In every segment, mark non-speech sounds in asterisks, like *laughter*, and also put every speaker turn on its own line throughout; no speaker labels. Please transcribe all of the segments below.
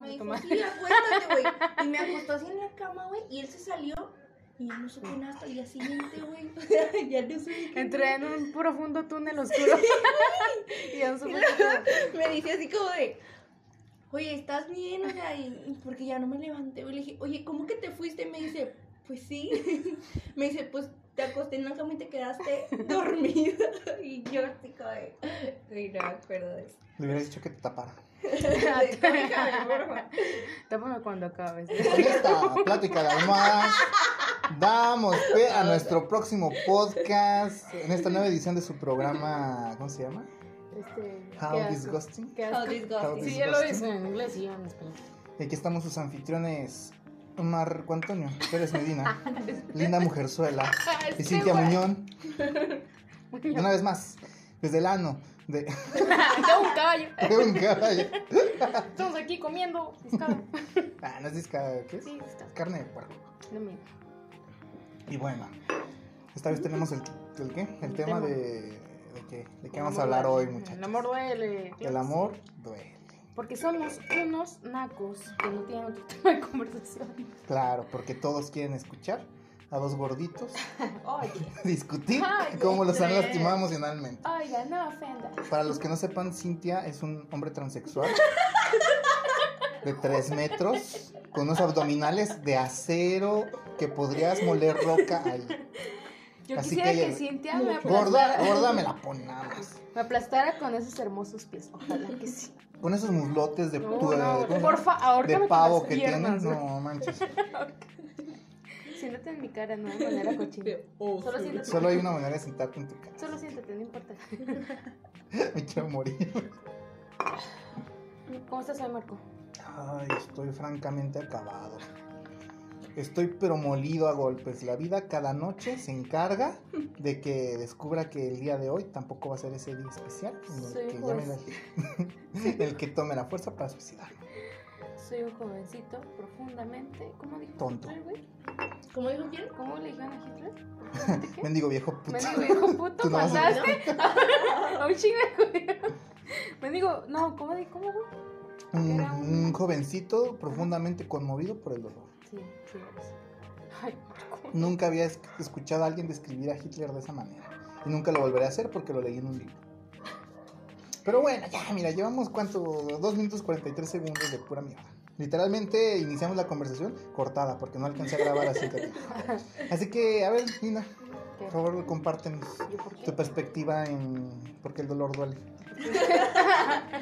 me
dijo,
tomar.
sí, acuéstate, *laughs* güey. Y me acostó así en la cama, güey, y él se salió y ya no supe nada hasta el día siguiente, güey. Mm. *laughs* O sea, ya no supe qué
Entré en un profundo túnel *laughs* oscuro. y ya no supe qué hacer.
me dice así como de, oye, ¿estás bien? O sea, y- y porque ya no me levanté. güey. Le dije, oye, ¿cómo que te fuiste? Me dice, pues sí. *laughs* me dice, pues te acosté en la cama y te quedaste dormida. *laughs* y yo así como de, "Ay, no me acuerdo *laughs* de eso.
Le hubieras dicho que te tapara.
Ah, *laughs* Corríjame, por *laughs* favor.
Tápame cuando acabes.
Con esta plática de almohadas, damos pie a nuestro próximo podcast en esta nueva edición de su programa. ¿Cómo se llama?
Este, qué
How
asco,
Disgusting.
qué asco.
How disgusting.
Sí, ya lo hice en inglés y yo en español.
Y aquí estamos sus anfitriones. Marco Antonio
*laughs*
Pérez Medina,
Ah,
Linda Mujerzuela y
Este
Cintia
güey.
Muñón. Una vez más, desde el ano de,
*laughs*
*laughs*
Tengo un caballo.
de un caballo.
Estamos aquí comiendo
*laughs*
pescado.
Ah, no es disca, ¿qué es?
Sí, está.
Carne de puerco.
No mira.
Y bueno, esta vez tenemos el, el qué? El,
El tema.
tema, de. ¿De qué? ¿De qué vamos a hablar hoy, muchachos?
El amor duele.
El amor duele.
Porque somos unos nacos que no tienen otro *laughs* tema de conversación.
Claro, porque todos quieren escuchar a dos gorditos
*laughs* Oye,
*laughs* discutir
Ay,
*laughs* cómo los han
entre-
lastimado emocionalmente.
oiga, no ofenda.
Para los que no sepan, Cintia es un hombre
*laughs*
transexual de tres metros, con unos abdominales de acero que podrías moler roca ahí.
Yo
Así
quisiera
que
que,
ella-
Cintia me
Gorda,
aplastara.
gorda me la pone nada más.
Me aplastara con esos hermosos pies. Ojalá que sí.
Con esos muslotes de,
No,
tu- de-
no,
¿cómo se llama?
porfa, ahórcame
de
con
pavo
las
que
piernas,
tienen. No manches.
Siéntate en mi cara, no de manera *laughs* cochina. Solo siéntate.
Solo hay una manera de sentarte en tu casa.
Solo siéntate, no importa.
*laughs* Me quiero morir.
¿Cómo estás hoy, Marco?
Ay, estoy francamente acabado. Estoy pero molido a golpes. La vida cada noche se encarga de que descubra que el día de hoy tampoco va a ser ese día especial en el
Soy
que ya me la- *laughs* el que tome la fuerza para suicidarme.
Soy un jovencito profundamente. ¿Cómo dijo
Tonto.
Hitler, güey?
¿Cómo dijo quién?
¿Cómo le dijeron a
*laughs*
Hitler? ¿Profundamente qué?
Mendigo viejo puto.
Mendigo hijo puto,
Tú no vas a-
mandaste a *laughs* un chingo de judíos. Mendigo, no, ¿cómo di? ¿Cómo, güey?
Un,
Era un-
un jovencito profundamente conmovido por el dolor.
Sí, sí eres. Ay, Marco.
Nunca había es- escuchado a alguien describir a Hitler de esa manera. Y nunca lo volveré a hacer porque lo leí en un libro. Pero bueno, ya, mira, llevamos cuánto, 2 minutos 43 segundos de pura mierda. Literalmente iniciamos la conversación cortada porque no alcancé a grabar así. que-
*laughs*
Así que, a ver, Nina,
¿Qué?
por favor, compártenos
¿Yo por qué?
tu perspectiva en por qué el dolor
*laughs*
duele.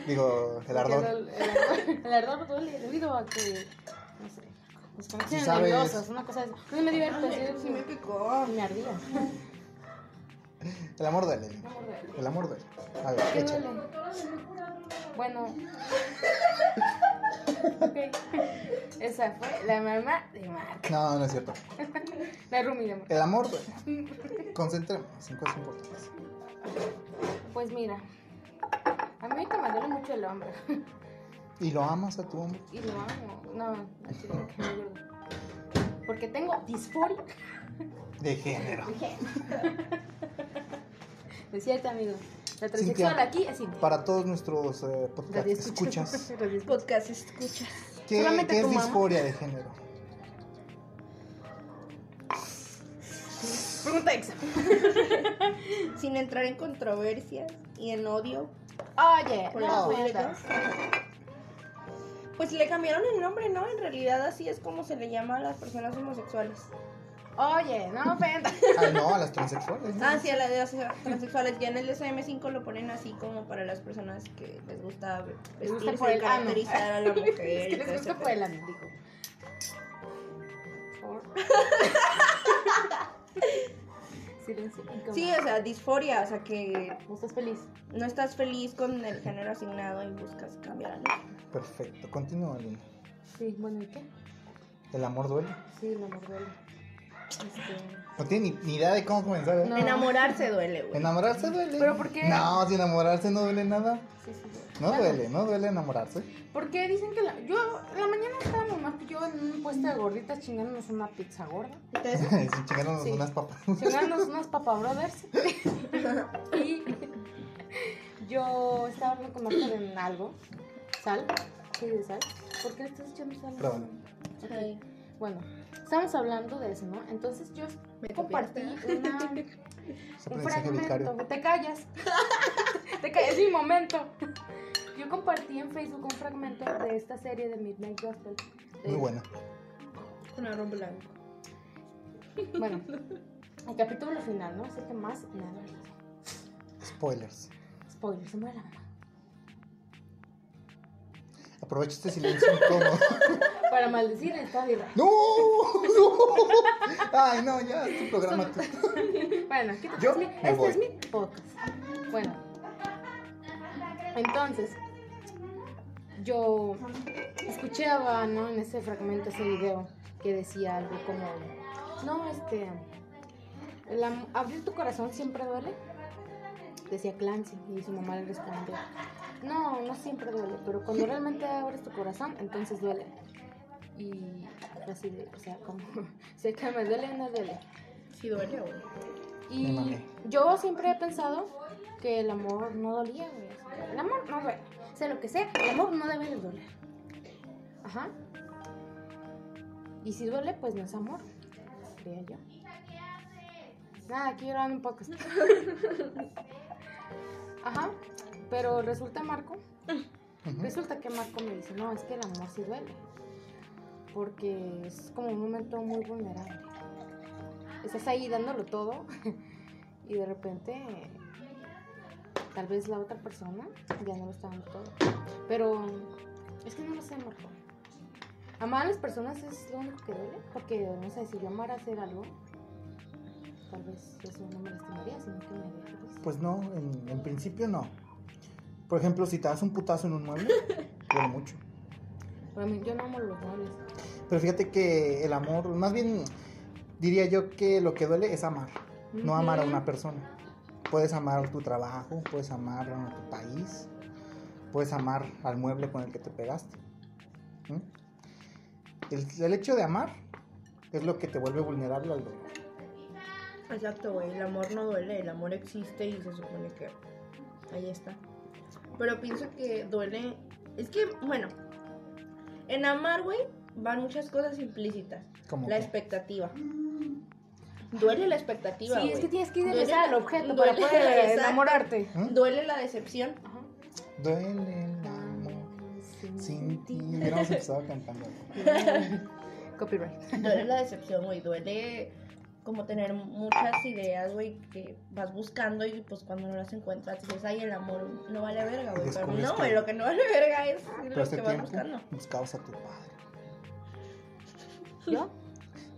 Digo, el ardor.
El, el ardor- *laughs* el ardor duele debido a que, no sé, nos
Sí
conocen
sabes.
nerviosos, una cosa así. No me dio
Ay,
herpes,
sí
yo
me
Ah, me,
picó.
me ardía.
El amor duele.
No
Nina.
me duele.
El amor duele. A ver,
¿Qué
échale.
duele? Bueno. *laughs* ok. Esa fue la mamá de Marco.
No, no es cierto.
La Rumi de Marco.
El amor duele. Concentremos en cosas importantes.
Pues mira, a mí ahorita me duele mucho el hombro *laughs*
¿Y lo amas a tu hombre?
y lo amo. No, al chile, que me gordo. Porque tengo disforia
De género.
de *laughs* género. Es cierto, amigo. La transexual
Cintia.
aquí es Cintia.
Para todos nuestros eh, podcast
Radio *laughs*
escuchas,
Radio escuchas.
Podcast escucha.
¿qué,
Solamente
qué es
tu mamá.
disforia de género?
Pregunta exa.
Sin entrar en controversias y en odio
Oye,
por
no
las
ofendas.
mujeres. Pues le cambiaron el nombre, ¿no? En realidad así es como se le llama a las personas homosexuales.
Oye, no ofendas.
Ay, Ah, no, a las transexuales. ¿no?
Ah, sí, a las de las transexuales. Ya en el DSM-5 lo ponen así como para las personas que les gusta
Les gusta
vestirse
por
y
el ano.
caracterizar a la mujer.
*laughs*
y
Pues Es que
todo
les gusta
ese
por el ano, digo. Por *laughs* favor. Silencio.
pedo. Sí, o sea, disforia, o sea que
¿No estás feliz?
no estás feliz con el género asignado y buscas cambiar al
Perfecto, continúa, Lina.
Sí, bueno, ¿y qué?
El amor duele.
Sí, la morduela. Este...
No tiene ni, ni idea de cómo comenzar. ¿eh?
No.
Enamorarse duele, güey.
¿Enamorarse duele?
¿Pero por qué?
No, si enamorarse no duele nada.
Sí, sí, sí.
No
Bueno,
duele, no duele enamorarse. *laughs*
¿Por qué dicen que la... Yo, la mañana estábamos más que yo en un puesto de gorditas chingándonos una pizza gorda.
Entonces,
Sin chingarnos
Sí.
unas *laughs* papas.
Chingándonos unas papabrothers. y yo estaba hablando con Marco de algo. Sal. Sí, de sal. ¿Por qué le estás echando sal?
Pruébalo.
Ok, Bueno, estamos hablando de eso, ¿no? Entonces yo
Me
compartí una,
Es
un
aprendizaje
fragmento.
vicario.
Te callas. *laughs* Te callas un momento. Yo compartí en Facebook un fragmento de esta serie de Midnight Gospel.
Muy
De-
bueno.
Con arroz blanco.
Bueno, el capítulo final, ¿no? Así que más nada.
Spoilers.
Spoiler, se muere la mamá.
Aprovecha este silencio incómodo.
Para maldecir está birra.
¡No! ¡No! ¡Ay, no! Ya, es tu programa. tú.
Bueno, aquí te
Yo
es mi,
me
este
voy.
es mi podcast. Bueno, entonces yo escuchaba, ¿no? En ese fragmento, ese video que decía algo como, no, este, la- abrir tu corazón siempre duele. Decía Clancy y su mamá le respondió, no, no siempre duele, pero cuando realmente abres tu corazón, entonces duele. Y así, de, o sea, como, *laughs* sé que me duele, no duele.
Sí duele, güey.
Me
Y
mamé.
yo siempre he pensado que el amor no dolía, güey. O sea, El amor no duele. Sea lo que sea, el amor no debe de doler. Ajá. Y si duele, pues no es amor. Creía yo. Nada, aquí llorando un poco. *laughs* Ajá. Pero resulta, Marco,
Ujú.
Resulta que Marco me dice, no, es que el amor sí duele. Porque es como un momento muy vulnerable. Estás ahí dándolo todo *laughs* y de repente tal vez la otra persona ya no lo está dando todo. Pero es que no lo sé, Marco. Amar a las personas es lo único que duele. Porque, no sé, si yo amara hacer algo, tal vez eso no me lastimaría, sino que me haría feliz.
Pues no, en, en principio no. Por ejemplo, si te das un putazo en un mueble, duele mucho.
Pero a mí- yo no amo los muebles.
Pero fíjate que el amor, más bien diría yo que lo que duele es amar, no amar a
Ujú.
una persona. Puedes amar tu trabajo, puedes amar a tu país, puedes amar al mueble con el que te pegaste. ¿Mm? El, el hecho de amar es lo que te vuelve vulnerable al dolor.
Exacto, güey. El amor no duele, el amor existe y se supone que ahí está. Pero pienso que duele. Es que, bueno, en amar, güey, van muchas cosas implícitas.
Como
La
que-
expectativa. Duele la expectativa.
Sí, es
güey.
que tienes que
Duele-
idealizar al objeto
duele-
para poder eh,
exacto.
enamorarte.
¿Mm?
Duele la decepción.
Ajá.
Duele el amor sin ti.
*laughs*
Hubiéramos empezado cantando.
Copyright.
Duele la decepción, güey. Duele como tener muchas ideas, güey, que vas buscando y pues cuando no las encuentras dices, ay, el amor no vale verga, güey. Pero
Descubres
no,
que-
güey, lo que no vale verga es
Pero
lo
este
que vas
tiempo
buscando.
buscabas a tu padre.
¿Yo?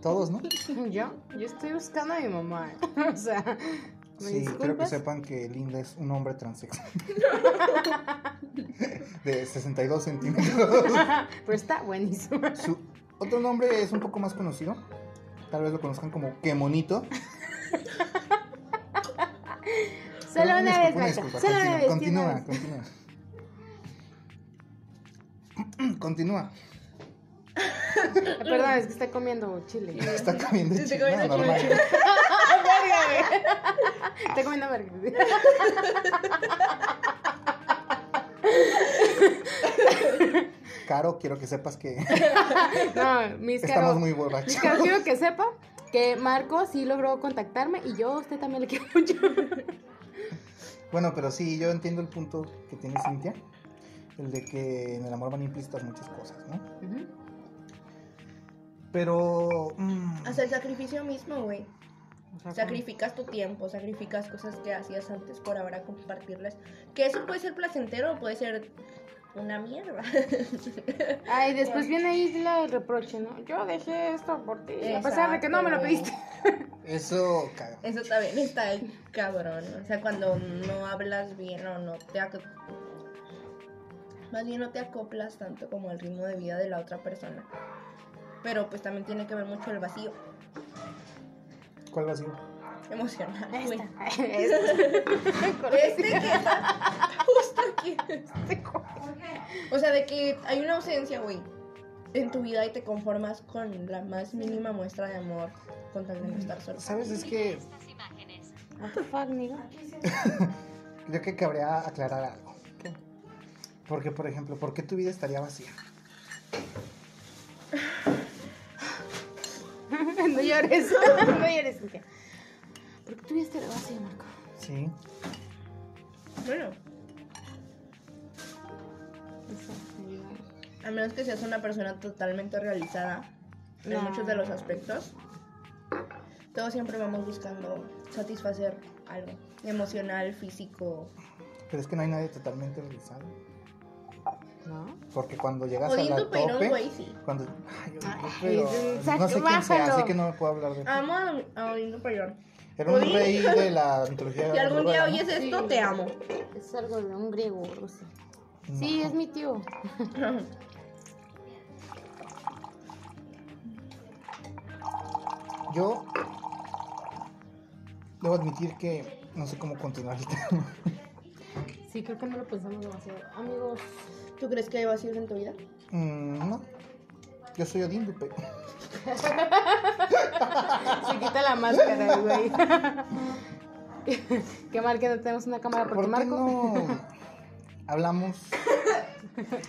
Todos, ¿no?
¿Yo? Yo estoy buscando a mi mamá. *laughs* O sea, ¿me
Sí, quiero que
disculpas?
sepan que Linda es un hombre transexual. de
*laughs*
62 centímetros.
*laughs* Pero está buenísimo.
Su otro nombre es un poco más conocido. Tal vez lo conozcan como Quemonito.
Solo
Perdón,
una
disculpa,
vez, Marta.
disculpa,
Solo una vez. tiene
Continúa,
una vez.
continúa, continúa. *clears throat* Continúa.
Eh, Perdón, es que está comiendo chile.
*laughs* Está comiendo
Sí, estoy
chile.
comiendo
normal.
chile.
Está comiendo verga.
Caro, quiero que sepas que
No, mis
estamos
caros.
muy
Mis
borrachos.
caros, quiero que sepa que Marco sí logró contactarme y yo a usted también le quiero mucho.
*laughs* Bueno, pero sí, yo entiendo el punto que tiene Cintia. El de que en el amor van implícitas muchas cosas, ¿no?
Ujú.
Pero. mm,
Hasta el sacrificio mismo, güey.
O sea,
Sacrificas tu tiempo, sacrificas cosas que hacías antes por ahora compartirlas. Que eso puede ser placentero o puede ser una mierda. *laughs*
Ay, después viene ahí la el reproche, ¿no? Yo dejé esto por ti, a pesar de que no me lo
Exacto.
pediste.
Eso caga.
Eso también está cabrón. O sea, cuando no hablas bien o no te ac- más bien no te acoplas tanto como el ritmo de vida de la otra persona. Pero pues también tiene que ver mucho el vacío
¿Cuál vacío?
emocional. güey. *laughs*
*laughs* Esta. *laughs* Esta. Con
Este que justo aquí.
este co-
O sea, de que hay una ausencia, güey, en tu vida y te conformas con la más mínima muestra de amor con tal de no estar solo. *laughs*
¿Sabes? *laughs* Es que
What the fuck, nigga?
creo que cabría aclarar algo.
¿Qué?
Porque, por ejemplo, ¿por qué tu vida estaría vacía?
no llores, no llores, Cintia. ¿Por qué tuviste la base, Marco?
Sí.
Bueno,
Eso, ayuda.
a menos que seas una persona totalmente realizada en
No.
muchos de los aspectos, todos siempre vamos buscando satisfacer algo emocional, físico.
Pero es que no hay nadie totalmente realizado.
¿No?
Porque cuando llegas a
Jodiendo
la
Peirón,
tope.
güey, sí.
Cuando. Ay, yo-
Ay,
pero
exacto,
no sé quién sea,
bájalo.
así que no puedo hablar de él.
Amo a a Odín Peirón.
Era un
Odín.
rey de la
*laughs*
mitología.
Si algún día
griega, ¿no?
oyes esto,
Sí.
te amo.
Es algo de un griego o algo así.
No.
Sí, es mi tío.
Yo debo admitir que no sé cómo continuar el *laughs* tema.
Sí, creo que no lo pensamos demasiado. Amigos,
¿Tú crees que hay vacíos en tu vida?
Mm, no. Yo soy Odín Dupe.
se quita la *laughs* máscara, güey. Qué mal que no tenemos una cámara porque
¿Por qué
Marco.
no hablamos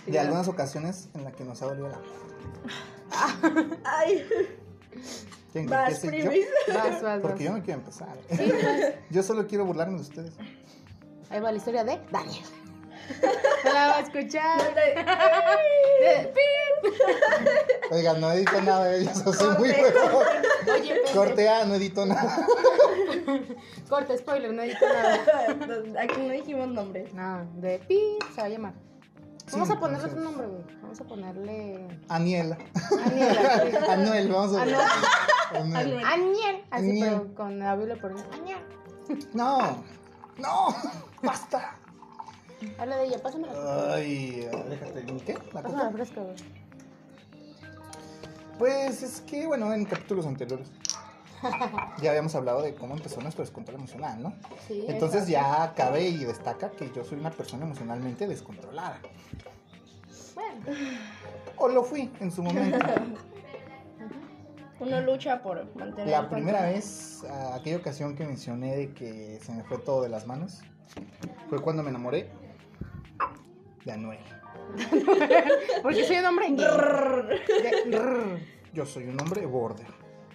de algunas ocasiones en las que nos ha dolido la amor?
Ay,
¿Quién
vas
empiece?
primis.
Vas, vas, vas.
Porque yo no quiero empezar. *laughs* Yo solo quiero burlarme de ustedes.
Ahí va la historia de Daniel. *laughs* No la va a escuchar. Eh,
Oigan, no edito nada, eh, yo soy
Corte.
muy huevón.
pi- Oye, pues, espérate.
Corte A, no edito nada.
Corta, spoiler, no edito nada.
*laughs* Aquí no dijimos nombres.
No, de pi se va a llamar. Vamos
Sí,
a ponerle otro
entonces,
nombre, güey. Vamos a ponerle.
Aniela.
Aniela. sí.
*laughs* Anuel, vamos a ver. Anuel.
Anuel.
Aniel. Así,
Aniel.
pero con la Biblia por mí. Aniel.
No, no, basta.
Habla de ella, pásame la
Ay, déjate, ¿en ¿qué? ¿La
Pásame la
coca?
fresca, güey.
Pues es que, bueno, en capítulos anteriores ya habíamos hablado de cómo empezó nuestro descontrol emocional, ¿no?
Sí,
Entonces
esa.
ya cabe y destaca que yo soy una persona emocionalmente descontrolada.
Bueno,
O lo fui en su momento.
Uno lucha por mantener el
La
control.
primera vez, a- aquella ocasión que mencioné de que se me fue todo de las manos, fue cuando me enamoré de Anuel.
porque soy un hombre gay. De-
Yo soy un hombre border.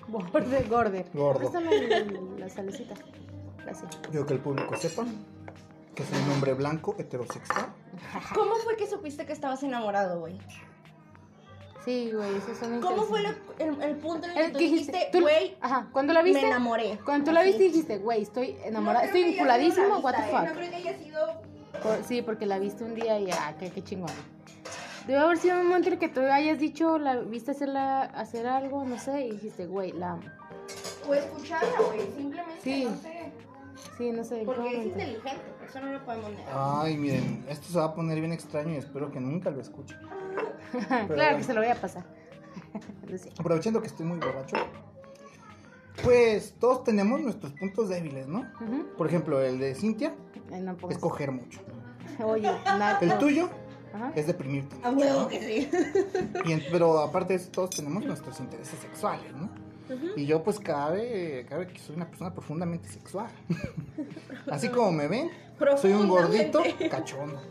Borde, gorder.
Gordo.
Préstame el- la salecita. Gracias.
Yo que el público sepa que soy un hombre blanco, heterosexual.
¿Cómo fue que supiste que estabas enamorado, güey?
Sí, güey, eso es un
¿Cómo fue lo- el, el punto en el que
El
tú
que dijiste,
dijiste,
tú-
güey,
Ajá, cuando la viste,
me enamoré?
cuando tú la viste
Así.
dijiste, güey, estoy enamorada,
No creo
estoy
que haya sido
vinculadísima,
una
what the
vista,
fuck.
¿eh? No creo que haya sido...
Por- sí, porque la viste un día y ah, qué, qué chingón. Debe haber sido un momento en el que tú hayas dicho, la viste hacerla, hacer algo, no sé, y dijiste, güey, la amo.
O escucharla, güey, simplemente,
Sí.
no sé.
Sí, no sé. ¿en qué
Porque es
momento? *laughs*
inteligente, eso no lo podemos negar.
Ay, miren, esto se va a poner bien extraño y espero que nunca lo escuchen.
claro que se lo voy a pasar. *laughs* No sé.
Aprovechando que estoy muy borracho, pues todos tenemos nuestros puntos débiles, ¿no?
Ujú.
Por ejemplo, el de Cintia
Ay, no puedo.
es coger mucho.
Oye, narco.
El tuyo
Ajá. *laughs*
es deprimirte.
A huevo Ah, que sí. *laughs*
Y en- pero aparte de eso, todos tenemos nuestros intereses sexuales, ¿no? Y yo pues cabe, cabe que soy una persona profundamente sexual. *laughs* Así como me ven, soy un gordito cachondo.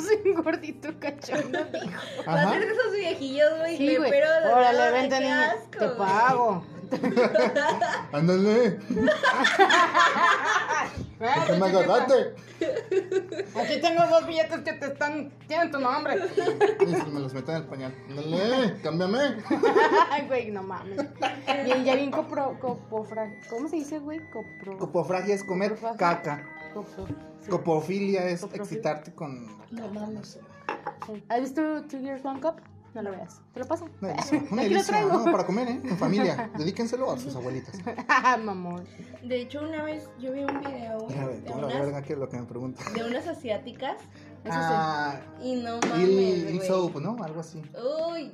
Soy un gordito cachondo, dijo.
Va a
Ajá.
ser de esos viejillos, güey,
Sí,
que
güey.
pero de
Órale,
verdad,
vente,
qué
niña.
asco,
Te
güey.
pago.
Ándale,
Ah,
Ah,
que me agarraste.
Aquí tengo dos billetes que te están. Tienen tu nombre.
Y se me los meto en el pañal. Ándale, cámbiame.
*laughs* Ay, güey, no mames. Bien, ya bien copro. Copofra. ¿Cómo se dice, güey? Copro.
Copofragia es comer
Coprofagia.
caca.
Copro. sí.
Copofilia es
Coprofilia.
excitarte con...
No mames.
¿Has visto Two Years One Cup? No lo veas. Te lo paso.
Una delicia, una
Aquí lo
delicia.
traigo.
No, para comer, ¿eh?
*laughs*
En familia. Dedíquenselo a sus abuelitas.
Ah, *laughs* mamón.
De hecho, una vez yo vi un video
Mira,
de
toda la
unas,
verga que es lo que me preguntan.
de unas asiáticas
Eso
Ah, pues,
y no
Il, il
mames, güey.
soap, ¿no? Algo así.
Uy,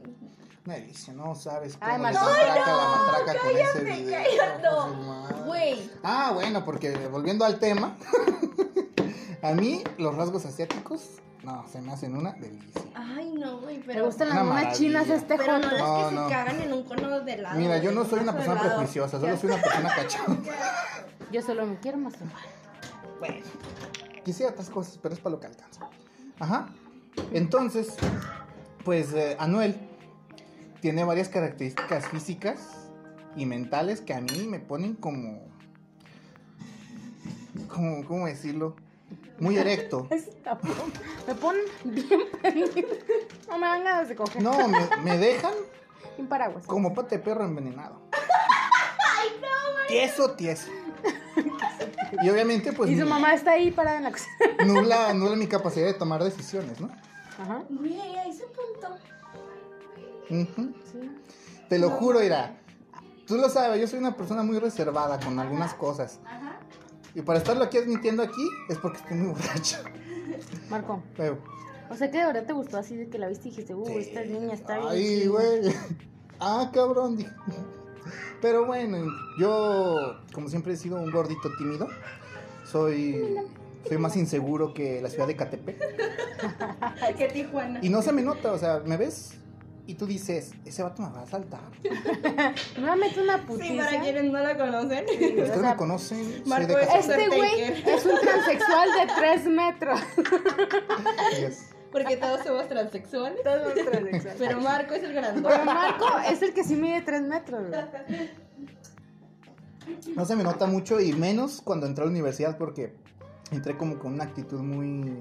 Una delicia, no sabes cómo
Ay,
le
Marta.
matraca
¡Ay, no!
la matraca con ese
Cállate,
video.
cállate.
hijo de su madre.
güey.
Ah, bueno, porque volviendo al tema, *laughs* a mí los rasgos asiáticos, no, se me hacen una delicia.
Ay, no, güey,
Me
pero...
gustan las
Una
monas chinas
maravilla.
este
Pero no es
joto.
No,
que
no.
se cagan en un cono de lado.
Mira, yo no soy
Paso
una
de
persona
lado.
prejuiciosa, solo
Ya.
soy una persona
*laughs*
cachonda.
Yo solo me quiero masturbar.
Quisiera otras cosas, pero es para lo que alcanza. Ajá. Entonces, pues eh, Anuel tiene varias características físicas y mentales que a mí me ponen como. como ¿Cómo decirlo? Muy erecto.
Esta broma. Me ponen bien *laughs* prendido. No me dan ganas de coger.
No, me, me dejan
Sin paraguas.
como pata de
*laughs*
perro envenenado. Tieso, tieso. Y obviamente, pues.
y su
mi-
mamá está ahí parada en la cocina. *laughs*
Nubla, nubla mi capacidad de tomar decisiones, ¿no?
Ajá.
Güey, a ese punto.
Ujú.
Sí.
Te lo juro, Ira. Tú lo sabes, yo soy una persona muy reservada con algunas cosas.
Ajá.
Y para estarlo aquí admitiendo aquí es porque estoy muy *laughs* borracho.
Marco.
Pero,
O sea que de verdad te gustó así de que la viste y dijiste, uh, esta niña está bien.
Ay,
chida".
güey. Ah, cabrón. dije. Pero bueno, yo como siempre he sido un gordito tímido. Soy soy más inseguro que la ciudad de Catepec
Que Tijuana.
y no se me nota, o sea, ¿me ves? Y tú dices, ese vato me va a saltar.
Nuevamente una putiza.
Sí, para quienes no la conocen. *laughs*
Sí, o
Ustedes
sea,
me conocen. Soy
Marco
de
es-
Catepec.
Este güey
Undertaker.
es un transexual de 3 *laughs* metros.
Yes.
Porque todos somos transexuales.
Todos transexuales.
Pero Marco es el
Pero
grandón.
Marco es el que sí mide 3 metros, güey.
No se me nota mucho y menos cuando entré a la universidad porque entré como con una actitud muy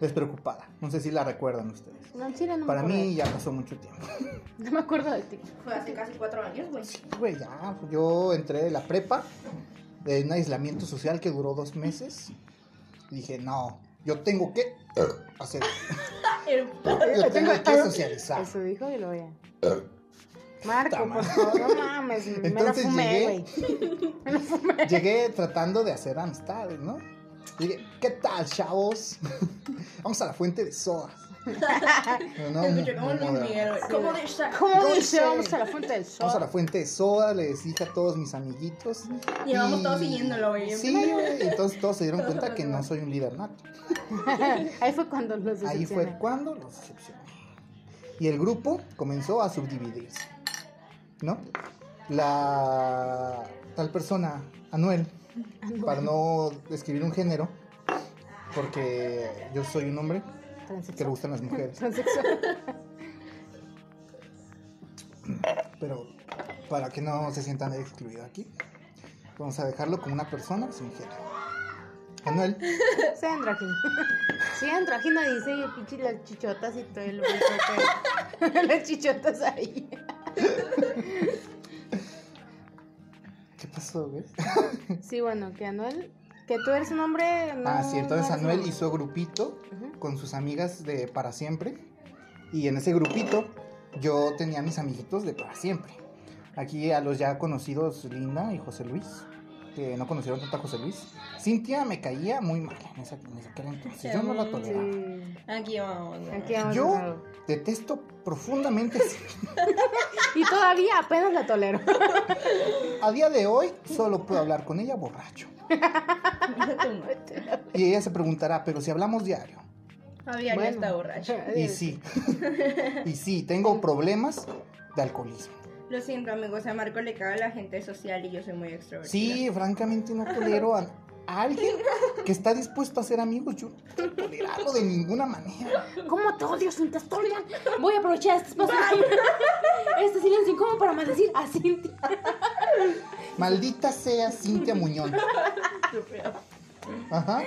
despreocupada. No sé si la recuerdan ustedes.
No, en Chile no me
Para
acuerdo.
mí ya pasó mucho tiempo.
No me acuerdo de ti.
Fue hace casi cuatro años, güey.
Güey, ya, yo entré de la prepa, de un aislamiento social que duró dos meses. Y dije, no, yo tengo que hacer,
El-
yo tengo que socializar.
Eso dijo y lo veía. Marco,
Tama.
por favor, no mames. Me la
Entonces
fumé,
llegué.
güey.
Llegué tratando de hacer amistades, ¿no? Dije, ¿qué tal, chavos? *laughs* Vamos a la fuente de sodas. No,
*laughs*
no,
Se escuchó como
no, no,
Luis
no.
Miguel, güey. Como de Shak.
¿Cómo
Dulce.
dice? Vamos a la fuente del sol.
Vamos a la fuente de soda, le dije a todos mis amiguitos.
Y vamos todos siguiéndolo, güey.
Sí, güey, entonces todos se dieron
*laughs*
cuenta que no soy un líder nato.
*laughs* Ahí fue cuando los
Ahí fue
decepcioné.
cuando los decepcioné. Y el grupo comenzó a subdividirse. ¿No? La tal persona, Anuel, para no describir un género, porque yo soy un hombre que le
Transexual.
gustan las mujeres.
Transexual.
Pero para que no se sientan excluidos aquí, vamos a dejarlo como una persona sin género. Anuel,
Sea andrógino. Sí, andrógino dice y pinche las chichotas y todo
*laughs*
el besote. *laughs* Las chichotas ahí.
¿qué pasó, güey?
Sí, bueno, que Anuel, que tú eres un hombre. No,
ah, sí, entonces
no eres
Anuel
un-
hizo grupito
Ujú.
con sus amigas de para siempre. Y en ese grupito yo tenía a mis amiguitos de para siempre. Aquí a los ya conocidos Linda y José Luis, que no conocieron tanto a José Luis. Cintia me caía muy mal en, esa, en aquel entonces. Yo no la toleraba.
Sí.
Aquí vamos. güey.
Aquí vamos
Yo-
de nuevo.
Detesto profundamente. a Cintia.
Y todavía apenas la *laughs* tolero.
A día de hoy solo puedo hablar con ella borracho.
*laughs*
Y ella se preguntará, pero si hablamos diario.
Había que
Bueno.
está
*laughs*
borracho.
Y sí. y sí, tengo problemas de alcoholismo.
Lo siento, amigos. A Marco le caga la gente social y yo soy muy extrovertida.
Sí, francamente *laughs* no tolero a, a alguien que está dispuesto a ser amigos. Yo no puedo tolerarlo de ninguna manera.
¿Cómo te odio, Cintia? Estoy bien. Voy a aprovechar este espacio. *laughs* Este silencio incómodo para maldecir a Cintia.
Maldita sea Cintia Muñón. Ajá.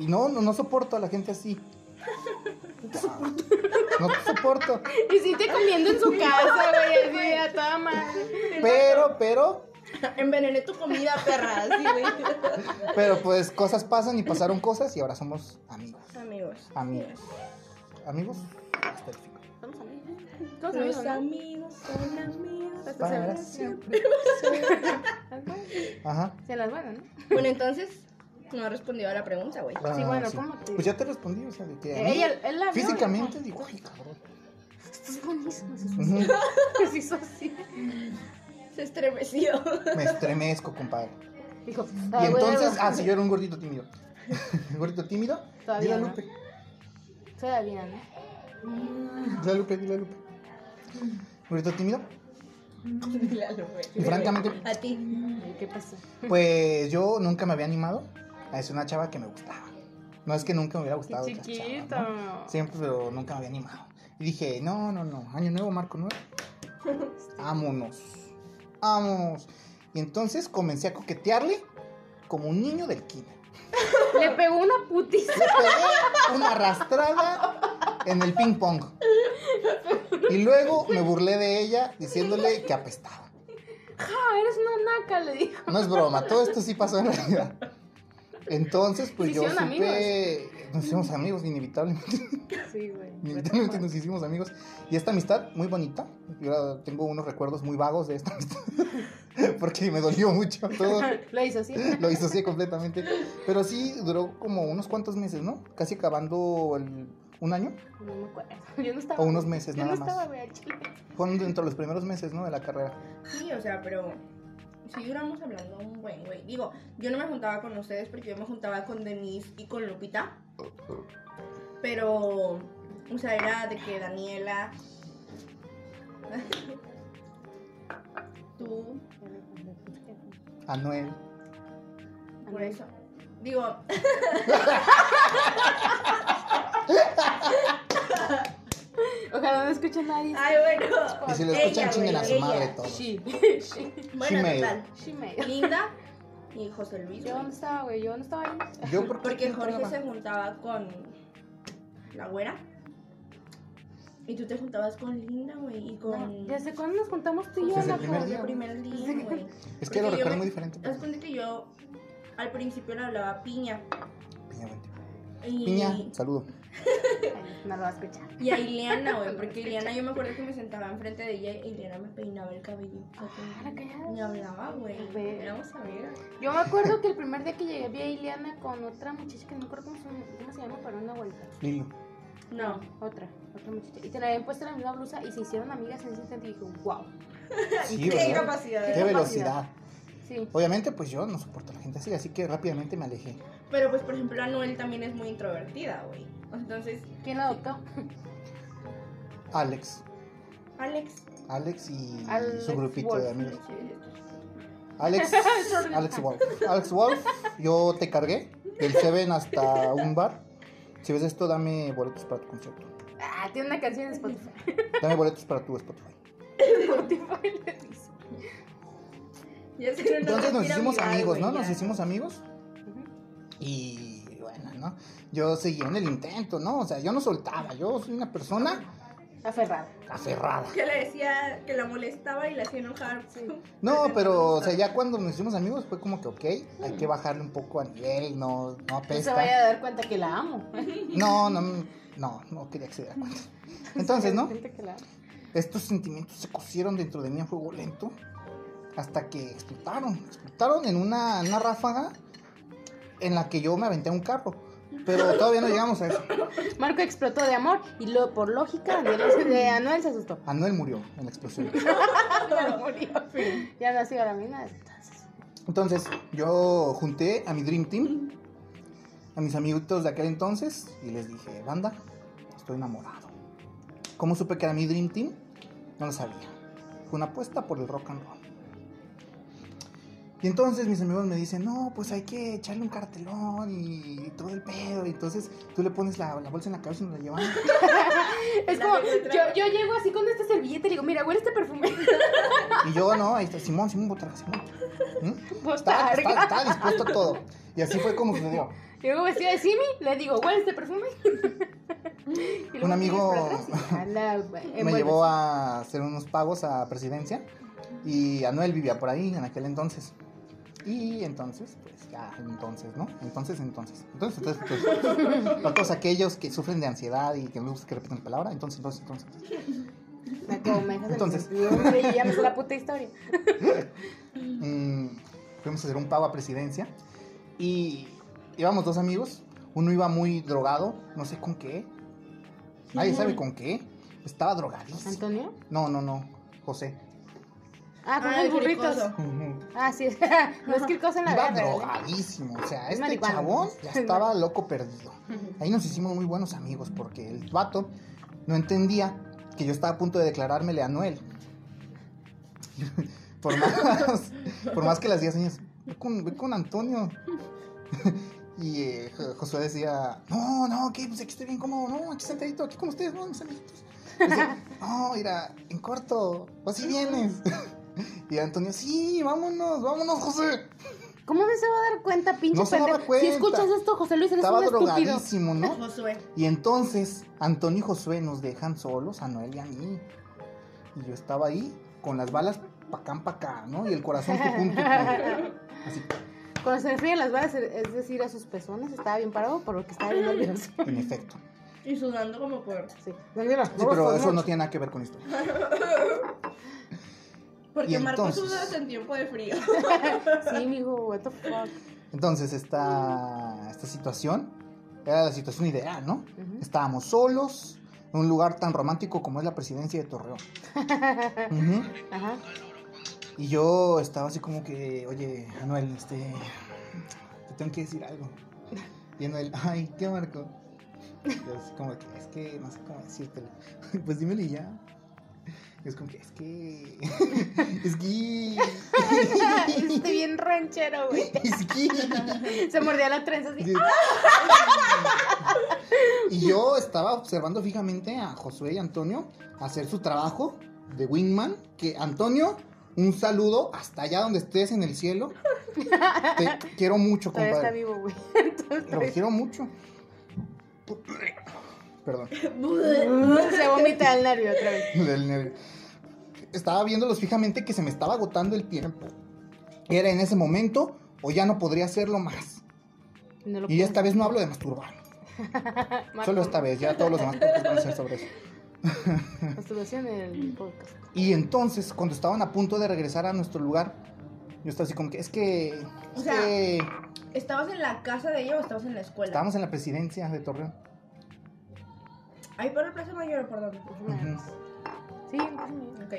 Y no, no, no soporto a la gente así. No te soporto. No te soporto.
Y Cintia comiendo *laughs* en su casa, güey, así a toda madre.
Pero, pero,
*laughs* Envenené tu comida, perra. Así,
*laughs*
güey.
pero pues cosas pasan y pasaron cosas y ahora somos amigos.
Amigos.
Amigos. Amigos. Hasta el final.
Vamos a ver. Todos amigos,
Los
¿no?
amigos Pues, son amigos.
Hasta se
Para
abrazan.
*laughs* siempre. Ajá.
Se las van, ¿no?
Bueno, entonces no respondió a la pregunta, güey.
Ah,
Sí, bueno, ¿cómo te-
Pues ya te respondí, o sea, de que a mí
Ella, él la vio,
físicamente digo, ay,
*laughs*
cabrón.
dijo, Estás buenísimo. Se hizo así. *laughs*
Ujú.
Se hizo así.
Se estremeció. *laughs*
Me estremezco, compadre.
Dijo,
Y entonces, ah, sí, yo era un gordito tímido. *laughs* Un gordito tímido.
Todavía
Dile a
no.
Lupe,
Todavía, ¿no?
dile a Lupe, dile a Lupe. Gordito tímido.
Claro, güey.
Y francamente,
A ti.
¿Qué pasó?
pues yo nunca me había animado a decir una chava que me gustaba. No es que nunca me hubiera
Qué
gustado. otra chava,
chiquito.
¿no? Siempre, pero nunca me había animado. Y dije, no, no, no, año nuevo,
*laughs*
marco nuevo. Vámonos. Vamos. Y entonces comencé a coquetearle como un niño del kinder.
Le pegó una putiza.
Le pegué una arrastrada en el ping pong. Y luego me burlé de ella diciéndole que apestaba.
Ja, "Ah, eres una naca, le dijo.
No es broma, todo esto sí pasó en realidad. Entonces, pues
¿Se
yo
hicieron
supe. Nos hicimos amigos, inevitablemente.
Sí, güey.
Inevitablemente nos hicimos amigos. Y esta amistad, muy bonita. Yo ahora tengo unos recuerdos muy vagos de esta amistad. *laughs* Porque me dolió mucho todo.
Lo hizo así.
Lo disocié completamente. Pero sí duró como unos cuantos meses, ¿no? Casi acabando el- un año
No me acuerdo. Yo no estaba.
o unos meses
Yo no
nada
estaba,
más.
güey, al chile.
Fueron dentro de los primeros meses, ¿no? De la carrera.
Sí, o sea, pero si duramos hablando un buen güey. Digo, yo no me juntaba con ustedes porque yo me juntaba con Denise y con Lupita. Pero, o sea, era de que Daniela. *laughs* Tú,
Anuel.
por eso. Digo,
Ojalá no escuche nadie.
ay, bueno.
Y si lo
ella,
escuchan, chinguen a
güey,
su madre
ella.
todos.
She.
Bueno,
She
total.
She made.
Linda y José Luis.
Yo
güey.
dónde estaba, güey. Yo dónde estaba ahí.
Yo por qué
Porque
entraba?
Jorge se juntaba con la güera. Y tú te juntabas con Linda, güey. Y con.
¿Desde cuándo nos juntamos tú y yo,
Desde
naco?
el primer
Desde
día.
el primer día, güey.
Es
porque
que lo
yo
recuerdo
me-
muy diferente.
Haz cuenta que yo al principio le hablaba piña.
Piña, buen tipo.
Y,
Piña, saludo.
Ay, No lo va a escuchar.
Y a Ileana, güey. Porque Ileana, yo me acuerdo que me sentaba enfrente de ella y Ileana me peinaba el cabello.
la callada.
Me hablaba, güey.
Ve.
Éramos amigas.
Yo me acuerdo que el primer día que llegué vi a Ileana con otra muchacha que no me acuerdo cómo se, cómo se llama, pero una vuelta.
*laughs*
Lilo.
No.
Otra, otra muchacha. Y se le habían puesto la misma blusa y se hicieron amigas en ese instante y dije, wow.
Sí,
Qué
¿verdad?
incapacidad.
Qué
Qué
velocidad.
Sí.
Obviamente, pues yo no soporto a la gente así, así que rápidamente me alejé.
Pero pues, por ejemplo, Anuel también es muy introvertida, güey. Entonces,
¿Quién la adoptó?
Alex.
Alex.
Alex y
Alex
su grupito
Wolf.
de amigos. Alex, Alex Wolf. Alex Wolf, yo te cargué del Seven hasta un bar. Si ves esto, dame boletos para tu concierto.
Ah, tiene una canción en Spotify. *laughs*
Dame boletos para tu Spotify.
Spotify le dice.
Ya se nos
Entonces nos
respira
hicimos
viral,
amigos, ¿no?
güey,
Nos
ya.
hicimos amigos
Ujú.
y bueno, ¿no? Yo seguí en el intento, ¿no? O sea, yo no soltaba. Yo soy una persona
Aferrada.
aferrada.
Que le decía que la molestaba y la hacía enojar. *laughs*
Sí.
No, pero, o sea,
eh,
ya cuando nos hicimos amigos fue como que, ok, hay que bajarle un poco a nivel, no, no
No se
apesta.
vaya a dar cuenta que la amo.
No, no, no, no quería que se diera cuenta. Entonces, ¿no?
Gente que la ama.
Estos sentimientos se cocieron dentro de mí a fuego lento hasta que explotaron. Explotaron en una, en una ráfaga en la que yo me aventé a un carro. Pero todavía no llegamos a eso.
Marco explotó de amor y lo, por lógica Daniel, de Anuel se asustó.
Anuel murió en la explosión. Ah,
Ya no ha sido la mina desde entonces.
Entonces, yo junté a mi Dream Team, a mis amiguitos de aquel entonces, y les dije, banda, estoy enamorado. ¿Cómo supe que era mi Dream Team? No lo sabía. Fue una apuesta por el rock and roll. Y entonces mis amigos me dicen, no, pues hay que echarle un cartelón y todo el pedo. Y entonces tú le pones la, la bolsa en la cabeza y nos la llevamos.
Es
La
como,
que te
yo,
trae.
yo llego así con esta servilleta y le digo, mira, huele este
*laughs*
perfume.
Y yo, no, ahí está, Simón, Simón, botarga, Simón. ¿Mm?
Vos
Está,
targa.
está- está dispuesto a todo. Y así fue como sucedió.
Llego vestida de Simi, le digo, ¿cuál es este
*laughs*
perfume? Y luego
Un amigo-
tiras para atrás y anda,
*laughs* me
envuelves.
llevó a hacer unos pagos a presidencia y Anuel vivía por ahí en aquel entonces. Y entonces, pues ya, entonces, ¿no? Entonces, entonces. Entonces, entonces, entonces. Para todos aquellos que sufren de ansiedad y que no les gusta que repitan la palabra, entonces, entonces, entonces.
Me como me dejas en
Entonces.
incertidumbre y ya me sé la puta historia.
Mm, fuimos a hacer un pago a presidencia y íbamos dos amigos. Uno iba muy drogado, no sé con qué. Nadie sabe con qué. Estaba drogadísimo.
¿Antonio?
No, no, no. José.
Ah, con
Ah, el
los burritos.
cricoso.
Ujú.
Ah, sí. *laughs* no es que el cosa en la
Iba
vida real, ¿eh?
drogadísimo, o sea,
Es
este
marihuana. *laughs*
chabón ya estaba loco perdido.
Ujú.
Ahí nos hicimos muy buenos amigos porque el vato no entendía que yo estaba a punto de declarármele a Noel. *laughs* por, más, por más que las 10 años, ve con, ve con Antonio. *laughs* y eh, Jo- Josué decía, no, no, que pues aquí estoy bien cómodo, no, aquí sentadito, aquí con ustedes, no, mis amiguitos. Dice, *laughs* no, mira, en corto, o si vienes. *laughs* Y Antonio, sí, vámonos, vámonos, José.
¿Cómo no se va a dar cuenta, pinche
No se daba
pendejo? Si
cuenta.
escuchas esto, José Luis, eres
Estaba
un estúpido.
drogadísimo, ¿no?
Josué.
Y entonces Antonio y Josué nos dejan solos a Noel y a mí. Y yo estaba ahí con las balas pa' acá, pa' acá, ¿no? Y el corazón
*laughs*
tucum, tucum. Así,
Cuando se refiere a las balas, es decir, a sus pezones, estaba bien parado por lo que estaba bien nervioso.
en efecto.
Y sudando como por.
Sí. No, mira,
Sí, pero eso no tiene nada que ver con esto.
Porque
Y
Marco
entonces-
sudas en tiempo de frío.
*laughs*
*laughs*
Sí, mijo, what the fuck.
Entonces, esta, esta situación era la situación ideal, ¿no?
Ujú.
Estábamos solos en un lugar tan romántico como es la presidencia
*laughs*
de Torreón. Ujú.
Ajá.
Y yo estaba así como que, oye, Anuel, este. Te tengo que decir algo. Y Anuel, ay, ¿qué marco? Y yo así como que, es que no sé cómo decírtelo. *laughs* Pues dímelo y ya. Y es como que, es que. *laughs* Es que.
*laughs*
*laughs*
Este bien ranchero, güey.
Es que. *laughs*
Se mordía la trenza así.
Sí.
Ah.
Y yo estaba observando fijamente a Josué y Antonio hacer su trabajo de wingman. Que Antonio, un saludo hasta allá donde estés en el cielo. Te quiero mucho,
Todavía está
compadre.
vivo, güey. *laughs*
Lo quiero mucho. Perdón, *laughs*
Se vomita el nervio otra vez.
del nervio. Estaba viéndolos fijamente que se me estaba agotando el tiempo. Era en ese momento o ya no podría hacerlo más.
No lo
Y
puedo.
esta vez no hablo de masturbar.
Marco,
Solo esta vez, ya todos los demás podcasts van a ser sobre eso.
Masturbación en el podcast.
Y entonces, cuando estaban a punto de regresar a nuestro lugar, yo estaba así como que, es que,
O
es
sea-
que
¿Estabas en la casa de ella o estabas en la escuela?
estábamos en la presidencia de Torreón.
Ahí por el Plaza Mayor, por dónde.
Ujú, Pues nada más. Sí, más o menos.
Ok.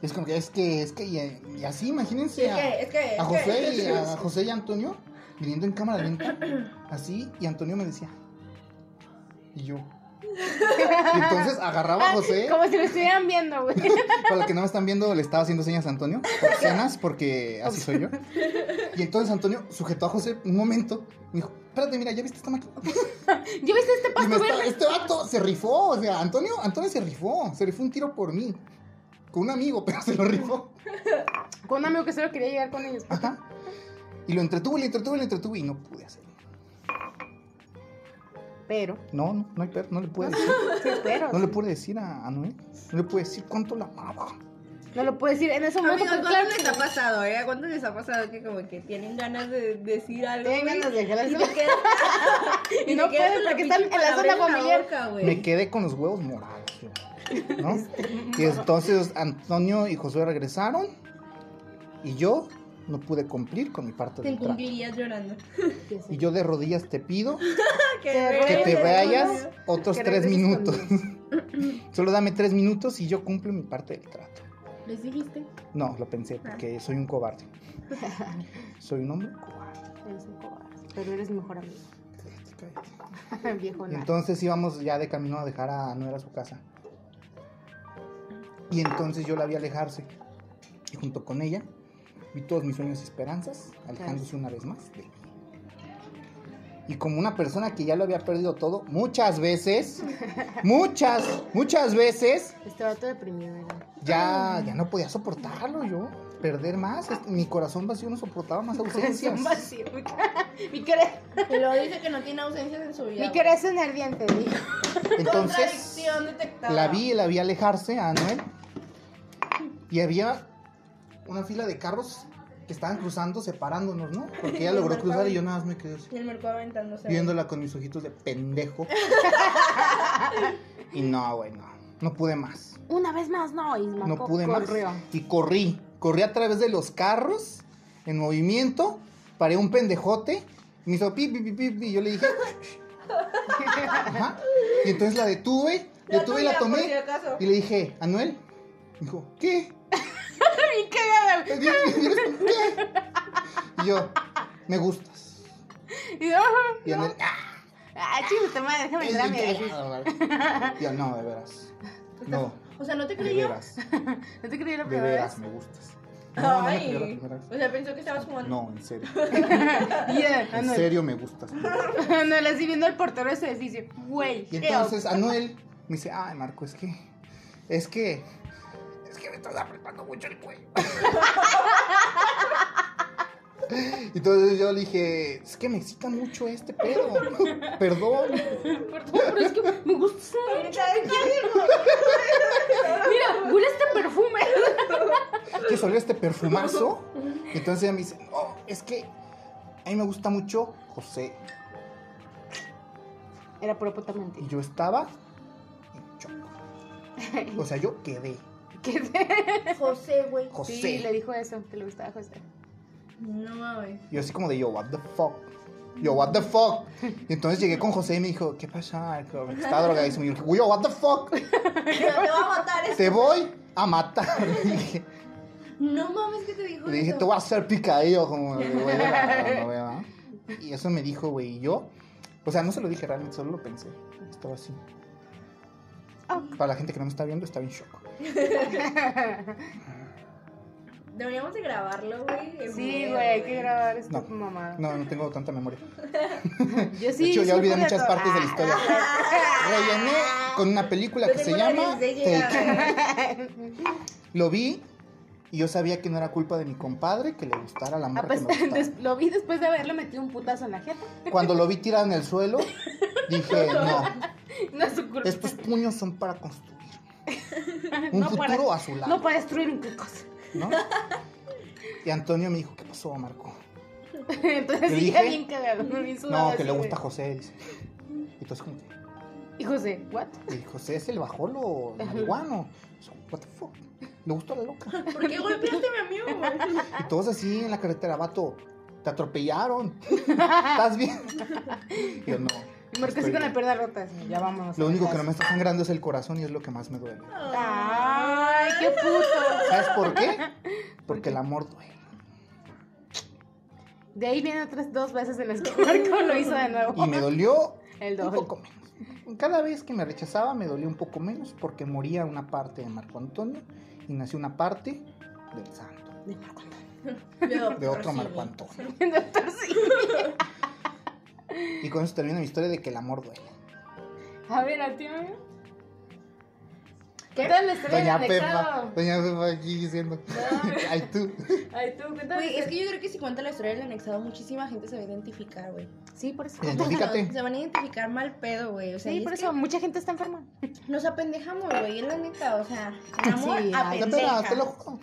Y es como que, es que, es que, y, y así, imagínense
es
a,
que, es que.
a
es que-
José y a José y a Antonio viniendo en cámara lenta, así, y Antonio me decía, y yo. Y entonces
*laughs* Ah,
agarraba a José,
*laughs* Como si lo estuvieran viendo, güey. *laughs*
para los que no me están viendo, le estaba haciendo señas a Antonio,
*laughs*
obscenas, porque así soy yo. Y entonces Antonio sujetó a José un momento, me dijo, espérate, mira, ¿ya viste esta máquina?
¿Ya viste este
Y me
pasto
está-
verde?
este vato se rifó, o sea, Antonio, Antonio se rifó, se rifó un tiro por mí. Con un amigo, *laughs* pero se lo rifó.
Con un amigo que solo quería llegar con ellos.
Ajá. Y lo entretuve, lo entretuve, lo entretuve y no pude hacerlo.
Pero.
No, no, no hay per- no le pude decir.
Sí, pero.
No le pude decir a, a Noé. No le pude decir cuánto la amaba.
No lo puedo decir en ese momento.
Amigos,
porque
¿cuánto
claro
les
que
ha pasado, eh? ¿Cuánto les ha pasado que como que tienen ganas de decir algo?
Tienen
güey?
ganas de jalarse
Y
la-
te quedas.
*laughs* Y no
quedas
pueden
con la
porque están
pinche
en la
palabra
zona familiar.
boca, güey.
Me quedé con los huevos morados. yo, ¿no? Y entonces Antonio y Josué regresaron. Y yo no pude cumplir con mi
Te
parte del trato.
incumplirías llorando. *laughs*
sí, sí.
Y yo de rodillas te pido
Que
que te
Regreses
vayas otros
Que
tres
regreses
minutos.
conmigo.
Solo dame tres minutos y yo cumplo mi parte del trato.
¿Les dijiste?
No, lo pensé porque soy un cobarde. Soy un hombre cobarde.
Eres un cobarde, Pero eres mi mejor amigo. *laughs*
Cállate, cállate.
Viejo
Y
nada.
entonces íbamos ya de camino a dejar a Noel a su casa. Y entonces yo la vi alejarse. Y junto con ella vi todos mis sueños y esperanzas alejándose una vez más de mí. Y como una persona que ya lo había perdido todo muchas veces, muchas, muchas veces,
Este vato deprimido era.
ya, ya no podía soportarlo yo. Perder más, es- mi corazón vacío no soportaba más ausencias.
*laughs* Corazón vacío. mi cara- *laughs* Mi cara-
Y *laughs* luego dice que no tiene ausencias en su vida.
mi
güey.
cara es un ardiente, dijo.
*laughs* Entonces,
Contradicción detectada.
la vi, la vi alejarse a Anuel. Y había una fila de carros que estaban cruzando, separándonos, ¿no?
*laughs*
Porque ella logró cruzar y yo nada más me quedé así,
Y el mercado aventándose.
viéndola con mis ojitos
*laughs*
de pendejo. Y no, güey, no. No pude más.
Una vez más, no. Y
No
Marco
pude
corrió.
más. Y corrí. Corrí a través de los carros, en movimiento. Paré un pendejote. Me hizo pi, pi, pi, pi, pi. Yo le dije. Ajá. Y entonces la detuve.
La
detuve y
tuya,
la
por si
tomé.
acaso.
Y le dije, Anuel. Me dijo, ¿qué?
Mi cagada,
¿Qué? ¿Qué? Y yo, me gustas.
güey. Y yo,
Y Anuel, "Ah,
Ah, chingo, te madre, déjame
es
entrar a
bien
mi edificio.
cagado, ¿vale?". Y Yo, no, de veras. No,
O sea, ¿no te
de
creyó?
veras.
No te creí la
De
primera
veras,
vez.
me gustas. No, no me creyó la primera vez.
O sea, pensó que estabas jugando.
No, en serio.
Yeah,
En
Anuel.
serio me gustas.
No, la estoy viendo al portero de su edificio. Güey,
Y
*laughs* qué
entonces Anuel Me dice, ay, Marco, es que. Es que. Es que me estás apretando mucho el cuello. *laughs* Entonces yo le dije, es que me excita mucho este pedo. Perdón.
Perdón, pero es que me gusta. Mira, huele este perfume.
que salió este perfumazo. Entonces ella me dice, no, es que a mí me gusta mucho José.
Era pura puta mentira.
Y yo estaba en shock. O sea, yo quedé.
¿Qué te-
José, güey.
José.
Sí, le dijo eso, que le gustaba José.
No mames.
Y yo así como de yo, what the fuck. Yo, what the fuck. Y entonces llegué con José y me dijo, ¿qué pasa, Marco? Porque Estaba drogadísimo. Y yo, dije, yo, what the fuck.
Te va a matar eso.
Te voy a matar. *laughs* Le dije,
No mames, ¿qué te dijo?
le dije,
eso?
te voy a hacer picadillo. Como, güey, no, güey, ¿va? Y eso me dijo, güey. Y yo, o sea, no se lo dije realmente, solo lo pensé. Estaba así.
Ah.
Para la gente que no me está viendo, estaba en shock.
Deberíamos de grabarlo, güey. en
Sí,
video,
güey, hay que grabar esta
No,
mamada.
No, no tengo tanta memoria.
Yo sí.
De hecho,
sí
ya olvidé
pude
muchas
todo. Ah,
partes de la historia. Rellené con una película
Yo
que se
tengo la
llama
nariz de llegar.
Take. Lo vi y yo sabía que no era culpa de mi compadre que le gustara la
Ah,
morra que
pues,
me gustaba.
des- lo vi después de haberle metido un putazo en la jeta. *laughs*
Cuando lo vi tirado en el suelo, dije, no,
No es su culpa. *laughs*
estos puños son para construir pues, un
No para-
futuro a su lado,
No para destruir un cosa.
¿no? Y Antonio me dijo, ¿qué pasó, Marco?
*laughs* Entonces
Le
sí, ya
dije-
bien cagado, bien sudado.
No, que
así
le
de-
gusta José, dice. Y entonces como que,
Y José, ¿what?
"Y José es el bajolo marihuano. So, What the fuck? Le gustó la loca.
¿Por qué golpeaste a mi amigo?
Y todos así en la carretera, vato,
*laughs*
te atropellaron. ¿Estás bien? *laughs* Y yo no.
Y Marco así
estoy
con la
bien".
pierna rota. así, ya vámonos.
Lo
a
único
la
que no me
casa.
está sangrando es el corazón y es lo que más me duele.
Ay, qué puto.
¿Sabes
*laughs*
por qué? Porque el amor duele.
De ahí vienen otras dos veces en las que Marco lo hizo de nuevo.
Y me dolió
El
un
doble.
poco menos. Cada vez que me rechazaba me dolió un poco menos porque moría una parte de Marco Antonio y nació una parte del santo,
De Marco Antonio.
De
de otro Marco Antonio.
Doctor, sí.
*laughs* Y con eso termina mi historia de que el amor duele.
A ver, a ti, amigo.
¿Qué?
Cuéntale la historia
Eh, Doña
del
Pepa,
anexado.
Doña Pepa aquí diciendo, ay tú.
Ay, tú, cuéntale.
Güey, es que yo creo que si cuenta la historia del anexado, muchísima gente se va a identificar, güey.
Sí, por eso.
Identifícate.
Se van a identificar mal pedo, güey. O sea, y
Sí,
es
por
que
eso mucha gente está enferma.
Nos apendejamos, güey, es la neta, o sea, el amor
Sí,
apendeja.
ay,
No, pero te lo juro.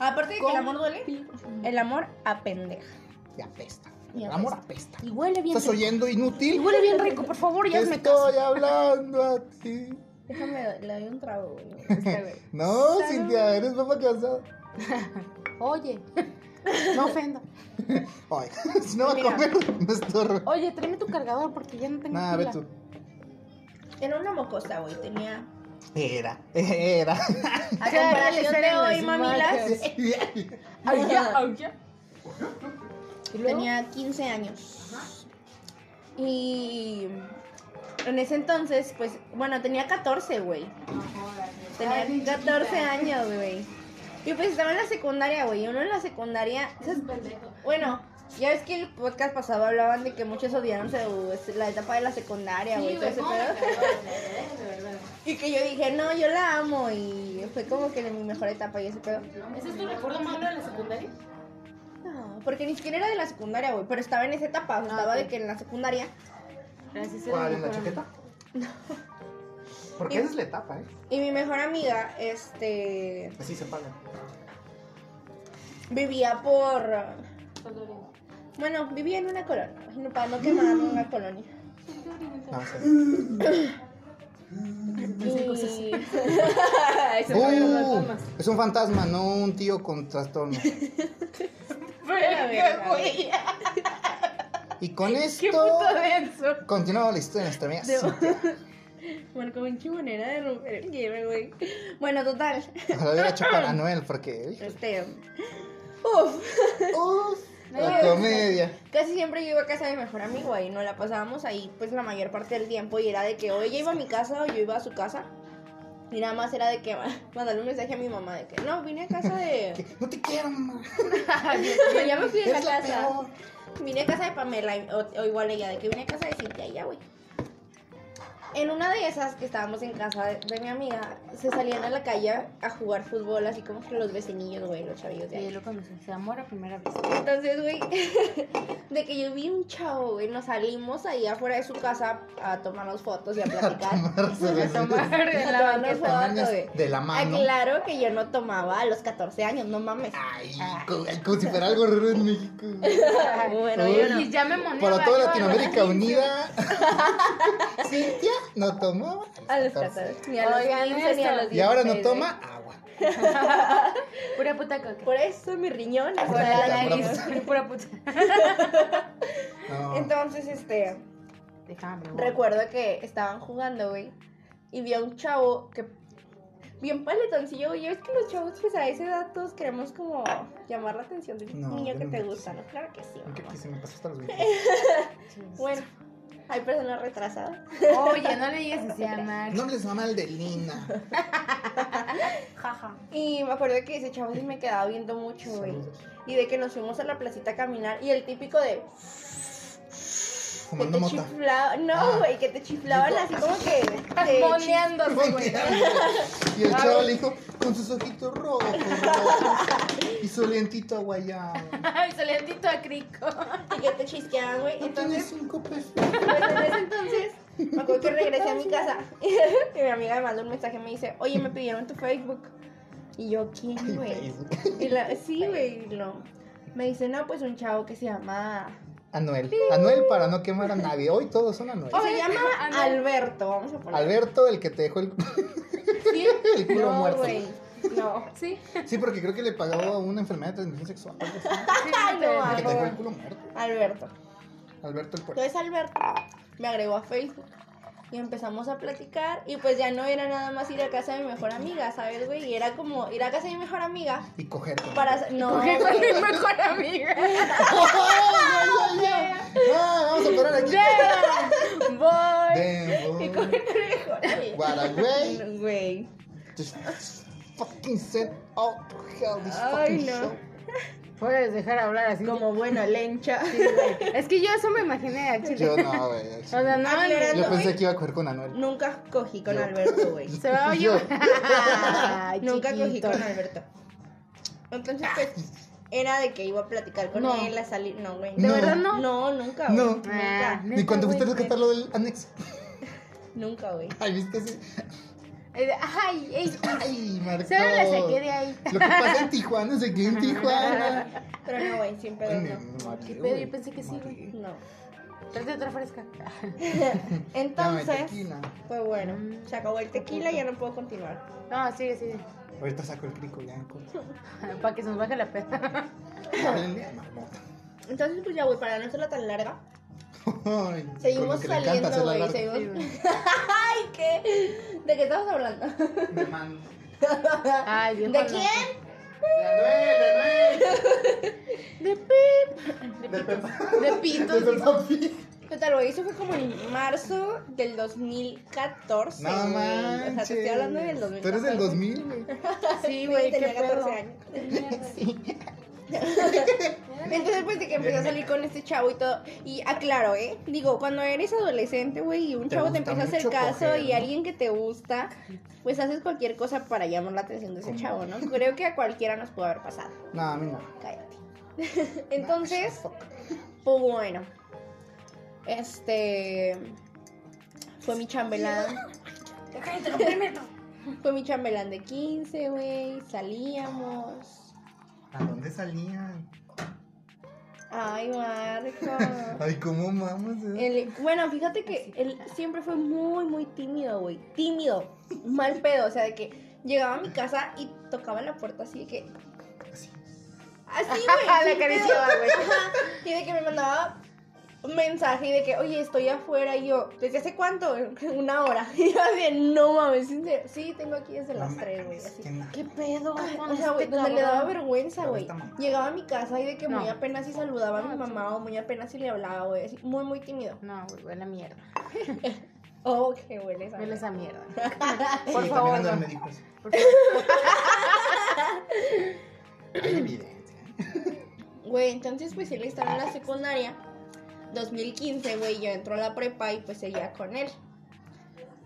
Aparte de que el
¿Cómo?
amor duele, el amor apendeja.
Y apesta.
Y
El amor apesta.
Y huele bien
¿Estás
rico.
oyendo
Y
inútil?
huele bien rico, por favor,
Te
ya me caso.
estoy hablando a ti.
Déjame, le doy un trago, güey.
*laughs* Este, güey.
No,
Salud.
Cintia, eres papá casada.
Oye, *laughs* no ofenda.
Ay, *laughs* si no va a
Mira.
comer, *laughs* me estorba.
Oye, tráeme tu cargador porque ya no tengo
Nada, ve
pila.
tú.
Era una mocosa, güey, tenía...
Era,
*laughs*
era.
A
Cállate,
comparación de
eran
hoy,
las
mamilas,
marcas. Ay, ya, ay, ya. ¿Y luego?
tenía 15 años. Y... En ese entonces, pues, bueno, tenía 14, güey. Tenía 14 años, güey. Y pues estaba en la secundaria, güey. Uno en la secundaria. ¿sabes? Bueno, ya ves que el podcast pasado hablaban de que muchos odiaron su- es la etapa de la secundaria, güey. todo ese pedo. y que yo dije, no, yo la amo. Y fue como que mi mejor etapa y ese pedo.
*laughs* ¿Ese es tu recuerdo más de la secundaria?
No, porque ni siquiera era de la secundaria, güey. Pero estaba en esa etapa. o sea,
Ah,
estaba
ok.
de que en la secundaria.
Gracias,
¿Cuál es la chaqueta? Porque
Sí.
esa es la etapa, ¿eh?
Y mi mejor amiga, este.
Así se paga.
Vivía por. Bueno, vivía en una colonia. no, Para no quemar una
*laughs*
colonia.
No, sí. *laughs*
Y...
¡Uh! es un fantasma, no un tío con trastorno.
Verga, güey.
Y
*laughs*
con
Qué
esto
puto denso.
continuamos la historia de nuestra amiga.
De-
Cintia.
Marco, pinche manera de romper el hielo, güey. Bueno, total.
Ojalá
*laughs*
hubiera chocado a Noel porque.
Este. Uf.
¡Uf! La
No.
comedia.
Casi siempre yo iba a casa de mi mejor amigo y no la pasábamos ahí, pues la mayor parte del tiempo. Y era de que o ella iba a mi casa o yo iba a su casa. Y nada más era de que mandarle un mensaje a mi mamá de que no, vine a casa
*laughs*
de.
Que, No te quiero, mamá.
*laughs* ya me fui de la
Eres la
casa.
peor.
Vine a casa de Pamela y- o, o igual ella, de que vine a casa de Cintia y ya, güey. En una de esas que estábamos en casa de, de mi amiga, se salían a la calle a jugar fútbol, así como que los vecinillos, güey, los chavillos de
Y
ahí.
ahí lo conocí. Se amor a
*laughs*
primera vez.
Entonces, güey, de que yo vi un chavo, güey, nos salimos ahí afuera de su casa a tomarnos fotos y a
*laughs*
platicar.
Se tomar en la
*laughs* Tomando
banqueta.
fotos, güey.
de la
Ah,
mano.
claro que yo no tomaba a los 14 años, no mames.
Ay,
Ah.
co- como si fuera algo raro en México.
Bueno,
Ay,
yo no.
Y ya me moneaba.
Para toda
yo a
Latinoamérica
*laughs*
los
unida. Cintia no tomaba.
A los 14. Ni a los
Oigan
15, ni a
esto.
los 16.
Y ahora no
güey.
toma agua.
*laughs* Pura puta coca.
Por eso mi riñón.
Por
está
la
puta, pura
nariz. *laughs* Pura puta.
No.
Entonces, este,
Déjame. güey.
recuerdo que estaban jugando, güey, y vi a un chavo que, bien paletoncillo, güey, es que los chavos, pues a esa edad todos queremos como llamar la atención del
No,
niño
yo
que
nunca
te
quise.
gusta, ¿no? Claro que sí.
Nunca
mamá.
quise, me pasó hasta los 20.
Sí.
Bueno, hay personas retrasadas.
Oye, no le digas así
*laughs*
a Mar.
No les mal de Lina.
Jaja.
Y me acuerdo que ese chavo sí me quedaba viendo mucho, güey.
Saludos.
Y de que nos fuimos a la placita a caminar. Y el típico de. Que
Fumando
te
mota. *laughs*
chiflaba.
Ah.
No, güey, que te chiflaban así como
*laughs*
que. te chi-
Moneándose, güey.
Y
Ah,
el chavo le dijo, con sus ojitos rojos, rojos, y su lentito
*laughs*
aguayado.
*laughs* Ay, salientito a crico.
y que te chisqueaban, güey.
No
Entonces,
tienes cinco pesos.
Pues en ese entonces, me acuerdo que regresé a mi casa *laughs* y mi amiga me mandó un mensaje y me dice, oye, me pidieron tu Facebook. Y yo,
*laughs*
¿quién, güey? Y la- sí, güey, y lo- Me dice, no, pues un chavo que se llama...
Anuel. Anuel para no quemar a nadie. Hoy todos son Anuel.
que se
Oye,
llama
Ana.
Alberto, vamos a poner.
Alberto, el que te dejó el, *laughs*
Sí.
el culo
no,
muerto.
güey, no.
Sí.
Sí, porque creo que le pagó una enfermedad de transmisión sexual. algo así.
*laughs* Ay, no,
El que te dejó el
amor.
culo muerto.
Alberto.
Alberto el puerco.
Entonces Alberto me agregó a Facebook y empezamos a platicar y pues ya no era nada más ir a casa de mi mejor amiga, ¿sabes, güey? Y era como ir a casa de mi mejor amiga
Y coger. con-
para... No,
Porque con
güey.
mi
*laughs*
mejor *laughs* amiga.
¡Ay, ay, ay! Ah, vamos a parar aquí.
Yeah. Voy.
Damn, boy. Guaragüey.
Güey. Güey.
Just fucking set out to hell this
Ay,
fucking
no.
show.
Puedes dejar hablar así.
Como buena lencha.
*laughs* Es que yo eso me imaginé al chile.
Yo no, güey. al
O
chile.
sea, no.
Aclarando.
Yo pensé que iba a coger con Anuel.
Nunca cogí con
Yo.
Alberto, güey.
Se va a oír.
pues, Yo.
Ay,
Nunca cogí
chiquito.
con Alberto. Entonces, pues, era de que iba a platicar con
No.
él, a salir. No, güey.
¿De
No.
verdad no?
No, nunca, güey.
No.
Ah,
Nunca.
neta,
Ni cuando
güey.
fuiste a rescatar lo del anexo.
Nunca, güey.
*laughs* Ay, viste ese.
Eh, Ay, ey.
Ay, Marco.
Solo la saqué de ahí.
Lo que pasa en Tijuana se quedó en Tijuana.
Pero no, güey, sin
Ay,
pedo,
me
no.
mareé,
Qué pedo,
güey.
yo pensé que sí, güey.
Mareé. *laughs*
No.
Trate otra fresca.
Dame
Entonces,
tequila.
pues bueno, se acabó el tequila y ya no puedo continuar.
No, sigue, *laughs* sigue.
Ahorita saco el crico ya
*laughs*
en corto.
Para que se nos baje la pena.
Háblenle a Marmota.
Entonces, pues ya, güey, para no serla tan larga,
Ay, con lo
seguimos
que le encanta
saliendo,
hacerla
güey.
larga.
Seguimos. *laughs* Ay, ¿qué? ¿De qué estamos hablando?
Me mando.
Ay, Dios
¿De
no.
quién?
De
*laughs*
Anuel, de Anuel.
De Pip. De,
De
Pito.
Peppa.
De Pito.
De Peppa Pig.
Total, güey, eso fue como en marzo del 2014.
No
güey.
manches.
O sea, te estoy hablando del 2014.
Tú eres del 2000, güey.
Sí, güey, qué
tenía 14
pedo.
años. Entonces, pues de que empecé a salir con este chavo y todo. Y aclaro, ¿eh? Digo, cuando eres adolescente, güey, y un
Te
chavo te
gusta
empieza a hacer
mucho
caso
coger,
y
¿no?
alguien que te gusta, pues haces cualquier cosa para llamar la atención de ese
Como-
chavo, ¿no? Creo que a cualquiera nos puede haber pasado.
No, a mí no. Ah,
Cállate. *laughs* Entonces, pues bueno. Este. Fue mi chambelán.
Cállate los primeros.
*laughs* Fue mi chambelán de 15, güey. Salíamos.
¿A dónde salían?
Ay, Marco.
Ay, cómo mamas. eh?
Él- bueno, fíjate que él siempre fue muy, muy tímido, güey. Tímido. Mal pedo. O sea, de que llegaba a mi casa y tocaba la puerta así de que.
Así. *laughs*
Así, güey.
La
sin
acariciaba,
pedo.
güey.
Ajá, Y de que me mandaba un mensaje de que, oye, estoy afuera. Y yo, ¿desde hace cuánto? *laughs* Una hora. Y yo así, no mames, ¿en serio? Sí, tengo aquí desde las
No
tres, güey.
mames,
Así.
qué na-
¿Qué pedo? con
O sea, güey,
este
donde le daba
cabrón?
vergüenza,
Pero
güey.
esta mamá.
Llegaba a mi casa y de que
No.
muy apenas si saludaba a mi
No,
mamá o muy apenas si le hablaba, güey. Así, muy, muy tímido.
No, güey, huele a mierda.
Oh, qué huele esa.
Huele esa
*laughs*
mierda.
Sí,
Por
también
favor,
Andrea
no.
me dijo eso.
Por favor.
Hay evidencia. ¿eh?
Güey, entonces pues él estaba en la secundaria. 2015, güey, yo entro a la prepa y pues seguía con él.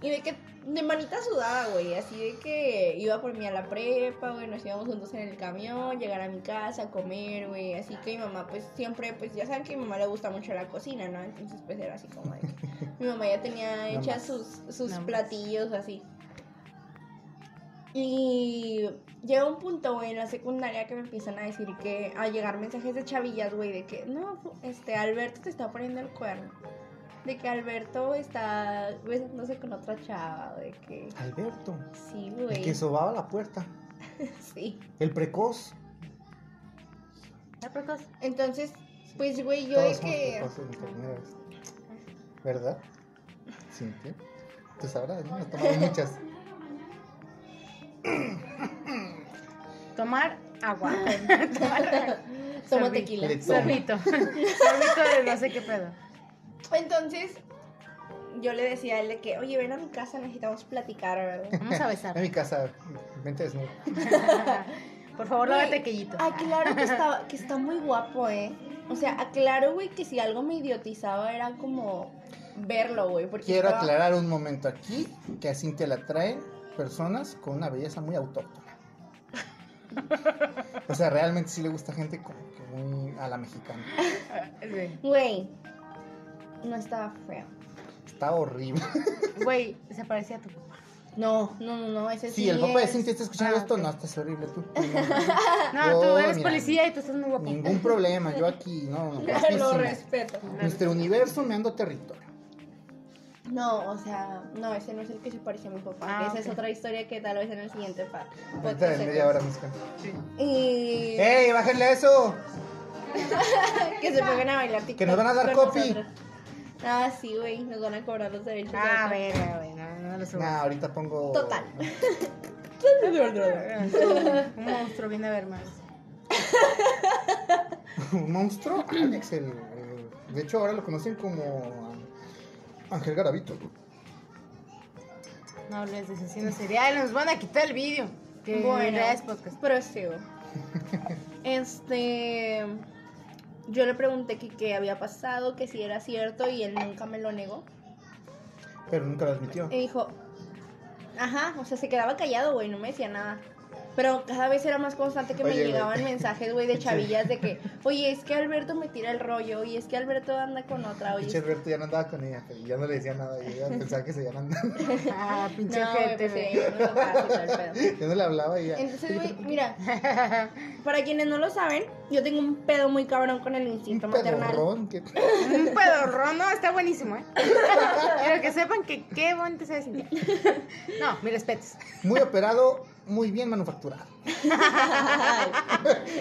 Y de que, de manita sudada, güey, así de que iba por mí a la prepa, güey, nos íbamos juntos en el camión, llegar a mi casa, comer, güey, así que mi mamá, pues, siempre, pues, ya saben que a mi mamá le gusta mucho la cocina, ¿no? Entonces, pues, era así como de que mi mamá ya tenía
No
hechas
más.
sus, sus
No más.
platillos así. Y llega un punto, güey, en la secundaria que me empiezan a decir que, a llegar mensajes de chavillas, güey, de que, no, este, Alberto te está poniendo el cuerno. De que Alberto está besándose con otra chava, de que,
Alberto,
sí,
el
güey.
que sobaba la puerta,
Sí.
el precoz.
La precoz.
Entonces, pues, güey, yo
Todos
de
somos
que,
precoces nuestra primera vez. ¿Verdad? Cintia. Tú sabrás, ¿no? Has tomado muchas.
Tomar
*laughs*
agua.
toma
Sorbí.
tequila.
Le- Toma.
Sorbito. *laughs* Sorbito de no sé qué pedo.
Entonces, yo le decía a él de que, oye, ven a mi casa, necesitamos platicar, ¿verdad?
Vamos a
En
besar.
mi casa, vente desnudo.
Por favor,
Güey,
lávate quellito.
Aclaro que está, que está muy guapo, ¿eh? O sea, aclaro, güey, que si algo me idiotizaba era como verlo, güey. Porque
Quiero
estaba-
aclarar un momento aquí que a Cintia la traen personas con una belleza muy autóctona. O sea, realmente sí le gusta gente como que muy a la mexicana.
*laughs* Sí.
Güey, no estaba feo.
Está horrible.
Güey, se parecía a tu papá.
No, no, no, no, ese sí.
Sí, el papá de
es-
Cintia está escuchando
Ah,
esto.
ok.
No, estás horrible tú.
No,
Yo,
tú eres
mira,
policía y tú estás muy guapo.
Ningún problema, yo aquí,
*laughs*
no, no, guapísima.
*laughs* Lo respeto.
Nuestro universo me ando territorio.
No, o sea, no, ese no es el que se parecía a mi papá.
Ah,
Esa es
ok.
otra historia que tal vez en el siguiente pa-
Ahorita
podcast
en
se
media hora ¿Eh?
cuenta.
nos canta.
Sí.
Y
¡Ey, bájenle a eso!
que se pongan a bailar TikTok
Que nos van a dar
con
copy.
nosotros. Ah, sí, güey, nos van a cobrar los derechos. de
Ah,
autor.
verga, güey. No, no lo subas.
Nah, ahorita pongo.
Total. *laughs*
Un monstruo viene a ver más.
*laughs* Un monstruo, Alex, el- el- De hecho, ahora lo conocen como. Ángel Garavito.
No hables de asesinos seriales, nos van a quitar el vídeo. Que
Bueno.
en realidad es podcast.
Prosigo. Este. Yo le pregunté que qué había pasado, que si era cierto y él nunca me lo negó.
Pero nunca lo admitió.
Y dijo, ajá, o sea, se quedaba callado, güey, no me decía nada. Pero cada vez era más constante que me
Oye, güey.
llegaban mensajes, güey, de chavillas de que, oye, es que Alberto me tira el rollo, y es que Alberto anda con otra, oye.
Pinche Alberto ya no andaba con ella, pero ya no le decía nada. Yo ya pensaba que se ya
*laughs*
no andaba.
*laughs* Ah,
No,
pinche
güey,
gente,
pues sí,
güey.
no, papá, sí, todo el pedo.
Yo no le hablaba y *laughs* ya.
Entonces, güey, mira,
*laughs*
para quienes no lo saben, yo tengo un pedo muy cabrón con el
Un
instinto maternal.
pedorrón. Que...
Un pedorrón, no, está buenísimo, *laughs* ¿eh? Pero que sepan que qué bonito se *laughs* sentía. No, mis respetos.
Muy operado, muy bien manufacturado.
*laughs*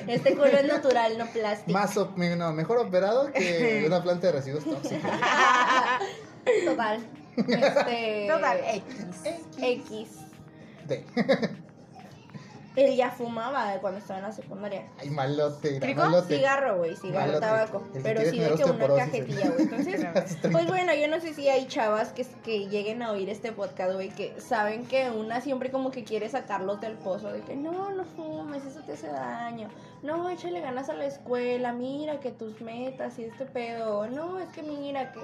este culo es natural, no plástico.
Más o- me- no, mejor operado
*laughs*
que una planta de residuos tóxicos.
*laughs* Total. Este,
Total, X.
X.
De.
Él ya fumaba cuando estaba en la secundaria.
Ay, malote, gran
¿Crico?
malote.
cigarro, güey, cigarro,
Malote.
tabaco.
El que
Pero
quiere
sí
tener
de que una
osteoporosis,
cajetilla, güey. Entonces, pues bueno, yo no sé si hay chavas que, que lleguen a oír este podcast, güey, que saben que una siempre como que quiere sacarlos del pozo, de que no, no fumes, eso te hace daño. No, échale ganas a la escuela, mira que tus metas y este pedo. No, es que mira que.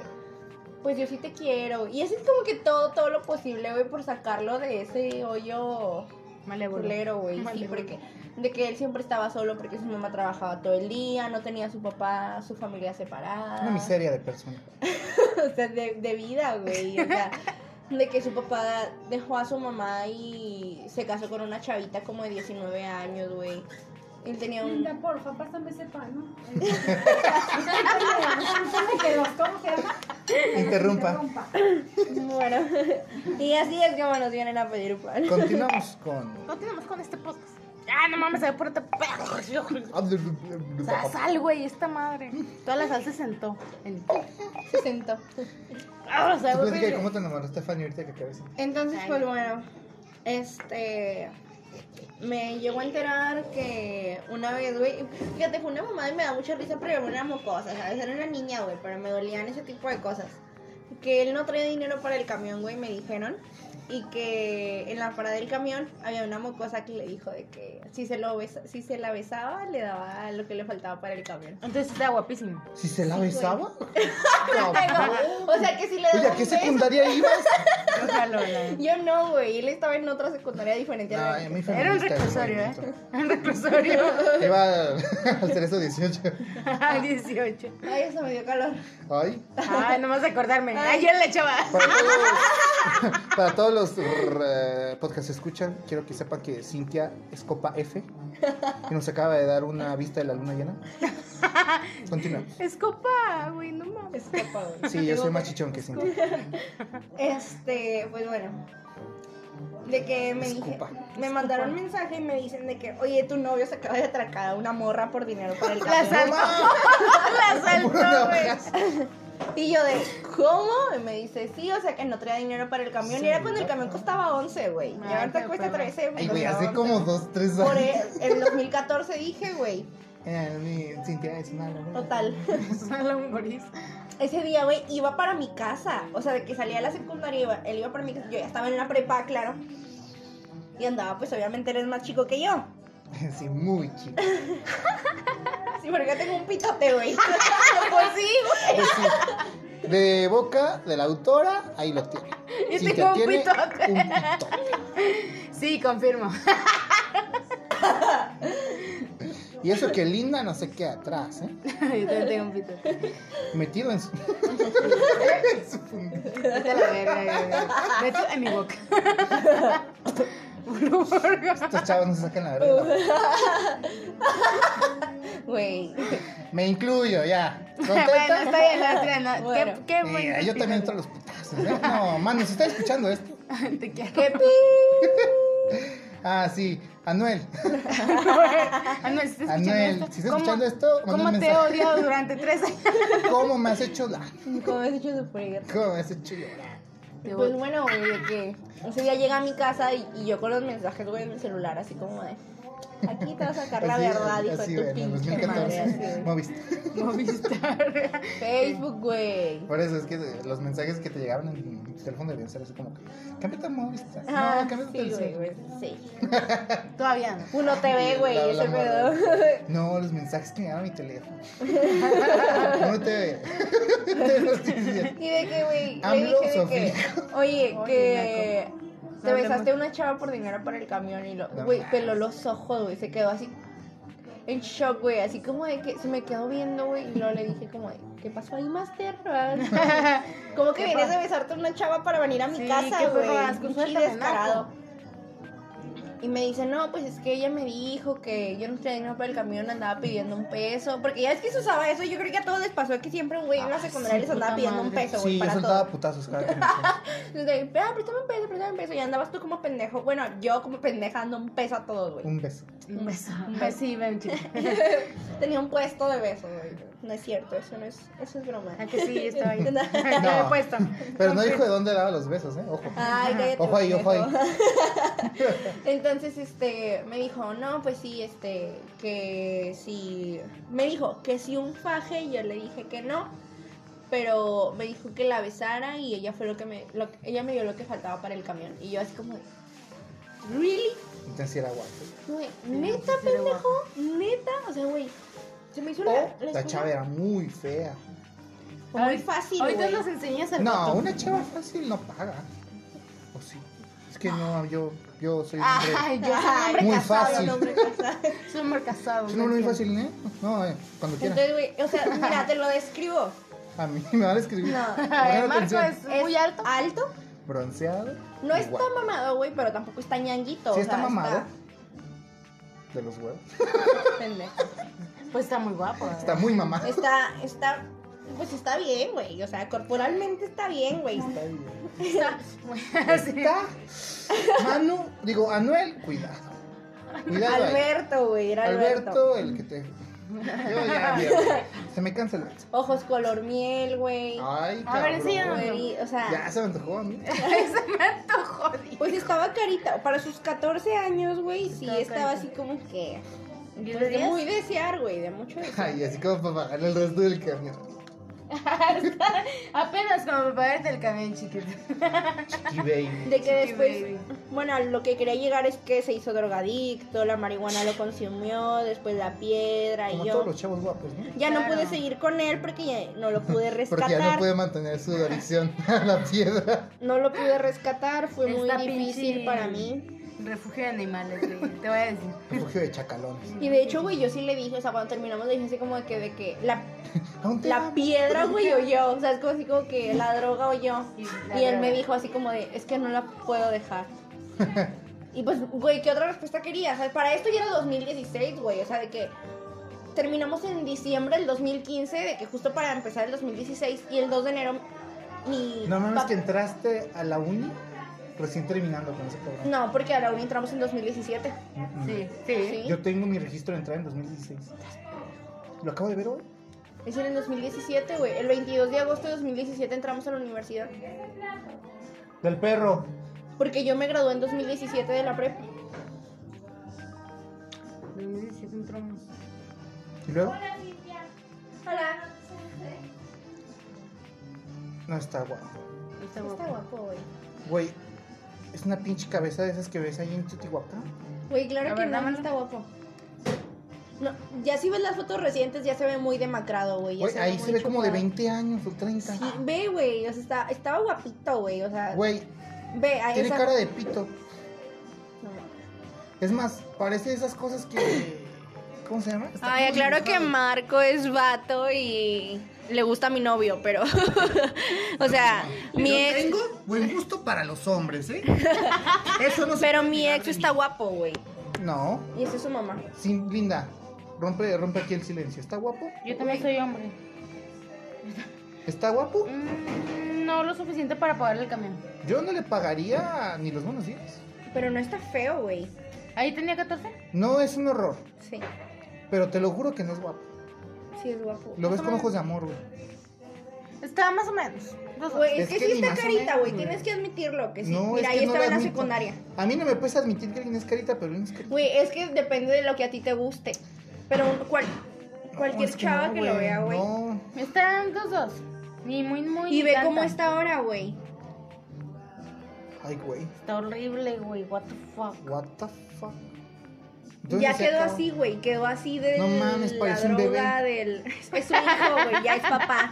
Pues yo sí te quiero. Y así es como que todo, todo lo posible, güey, por sacarlo de ese hoyo
Malévolo.
culero, güey. Sí,
Malévolo.
porque de que él siempre estaba solo porque su mamá trabajaba todo el día, no tenía a su papá, su familia separada.
Una miseria de persona.
*laughs* O sea, de, de vida, güey. O sea, de que su papá dejó a su mamá y se casó con una chavita como de 19 años, güey. Él tenía un...
Linda, porfa, pásame ese pan, ¿no? Eh, Discúlpame que los, ¿cómo se llama? Que los
Interrumpa.
interrumpa.
*laughs* Bueno, y así es como nos vienen a pedir pan.
Continuamos con.
Continuamos con este podcast. Ah, no mames, se ve por otro
*laughs*
pedo. O sea, sal, güey, esta madre. Toda la sal se sentó. El...
Se sentó.
Ah, o sea,
Tú
güey,
platica de ¿Cómo te enamoró Stephanie ahorita que acabes? de-
Entonces,
Ay,
pues
no.
bueno, este. Me llegó a enterar que una vez, güey. Fíjate, fue una mamá y me da mucha risa, pero era una mocosa, ¿sabes? Era una niña, güey, pero me dolían ese tipo de cosas. Que él no traía dinero para el camión, güey, me dijeron. y que en la parada del camión había una mocosa que le dijo de que si se lo besa- si se la besaba le daba lo que le faltaba para el camión.
Entonces está *laughs* guapísimo.
¿Si se la
Sí,
*laughs*
besaba?
Ay,
Cabrón.
no. O sea que si le daba
Oye, ¿a
un
qué
beso-
secundaria
*laughs*
ibas?
Ojalá, ojalá.
Yo no, güey, él estaba en otra secundaria diferente a la
Ay,
que
a mí
estaba.
Era un
feminista,
reclusorio, ¿eh?
movimiento.
*laughs* Un reclusorio.
Iba *laughs* al Cerezo 18.
Al 18.
Ay, eso me dio calor.
Ay.
Ay, nomás de acordarme. Ayer le echaba.
Para
*laughs*
todos, para todos los eh, podcasts que escuchan, quiero que sepan que Cintia es Copa F, que nos acaba de dar una vista de la
*laughs*
luna llena. Continúa.
Es copa, güey, no mames.
Es copa, güey.
Sí, yo
Digo,
soy más chichón que Cintia.
Este, pues bueno. De que me dije,
Escupa.
me mandaron un mensaje y me dicen de que, oye, tu novio se acaba de atracar a una morra por dinero
*laughs*
para el
La
camión. *laughs*
saltó. La saltó, güey.
Y yo de, ¿cómo? Y me dice, sí, o sea que no traía dinero para el camión.
Sí,
y era cuando el
¿verdad?
camión costaba 11, güey. Y
Ay,
ahorita
qué
cuesta pues,
pena.
13.
Ay, güey,
costaba
hace
11.
como dos, tres
Por
años.
e- en 2014 dije, güey.
Eh, mi Cintia es una loca.
Total.
*laughs* Sala un gris.
Ese día, güey, iba para mi casa. O sea, de que salía de la secundaria, iba- él iba para mi casa. Yo ya estaba en la prepa, claro. Y andaba, pues obviamente eres más chico que yo.
*laughs*
*laughs*
Sí, muy chica.
Sí, porque yo tengo un pitote, güey. *laughs* pues sí, güey.
Pues sí, De boca de la autora, ahí lo tiene.
Yo
Cintia
tengo un
tiene
pitote.
un pitote.
Sí, confirmo. *laughs*
Y eso que Linda no se queda atrás, ¿eh?
Yo también tengo un pito.
Metido *laughs* en su. en su fundillo.
Vete a la verga, güey. Vete en mi boca. Por favor.
Estos chavos no se sacan la verdad.
Güey.
Me
*laughs*
incluyo, ya.
Bueno,
¿Contenta?
está bien, la otra, no.
Bueno.
Qué, qué
Mira,
bueno.
yo
*laughs*
también entro a los putazos, ¿eh?
*laughs*
No, mano, si está escuchando esto.
Te quiero.
¡Qué pi!
Ah, sí, Anuel.
Anuel, Ah, si estás escuchando
Anuel,
esto,
si estás
¿cómo-
escuchando esto, manda
¿Cómo
un
te he
mensaje.
odiado durante
*laughs*
tres años?
¿Cómo me has hecho llorar?
Como has hecho sufrir.
¿Cómo me has hecho llorar?
Te
Pues
odio.
bueno, güey, de que ese día llega a mi casa y, y yo con los mensajes, güey, en mi celular, así como de. Aquí te vas a sacar la
Así,
verdad, hijo
así,
de tu
ven, en
pinche madre. así, güey.
2014. Movistar.
Movistar.
*laughs* Facebook, güey.
Por eso es que los mensajes que te llegaban en mi teléfono debían ser así como que: cámbiate a Movistar.
Ah,
No, cámbiate
sí,
al
güey,
Zoom.
güey. Sí.
Todavía
*laughs*
no.
Uno TV, güey,
La- la
ese pedo.
morra. *laughs* No, los mensajes que me daban a mi teléfono. Uno te *laughs* Te los dicen.
Y de que, güey, le
AMLO,
dije de que, oye,
Oye,
que te
No
besaste a
hablemos.
una chava por dinero para el camión y lo,
No
güey,
mames.
peló los ojos, güey, se quedó así en shock, güey, así como de que se me quedó viendo, güey, y luego le dije como, de, ¿qué pasó ahí,
*laughs*
master? como que
¿Qué
vienes
pa-
de besarte a una chava para venir a mi
Sí,
casa,
qué Ah,
güey,
perras, qué
pinche
suerte de naco.
descarado. Y me dice, no, pues es que ella me dijo que yo no tenía dinero para el camión, andaba pidiendo un peso. Porque ya es que se usaba eso, yo creo que a todos les pasó que siempre un güey en la
Ah,
secundaria
sí,
les andaba
puta
pidiendo un
madre.
peso, güey,
Sí, yo
para
soltaba
todo.
putazos cada que me decían.
Entonces, de, ah, préstame un peso, préstame un peso. Y andabas tú como pendejo. Bueno, yo como pendeja ando un peso a todos, güey.
Un beso.
Un beso. Sí, ven, chica.
Tenía un puesto de besos, güey. No es cierto, eso no es, eso es broma.
¿A Ah, que sí? Yo estaba ahí.
*laughs* No.
Yo me he puesto.
Pero no dijo de dónde daba los besos, ¿eh? Ojo.
Ay, cállate.
Ojo ahí, ojo ahí.
pendejo. *laughs* Entonces, este, me dijo, no, pues sí, este, que si, me dijo que si un faje, y yo le dije que no, pero me dijo que la besara y ella fue lo que me, lo- ella me dio lo que faltaba para el camión, y yo así como, de, ¿really?
Entonces sí era guapo.
Güey, neta,
sí era
pendejo, neta, o sea, güey, se me hizo la, la
La
escuela
chava era muy fea.
muy fácil,
Ahorita
güey.
nos enseñas el
No,
foto.
una chava fácil no paga. O sí. Es que no, yo, yo soy un
Ah,
hombre.
*laughs*
Ay, yo soy un hombre
Muy
casado.
fácil.
un hombre casado.
Soy un hombre casado.
Yo no lo vi fácil, ¿eh? No, eh, cuando quieras.
Entonces, güey, o sea, mira, te lo describo.
A mí me van a escribir.
No.
El
Pongan
Marco
atención.
es muy alto.
Alto.
Bronceado.
No
y
está
guapo.
mamado, güey, pero tampoco está ñanguito.
Sí
o
está
sea,
mamado. De los huevos.
pendejo.
Pues está muy guapo. ¿verdad?
Está muy mamado.
Está, está, pues está bien, güey. O sea, corporalmente está bien, güey.
Está bien.
*laughs*
Está muy así.
Está. Manu, digo, Anuel,
*laughs*
cuidado. Cuidado. ahí.
Alberto, güey, era Alberto.
Alberto, el que te. Yo
*laughs*
ya, mira, Se me cansa el beso.
Ojos color miel, güey.
Ay,
A ver, enséñame.
cabrón.
Güey, O sea,
Ah, Ya se me antojó a mí. *laughs*
*laughs* Se me antojó. di-
pues estaba carita. Para sus 14 años, güey, sí
Estaba
estaba
carita.
así como que. Pues
¿Diez de
de
diez?
*laughs*
muy desear, güey, de mucho desear.
Ay, así como para pagarle el resto del camión.
Apenas como para verte el cabello, chiquito.
Chiqui baby.
De que
baby.
después, bueno, a lo que quería llegar es que se hizo drogadicto, la marihuana lo consumió, después la piedra y
Como
yo.
todos los chavos guapos, ¿no?
Ya no
Claro.
pude seguir con él porque ya no lo pude
*laughs* Porque ya
rescatar.
no puede mantener su adicción *laughs* a la piedra.
No lo pude rescatar, fue muy
Está
difícil
pinche
para mí.
Refugio de animales, güey, te voy a decir.
Refugio de chacalones.
Y de hecho, güey, yo sí le dije, o sea, cuando terminamos le dije así como de que, de que la,
Aún te
la
amo.
piedra, güey, o yo. O sea, es como así como que la droga o yo.
Y la
Y él me
droga.
dijo así como de, es que no la puedo dejar. y pues, güey, ¿qué otra respuesta quería? O sea, para esto ya era 2016, güey. O sea, de que terminamos en diciembre del 2015, de que justo para empezar el 2016 y el 2 de enero mi...
No mames,
pap-
que entraste a la uni recién terminando con ese programa.
No, porque ahora aún entramos en 2017.
Mm, mm.
Sí, sí.
Sí.
Yo tengo mi registro de entrada en 2016. Lo acabo de ver hoy.
Es decir, en 2017, güey. El 22 de agosto de 2017 entramos a la universidad.
Del perro.
Porque yo me gradué en 2017 de la prepa.
2017 entramos.
¿Y luego?
Hola.
No está guapo.
Está
Está
guapo.
guapo, güey.
Güey, es una pinche cabeza de esas que ves ahí en Teotihuacán.
Güey, claro
A
que
ver,
no,
dámelo.
está guapo. No, ya si ves las fotos recientes, ya se ve muy demacrado, güey. ya
Güey, ahí
muy
se ve como de
chupado.
20 años o 30.
Sí, ve, güey. O sea, está, estaba guapito, güey. O sea,
Güey,
ve, ahí
tiene
esa-
cara de pito.
No.
Es más, parece esas cosas que. ¿Cómo se llama? Está
Ay,
como
claro que
dibujado.
Marco es vato y le gusta a mi novio, pero. *laughs* o sea,
Pero
mi ex.
Tengo buen gusto para los
*laughs*
hombres, ¿eh? Eso no se
Pero
puede
mi
negar
ex
de
está
mí.
guapo, güey.
No,
Y esa es su mamá.
sin linda. Rompe, rompe aquí el silencio. ¿Está guapo?
Yo también soy hombre.
¿Está guapo?
Mm, no lo suficiente para pagarle el camión.
Mm.
Yo no le pagaría ni los buenos días.
Pero no está feo, güey.
Ahí tenía 14.
No es un horror,
Sí,
pero te lo juro que no es guapo.
sí es guapo.
Lo ves con
menos.
ojos de amor, güey.
Estaba más o menos. Dos-
Güey, es,
Es
que,
que
sí
ni
está
más o
carita,
menos,
güey.
güey.
Tienes que admitirlo que sí.
No,
Mira,
es que
ahí
no
estaba
lo
en la
admito.
secundaria.
A mí no me puedes admitir que alguien es carita, pero alguien es carita.
Güey, es que depende de lo que a ti te guste. Pero un- cual- cualquier
es que
chava
no,
que lo vea, güey.
No,
Están dos dos. Ni muy, muy.
Y ve
tanta.
cómo está ahora, güey.
ay, güey.
Está horrible, güey. What the fuck.
What the fuck. Entonces,
Ya
se
quedó
acabó.
así, güey. Quedó así de
No mames,
la
parece un bebé.
droga del. *laughs* Es su hijo, güey. Ya es papá.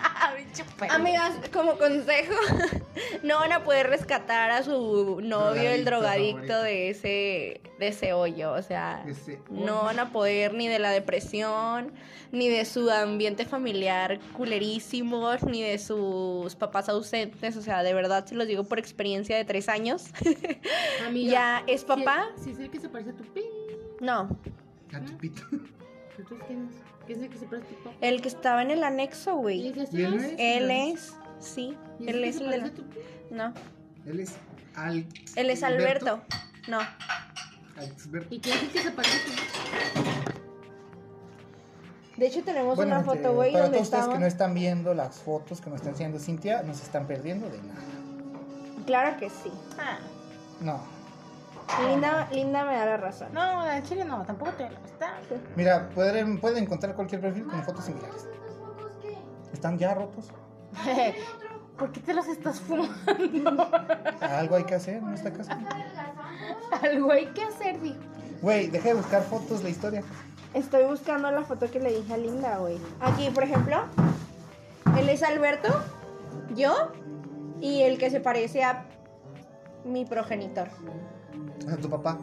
Amigas, como consejo, *laughs* no van a poder rescatar a su novio, el
Drogadicto
drogadicto,
favorito.
de ese, de ese hoyo. O sea,
Ese
no van a poder ni de la depresión, ni de su ambiente familiar culerísimo, ni de sus papás ausentes. O sea, de verdad se los digo por experiencia de tres *laughs* años.
Amiga,
¿Ya es papá?
Si, si es el que se parece a tu pi.
No,
A tu pito.
¿Entonces quién es? ¿Quién es el que se parece a tu papá?
el que estaba en el anexo, güey.
dice,
¿Y
así
Él
es.
él no es?
es, sí,
¿Y
él
Eh, que
es
se
el de
parece
la-
a tu pi?
No,
*laughs* Él es Al.
él es Alberto. No,
Alberto.
¿Y quién es el que se parece a tu pi?
de hecho tenemos
Bueno,
una
gente,
foto, güey,
para
donde
todos ustedes
estaba.
que no están viendo las fotos que nos está enseñando Cintia, nos están perdiendo de nada.
Claro que sí.
Ah,
No.
Linda, Linda me da la razón.
No, la chile no, tampoco te está.
Mira, pueden, pueden encontrar cualquier perfil con fotos similares. ¿Están ya rotos?
Ah, *laughs* ¿Por qué te los estás fumando? *laughs*
Algo hay que hacer en esta casa.
Algo hay que hacer, dijo.
Güey, deja de buscar fotos, la historia.
Estoy buscando la foto que le dije a Linda, güey. Aquí, por ejemplo, él es Alberto, yo y el que se parece a mi progenitor.
A tu papá.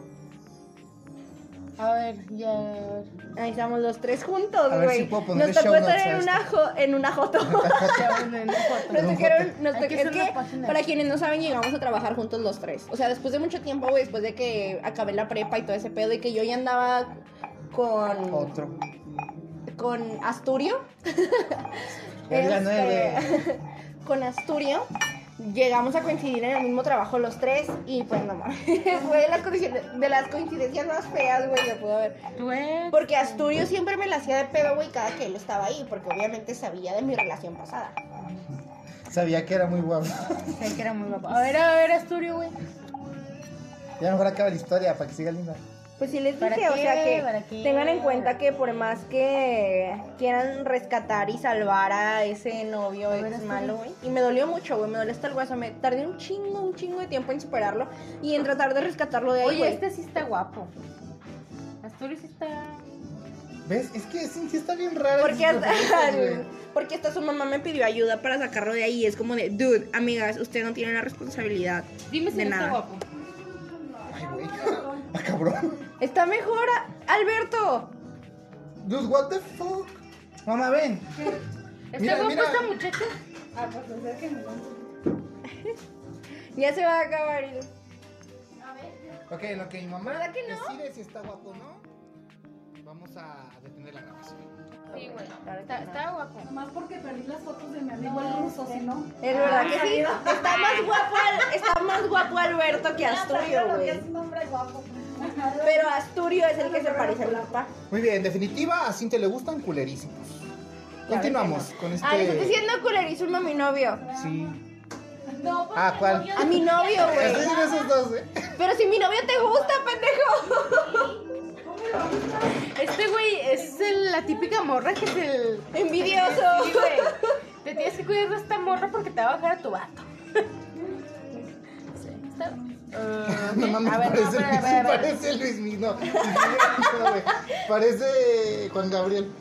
A ver, ya. a ver.
Ahí estamos los tres juntos,
A ver
güey.
si puedo ponerle
nos tocó
show
estar
notes a
en una,
esto.
jo- en una
*laughs*
joto.
Ya, bueno, no importa.
Nos
un
tocaron, nos
Hay
to-
que
es
hacer una
que,
página.
para quienes no saben, llegamos a trabajar juntos los tres. O sea, después de mucho tiempo, güey, después de que acabé la prepa y todo ese pedo, y que yo ya andaba con,
Otro.
con Asturio.
*laughs* Ya es la
Este, *laughs*
nueve.
con Asturio. Llegamos a coincidir en el mismo trabajo los tres y pues no mames, *laughs* fue de las, coinciden- de las coincidencias más feas, güey, que pudo haber.
Tú eres-
Porque Asturio siempre me la hacía de pedo, güey, cada que él estaba ahí, porque obviamente sabía de mi relación pasada.
Sabía que era muy guapo. *laughs*
Sé que era muy guapo. A ver, a ver, Asturio, güey.
Ya mejor acaba la historia para que siga linda.
Pues sí les
¿Para
dije, o
qué?
sea que
¿Para qué?
tengan en cuenta que por más que quieran rescatar y salvar a ese novio
ver,
ex
espera.
malo, güey. Y me dolió mucho, güey, me dolió hasta el hueso. Me tardé un chingo, un chingo de tiempo en superarlo y en tratar de rescatarlo de ahí,
Oye,
güey.
este sí está guapo. Asturias sí está.
¿Ves? Es que sí, sí está bien raro.
Porque *laughs* hasta, porque hasta su mamá me pidió ayuda para sacarlo de ahí. Es como de, dude, amigas, usted no tiene la responsabilidad.
Dime si
De
no
nada.
está guapo.
Ay, güey. *laughs* Ah, cabrón.
Está mejor, Alberto.
Dude, what the fuck? Mamá, ven.
¿Está
Mira,
guapo
mira.
esta muchacha?
Ah, pues pues es que no.
Ya se va a acabar el...
Ok, lo que mi mamá
¿Verdad que no?
decide si está guapo o no, vamos a detener la grabación.
Sí, güey. Está, está guapo.
Nomás porque perdí las fotos de mi amigo el ruso, si no.
Es verdad que sí. Está más guapo, Al- está más guapo Alberto que Asturio,
Lo que
güey.
es un hombre guapo.
Pero Asturio es el que se parece a mi papá.
Muy bien, en definitiva, a Cintia le gustan culerísimos. Continuamos con este.
Ah, le estoy diciendo culerísimo a mi novio.
Sí.
No, porque
Ah, ¿cuál?
A mi novio,
Estoy
güey.
diciendo esos dos, ¿eh?
Pero si mi novio te gusta, pendejo.
Este güey es el- la típica morra que es el. Sí,
Envidioso.
güey. Te tienes que cuidar de esta morra porque te va a bajar a tu vato. Sí, está- Ah,
No mames,
a ver, no,
parece,
espera,
Luis,
espera, espera.
parece Luis Miguel, no, *laughs* no, güey. Parece Juan Gabriel.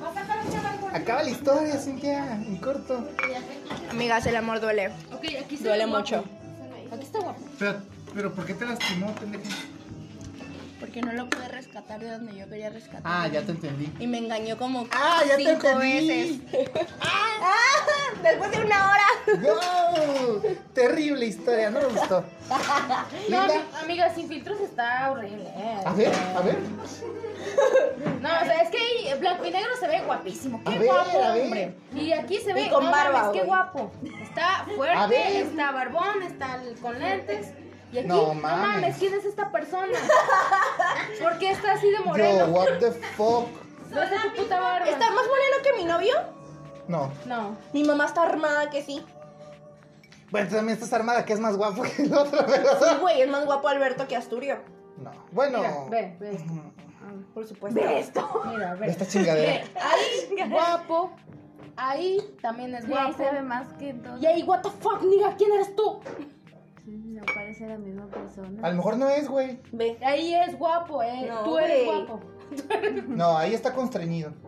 vas a sacar un chaval con
Acaba la historia, Cintia, en corto.
Amigas, el amor duele.
Ok, aquí se
Duele
ve guapo.
mucho.
Aquí está guapo.
Pero, pero ¿por qué te lastimó, pendeja?
*laughs* Porque no lo pude rescatar de donde yo quería rescatar.
Ah, ya te entendí.
Y me engañó como
Ah, ya te
cinco
entendí.
veces. Ah, después de una hora.
¡Wow! Terrible historia, no me gustó.
*laughs* No,
Linda.
ami- amiga, sin filtros está horrible. eh.
A ver, a ver.
No, o sea, es que ahí blanco y negro se ve guapísimo. Qué
A ver,
guapo,
a ver.
hombre. Y aquí se ve.
Y con
no
barba,
mames, qué
güey.
guapo. Está
A ver.
fuerte, está barbón, está el- con lentes. Y aquí,
No
no mames.
mames.
¿quién es esta
*laughs*
persona? ¿Por qué está así de
Yo,
moreno?
what the fuck.
No es de tu puta barba.
¿Está más moreno que mi novio?
No.
No.
Mi mamá está armada que sí.
Bueno, tú también estás armada, que es más guapo que el otro, *laughs* ¿verdad?
Sí, güey, es más guapo Alberto que Asturio.
No. Bueno.
Mira, ve, ve esto.
Por supuesto. esto?
Mira,
Ve
ve.
Esta chingadera.
Ahí, guapo. Ahí también es
Y ahí
guapo.
se ve más que todo.
Y ahí, what the fuck, nigga, ¿quién eres tú?
No parece la misma persona.
A lo mejor no es, güey.
Ve.
Ahí es guapo, eh.
No,
Tú eres
güey.
guapo.
No, ahí está constreñido. *laughs*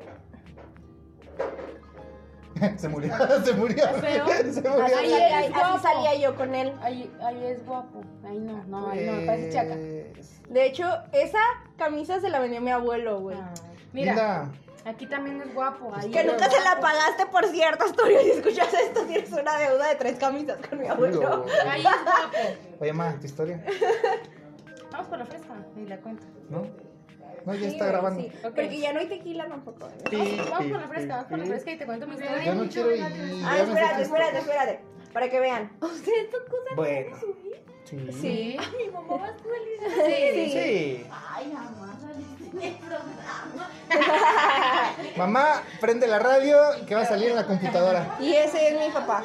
Se murió, *laughs* se murió.
Pero-
*laughs* Se
Así,
murió.
Ahí
salía-
eres
así
guapo.
salía yo con él.
Ahí, ahí es guapo. Ahí no, no, ahí no, me parece chaca.
Pues,
De hecho, esa camisa se la vendió mi abuelo, güey.
Ah, Mira,
Linda,
aquí también es guapo. Ahí
Que
es
nunca se la pagaste, por cierto, Asturio. Si escuchas esto, tienes una deuda de tres camisas con mi abuelo.
Digo,
Ahí es guapo.
oye, ma, tu historia,
Vamos por la fresca y la cuento.
¿no? No, ya
Sí,
está
güey,
grabando.
sí.
Ok.
Porque ya no hay tequila tampoco. ¿eh?
Pi,
Vamos, vamos por la
pi,
fresca, vamos por la
pi.
fresca y te cuento mi
Ya
historia.
no quiero ir.
Ah,
ya me
espérate,
siento-
espérate, espérate. Para que vean.
Bueno. Sí.
Sí.
mi mamá va a salir.
Sí.
Sí.
Ay, mamá, saliste en el programa.
Mamá, prende la radio que va a salir en la computadora.
Y ese es mi papá.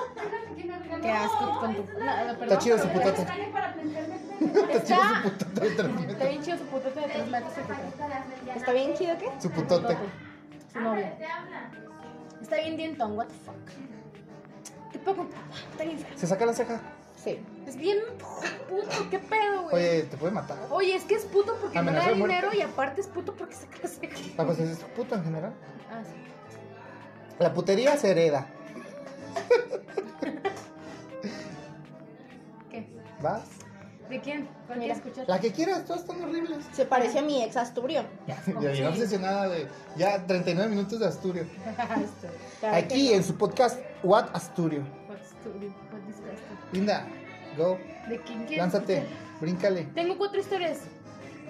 Qué asco con tu. No,
Está
perdón,
chido su
pero-
putote. *laughs*
Sale para prenderme el pelo.
Está chido su putote. de tres
Está
metros.
bien chido su putote de tres metros. y pico.
¿Está bien chido qué?
Su putote.
Su novia. Está bien dientón, what the fuck. ¿Qué pedo con tu papá? Está bien feo.
Se saca la ceja.
Sí. Es bien puto, qué pedo, güey.
Oye, te puede matar.
Oye, es que es puto porque no le
Amenaza
da
de muerte.
dinero y aparte es puto porque saca la ceja.
Ah, pues es puto en general.
Ah, sí.
La putería se hereda.
¿Qué?
¿Vas?
¿De quién? ¿Cuál
Mira.
quieres escuchar? *laughs*
La que quieras, todas están horribles.
Se parece a mi ex Asturio.
*laughs* Ya bien obsesionada de ya 39 minutos de Asturio.
Ah, Esto.
Aquí en su podcast, What Asturio.
What's to- what is that?
Linda, go,
¿De quién quieres
lánzate,
escuchar?
bríncale.
Tengo cuatro historias.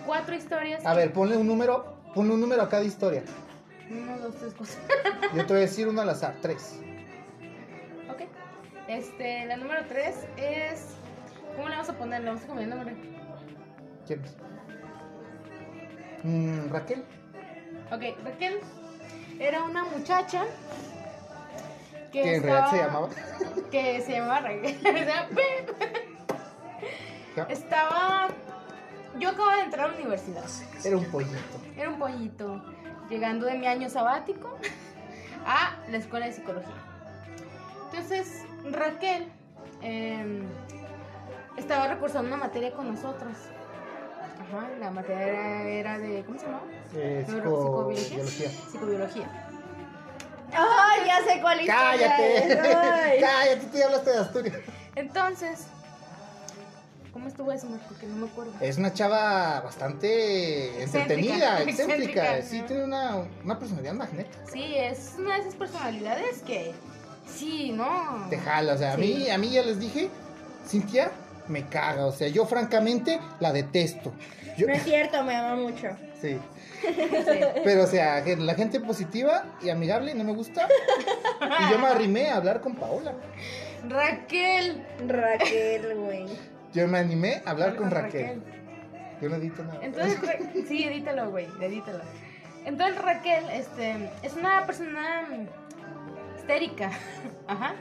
Cuatro historias.
A ver, ponle un número, ponle un número a cada historia.
Uno, dos, tres, cuatro. *laughs*
Yo te voy a decir uno al azar, tres.
Ok. Este, la número tres es. ¿Cómo le vamos a poner? Le vamos a poner nombre.
¿Quién es? Mm, Raquel.
Ok, Raquel era una muchacha. Que,
Que en realidad se
estaba-
llamaba.
Que *laughs* se llamaba Raquel. O sea,
Ya.
Estaba yo acababa de entrar a la universidad.
Era un pollito.
Era un pollito. Llegando de mi año sabático a la escuela de psicología. Entonces, Raquel eh, estaba recursando una materia con nosotros. Ajá, la materia era, era de. ¿Cómo se llama?
Eh,
Neuro-
psico-
psicobiología.
biología.
Psicobiología.
¡Ay, ya sé cuál
¡Cállate! *laughs* ¡Cállate! Tú ya hablaste de Asturias.
Entonces, ¿cómo estuvo eso, Marco? Que no me acuerdo.
Es una chava bastante
Excéntrica,
entretenida, excéntrica.
excéntrica,
Sí,
ajá.
tiene una, una personalidad magnética.
Sí, es una de esas personalidades que. Sí, ¿no?
Te jala, o sea, a
Sí.
mí, a mí ya les dije, Cintia me caga, o sea, yo francamente la detesto. Yo-
No es cierto, me ama mucho.
sí. Pero, o sea, que la gente positiva y amigable no me gusta. Y yo me arrimé a hablar con Paola.
*laughs* Raquel.
Raquel, güey.
Yo me animé a hablar con Raquel. Yo no edito nada.
Entonces, Ra- sí, edítalo, güey, edítalo. Entonces Raquel, este, es una persona mm, histérica. *laughs* Ajá.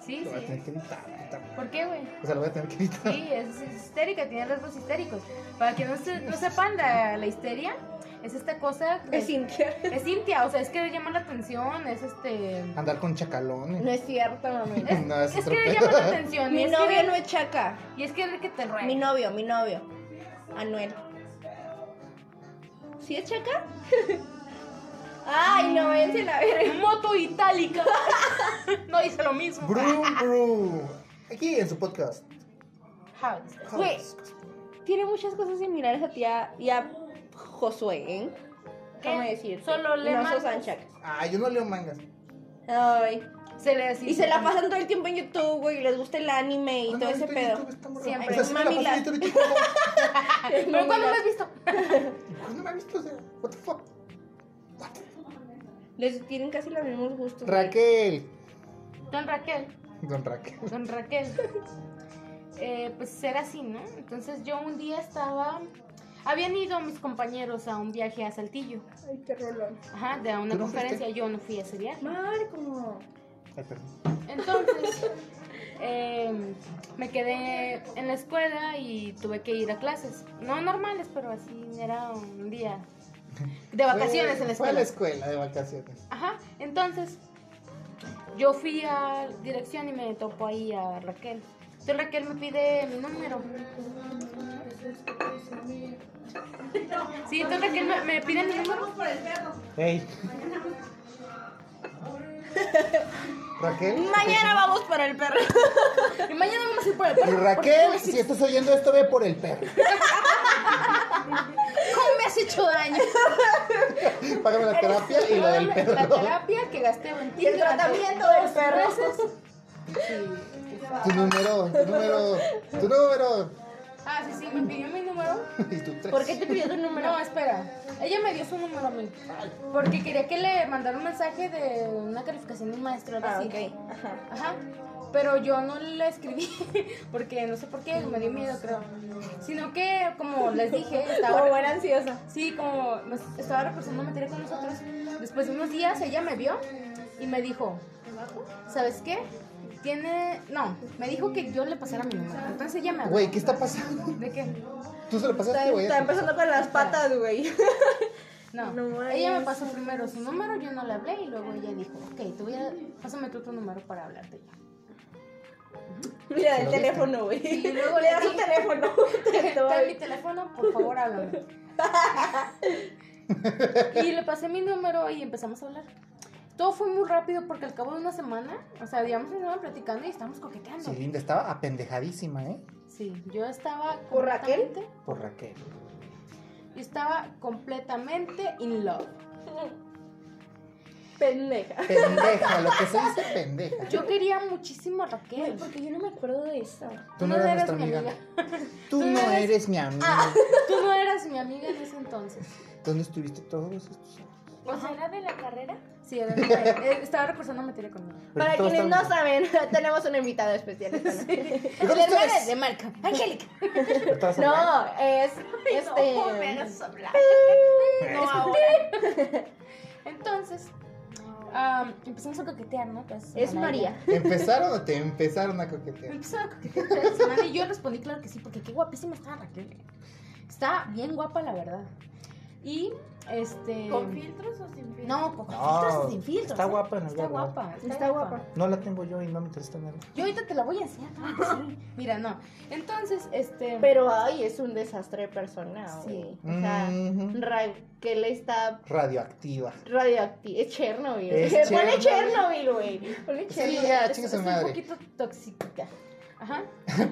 Sí,
Lo voy a
sí.
tener que editar. puta madre.
¿Por qué, güey?
O sea, lo voy a tener que editar.
Sí, es, es histérica, tiene rasgos histéricos. Para que no, se- no sepan la, la histeria, es esta cosa. de-
Es Cintia.
es Cintia, o sea, es que le llama la atención, es este.
Andar con chacalones. *laughs*
No es cierto, mami.
Es,
No, es
es
otro
que le
pedo.
llama la atención. y
Mi
es
novio
querer-
no es chaca.
Y es que que te ruega.
Mi novio, mi novio. Anuel. ¿Sí es chaca? *laughs* Ay, no, váyanse a la verga.
*laughs* Moto itálica. *laughs* no dice lo mismo.
Brum, brum. Aquí en su podcast.
House.
Güey, tiene muchas cosas similares a ti a- y a Josué, ¿eh?
¿Qué?
¿Cómo decir?
Solo le
No
mandas.
sos chacas.
Ah, yo no leo mangas.
Ay.
Se le
Y se la pasan todo el tiempo en YouTube, güey. y Les gusta el anime y todo ese pedo.
Siempre.
Siempre. O sea, sí me la
Mami,
paso
la-
viendo ahorita como-
Pero ¿cuándo lo has visto?
Pues no me ha visto, o sea, what the fuck.
Les tienen casi los mismos gustos. güey.
Raquel.
Don Raquel.
Don Raquel.
Don Raquel. Eh, pues era así, ¿no? Entonces yo un día estaba. Habían ido mis compañeros a un viaje a Saltillo.
Ay, qué rolón.
Ajá, de a una
¿Tú no
conferencia. Yo no fui a ese viaje.
Marco.
Ay, perdón.
Entonces, eh, me quedé en la escuela y tuve que ir a clases. No normales, pero así era un día. De vacaciones
Fue-
en la
Fue a la
escuela.
escuela de vacaciones.
Ajá, entonces yo fui a dirección y me topo ahí a Raquel. Entonces Raquel me pide mi número. Sí, entonces Raquel me, me pide mi número.
Ey. Raquel.
Mañana vamos para el perro.
*laughs* Y mañana vamos a ir por el
Y
perro.
Raquel, si estás oyendo esto, ve por el perro.
¿Cómo me has hecho daño?
Págame la terapia y lo del
La-
perro.
La terapia que gasté en ti.
*laughs* Y el tratamiento del perro.
Tu número, tu número, tu número.
Ah, sí, sí, me pidió mi número.
Y tu tres.
¿Por qué te pidió tu número? No, espera. Ella me dio su número a mí. Porque quería que le mandara un mensaje de una calificación de un maestro. algo
Ah,
así.
ok. Ajá.
Ajá. Pero yo no la escribí *laughs* porque no sé por qué, me dio miedo, creo. Sino que, como les
*laughs*
dije,
Como
estaba.
buena ansiosa.
Sí, como nos estaba recursando materia con nosotros. Después de unos días ella me vio y me dijo: ¿Sabes qué? Tiene. No, me dijo que yo le pasara mi número. Entonces ella me habló.
Güey, ¿qué está pasando?
¿De qué?
Tú se lo
Está,
pasaste, güey.
está empezando con las patas, güey.
No.
No
ella
es.
me pasó primero su número, yo no le hablé y luego ella dijo: Ok, te voy a. Pásame tú tu número para hablarte ya.
*laughs* Mira, el
¿Lo
teléfono, güey.
Y luego
le
le
das un
di-
teléfono. *laughs* *laughs*
*laughs*
Te
Está en mi
doy.
teléfono, por favor, háblame.
*laughs*
y le pasé mi número y empezamos a hablar. Todo fue muy rápido porque al cabo de una semana, o sea, digamos, estábamos platicando y estábamos coqueteando.
Sí,
Sí,
linda, estaba apendejadísima, ¿eh?
yo estaba.
¿Por Raquel?
completamente-
Por Raquel.
Yo estaba completamente in love.
Pendeja.
Pendeja, lo que se dice pendeja.
Yo quería muchísimo a Raquel.
Porque yo no me acuerdo de eso.
Tú no, eras nuestra amiga. Tú, no eres... mi amiga.
Tú no eras mi amiga en ese entonces.
¿Dónde estuviste todos estos años?
¿O sea, era de la carrera? Sí, era de la carrera. Eh, Estaba recursando materia conmigo.
Para
Ahorita todo
quienes
está-
no saben, *laughs* tenemos una invitada especial. esta noche.
¿Y dónde estabas?
de marca. Angélica.
*laughs* Ahorita vas a hablar.
No, es este.
No, ahora. Entonces, am, empezamos a coquetear, ¿no? Pues,
es
al
María.
aire.
¿Empezaron o te empezaron a coquetear?
Empezamos a coquetear toda la semana y yo respondí, claro que sí, porque qué guapísima estaba Raquel. ¿eh? Está bien guapa, la verdad. Y este.
¿Con filtros o sin filtros?
No, con
No,
filtros y sin filtros.
está
¿eh?
guapa, no es
Está
verdad.
guapa.
Está guapa.
No la tengo yo y no me interesa tenerla.
Yo ahorita te la voy a enseñar. claro que sí. Mira, no. Entonces, este.
Pero ay, es un desastre personal.
Sí.
Mm.
O sea,
Ujú.
ra- que le está
Radioactiva. *laughs*
radioactivo. Es Chernobyl.
Es
*laughs*
Ponle
Chernobyl.
Chernobyl, güey. Ponle
Sí,
Chernobyl.
ya,
es,
chingue
es
su
un
madre.
poquito toxiquita. Ajá,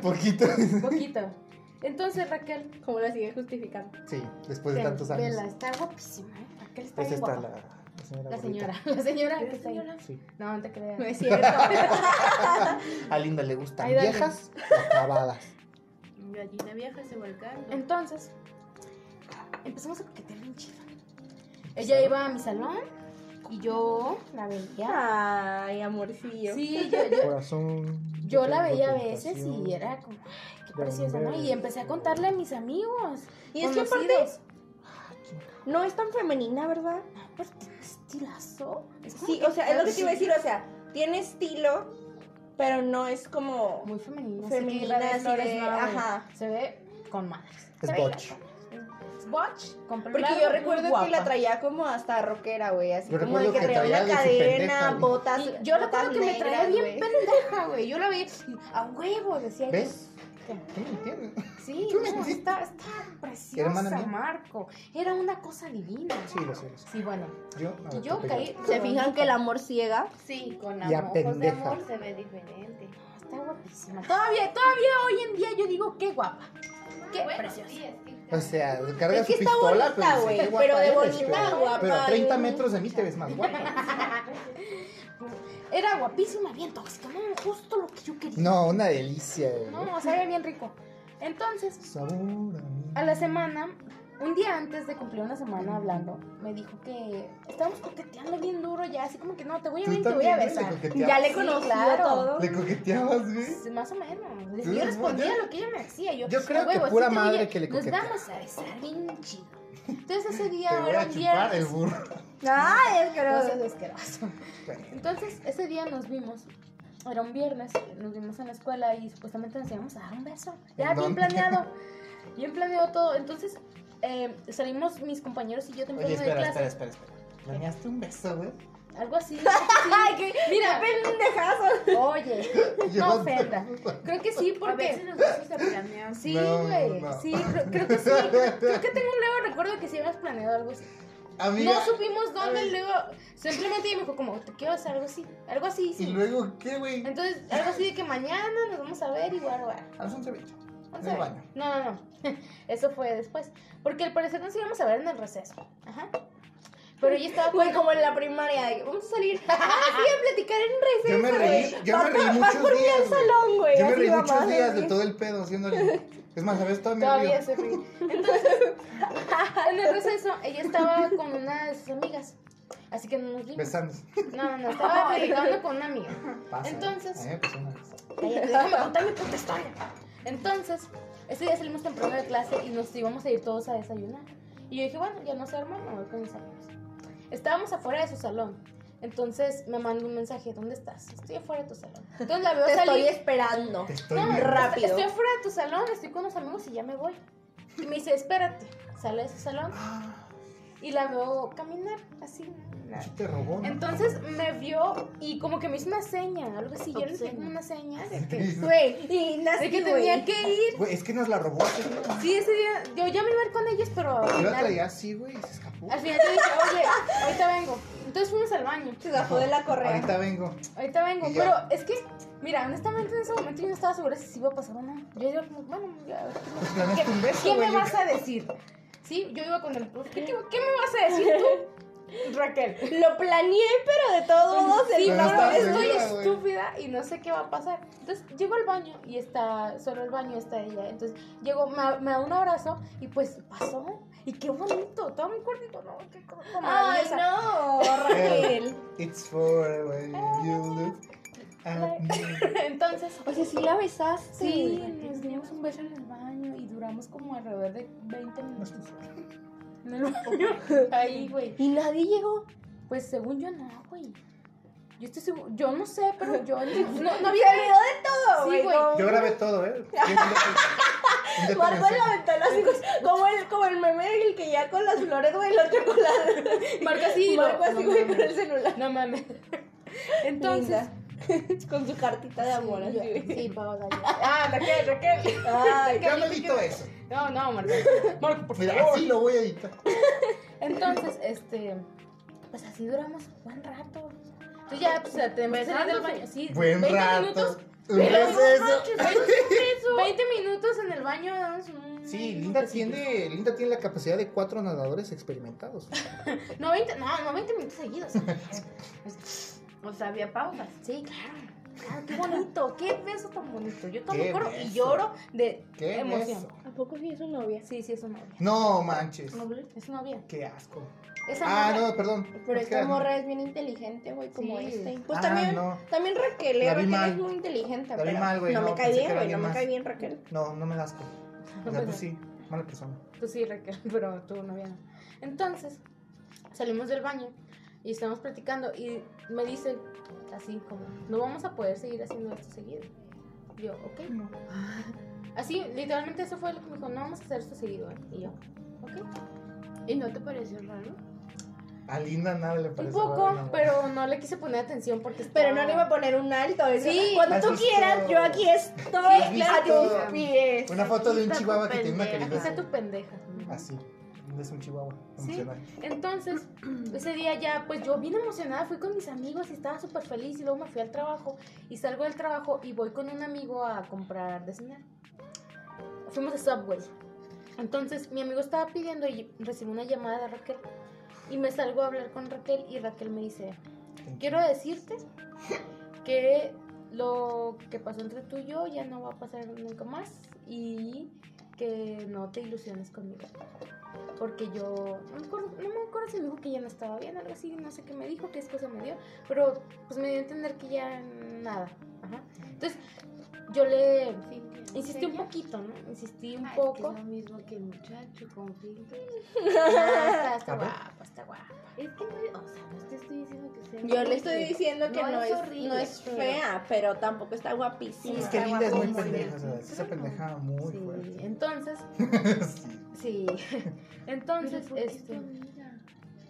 Poquito.
poquito. Entonces, Raquel.
Como la sigue justificando.
Sí, después Pues de tantos años.
Vela, está guapísima, ¿eh? Raquel está
Pues
bien
está
guapa.
la,
La
la señora. gordita.
señora, la señora que está ahí.
Sí.
No, *laughs* no te creas.
No es cierto.
A Linda le gustan
Ahí dale.
viejas y acabadas.
*laughs* Gallina vieja se volcando.
Entonces, empezamos a coquetear bien chido. Ella iba a mi salón y yo la
Ah,
veía.
Ay, amorcillo.
Sí, yo, yo,
Corazón.
yo la veía a
tentación.
veces y era como, ay, qué
Bombero.
preciosa, ¿no? Y empecé a contarle a mis amigos.
Y es que aparte
conocidos.
no es tan femenina, ¿verdad?
Aparte, tiene un estilazo. Es como
Sí,
que-
o sea, es lo que te iba a decir. O sea, tiene estilo, pero no es como.
Muy femenina. así que
Femenina,
Irra de
así
Flores
de-
no, güey.
ajá.
Se ve con madres.
Es botch.
Es botch, con pelo
Porque
largo,
yo
muy
recuerdo que
guapa.
la traía como hasta rockera, güey. Así
Yo
como
recuerdo
de que,
que
traía una
traía de su
cadena,
pendeja, güey.
botas.
Y yo recuerdo
botas
que me traía
negras,
bien
güey.
pendeja, güey. Yo la veía y, a huevo, decía
¿Ves?
yo.
¿Tú me entiendes?
Sí,
Tú me
no,
entendiste.
está, está
Hermana
preciosa,
mía.
Marco. Era una cosa divina.
Sí, lo sé, lo sé.
Sí, bueno.
Yo, a
Y
ver,
yo
te
caí.
¿Se fijan que el amor ciega?
Sí, con
Y a
amor, ojos de
pendeja.
amor se ve diferente.
Está guapísima.
Ah,
Todavía, todavía hoy en día yo digo, qué guapa. Qué
Bueno,
preciosa.
sí, es que
O sea, carga
Es que
su
está
pistola,
bonita,
dice,
güey,
qué guapa
pero de
eres,
bonita,
pero-
guapa,
Pero a
y
30
un-
metros de mí te ves más guapa.
*laughs* Era guapísima, bien tóxica. No, justo lo que yo quería.
No, una delicia, güey.
No, sabía bien rico. Entonces,
Sabor a mí.
A la semana, un día antes de cumplir una semana hablando, me dijo que estábamos coqueteando bien duro ya, así como que no, te voy a
Tú
ver, y te voy a
también, güey,
besar.
le
Ya
coqueteabas.
le
Sí,
conocí
claro.
todo.
Le coqueteabas, güey.
Pues, Más o menos.
Sí,
Yo respondía
yo-
lo que ella me hacía. Yo,
yo
"A
creo que
huevo,
pura
sí te voy a-
madre que le
Nos
coquetea.
vamos a besar bien chido. Entonces ese
Te
día
voy
era
a
un día.
chupar el burro.
Ay, es
No
que
seas asqueroso. Entonces ese día nos vimos. Era un viernes, nos vimos en la escuela y supuestamente nos íbamos a dar un beso. Ya
¿En
bien
dónde?
planeado.
*laughs*
Bien planeado todo. Entonces eh, salimos mis compañeros y yo temprano
Oye,
de
espera,
clase.
espera, espera, espera. Planeaste un
*laughs*
beso, güey.
Algo así. Ay, que, mira,
*laughs*
pendejazo.
oye, no
Yo-
ofenda. Creo que sí,
A veces
porque.
los besos se planean.
Sí,
No, no,
güey.
no.
Sí, creo, creo
*laughs*
que sí. Creo, creo que tengo un leve recuerdo que sí habíamos planeado algo así.
Amiga,
no supimos dónde, luego. Simplemente ella me dijo, como, te quiero hacer algo así. Algo así
¿y
hicimos.
luego qué, güey?
Entonces, algo así de que mañana nos vamos a ver y guau, guau.
A las
Vamos
11.20. En
a
el
ver.
baño.
No, no, *laughs* no. Eso fue después. Porque al parecer nos íbamos a ver en el receso. Ajá. Pero yo estaba
Güey, como en la primaria, de que vamos a salir.
*laughs*
Ah, sí, a platicar en
Yo me
receso,
reí,
güey.
yo me
Vas
reí
por- vas
muchos
por mí al
días. güey.
salón, güey.
Yo me
así
reí
mamá,
muchos días de
así.
todo el pedo haciéndole. Es más, a veces todavía me
Todavía
río.
se ríe. Entonces, *laughs* en el receso, ella estaba con una de sus amigas. Así que no nos vimos.
Besándose. *laughs*
No, no, estaba platicando con una amiga.
Pasa, ¿eh?
Entonces-
A mí me pasó una vez.
Cállate, déjame contar mi puta historia. Entonces, ese día salimos temprano de clase y nos íbamos a ir todos a desayunar. Y yo dije, bueno, ya no se arma, me voy con mis amigos. Estábamos afuera de su salón. Entonces me mandó un mensaje, ¿dónde estás? Estoy afuera de tu salón. Entonces la veo
Te estoy
salir.
esperando.
Te estoy
No,
viendo.
rápido.
Estoy afuera de tu salón, estoy con unos amigos y ya me voy. Y me dice, espérate, sale de su salón. Y la veo caminar así. ¿no?
Sí Ah, te robó. ¿no?
Entonces me vio y como que me hizo una seña, algo así. Yo le hice como una seña de que,
Güey, y
de
nací,
que
güey.
tenía que ir.
Güey, es que nos la robó. ese día.
Sí, ese día yo ya me iba a ir con ellos, pero al
Yo la
final,
traía así, güey, y se escapó.
al final yo dije, oye, ahorita vengo. Entonces fuimos al baño,
Se bajó de la correa.
Ahorita vengo. Pues
ahorita vengo.
Y
Pero
ya.
es que, mira, honestamente en ese momento yo no estaba segura si iba a pasar o no. Yo iba como, bueno, ya,
Pues planeaste un beso,
¿Qué me
güey.
vas a decir? Sí, yo iba con el profe. ¿Qué, qué, qué me vas a decir tú, Raquel?
Lo planeé, pero de todos modos el
Sí,
Pero
no,
está
no, estoy
segura, güey.
estúpida y no sé qué va a pasar. Entonces llego al baño y está, solo el baño está ella. Entonces llego, me, me da un abrazo y pues pasó. Y qué bonito, estaba muy gordito, ¿no? Qué cosa tan
Ay,
maravillosa.
no, Raquel.
It's for when
Ah,
you look at
*laughs*
me.
Entonces,
O sea, sí la besaste.
sí, nos dimos un beso en el baño y duramos como alrededor de 20 minutos. *laughs* En el baño, ahí, güey.
Y nadie llegó.
Pues según yo no, güey. Yo estoy seguro, yo no sé, pero yo no, *laughs* no
Se
había
olvidó de todo,
Sí,
güey.
güey.
como-
Yo grabé
*laughs*
todo, ¿eh? Independencia.
Marco en la ventana así, güey, como el, como el meme del que ya con las flores, güey, los chocolates.
Marca así, no,
Marco así,
no
güey,
mames.
con el celular.
No mames. Entonces,
*laughs* Con su cartita de amor, así,
yo- *laughs*
güey.
sí, Pau Gallo. Ah, Raquel, Raquel.
Ay,
Ya me edito
eh.
eso.
No, no, Marco. Marco, por
Mira,
favor.
así lo voy a editar.
Entonces, este, pues así duramos un buen rato. Entonces ya, pues, te empezaron del baño. Sí,
Buen
20
rato.
minutos.
¿Ves eso? *laughs*
20 minutos en el baño. damos un-
Sí, Linda tiene, Linda tiene la capacidad de cuatro nadadores experimentados.
No, 20, no, no, 20 minutos
*laughs*
seguidos.
O sea, había pausas.
Sí, claro. Claro, Ah, qué bonito, qué beso tan bonito. Yo todo
Qué
me acuerdo y
beso.
lloro de
¿Qué
emoción.
beso.
¿A poco sí es su novia?
Sí, sí, es una novia.
No manches.
Es una novia.
Qué asco.
Esa
Ah,
morra-
no, perdón.
Pero
Es que
esta
era-
morra es bien inteligente, güey, como
Sí.
este. Pues
Ah,
también,
no.
también Raquel, eh,
La vi
Raquel
mal.
es muy inteligente,
La vi
pero
mal, güey,
no,
no,
me cae
pensé que
bien, güey,
era
no
alguien
me
más.
cae bien Raquel.
No, no me das asco. O
*laughs*
sea, tú
pues,
sí, mala persona.
Tú sí, Raquel, *laughs* pero tu novia no. Entonces, salimos del baño y estamos platicando y me dice así como, no vamos a poder seguir haciendo esto seguido. Yo, ok. *laughs* Así, literalmente eso fue lo que me dijo, no vamos a hacer esto seguido. ¿eh?". Y yo, ok.
¿Y no te pareció raro?
A Linda nada le
Un
parece. raro,
poco,
no.
pero no le quise poner atención porque...
Pero
estaba-
no le iba a poner un alto. eso-
Sí.
Cuando
Has
tú
visto-
quieras, yo aquí estoy
Has visto
a tus pies.
Una foto de un
Está tu
chihuahua que tiene una
pendeja.
Aquí está
querida.
tu pendeja.
Así. Linda es un chihuahua.
Sí.
Emocional.
Entonces, ese día ya, pues yo bien emocionada, fui con mis amigos y estaba súper feliz y luego me fui al trabajo y salgo del trabajo y voy con un amigo a comprar de cenar. Fuimos a Subway. Entonces, mi amigo estaba pidiendo y recibí una llamada de Raquel y me salgo a hablar con Raquel y Raquel me dice, quiero decirte que lo que pasó entre tú y yo ya no va a pasar nunca más y que no te ilusiones conmigo. Porque yo, no me acuerdo, no me acuerdo si me dijo que ya no estaba bien, algo así, no sé qué me dijo, qué excusa me dio, pero pues me dio a entender que ya nada. Ajá. Entonces, yo le insistí un poquito, ¿no? Insistí un poco.
Es lo mismo que el muchacho con filtro.
*laughs* Ah, está, está
A ver.
guapa, está guapa.
Es que no, o sea, no te estoy diciendo que sea.
Yo le estoy
horrible.
diciendo que no,
No, es
es,
horrible,
no es
pero-
fea, pero tampoco está guapísima.
Es que
Está
Linda es muy
guapísima.
pendeja. o sea, es esa pendeja muy
Sí,
fuerte.
entonces,
*laughs* Sí.
sí. *laughs*
Pero
Entonces,
¿por qué es tu
este.
amiga?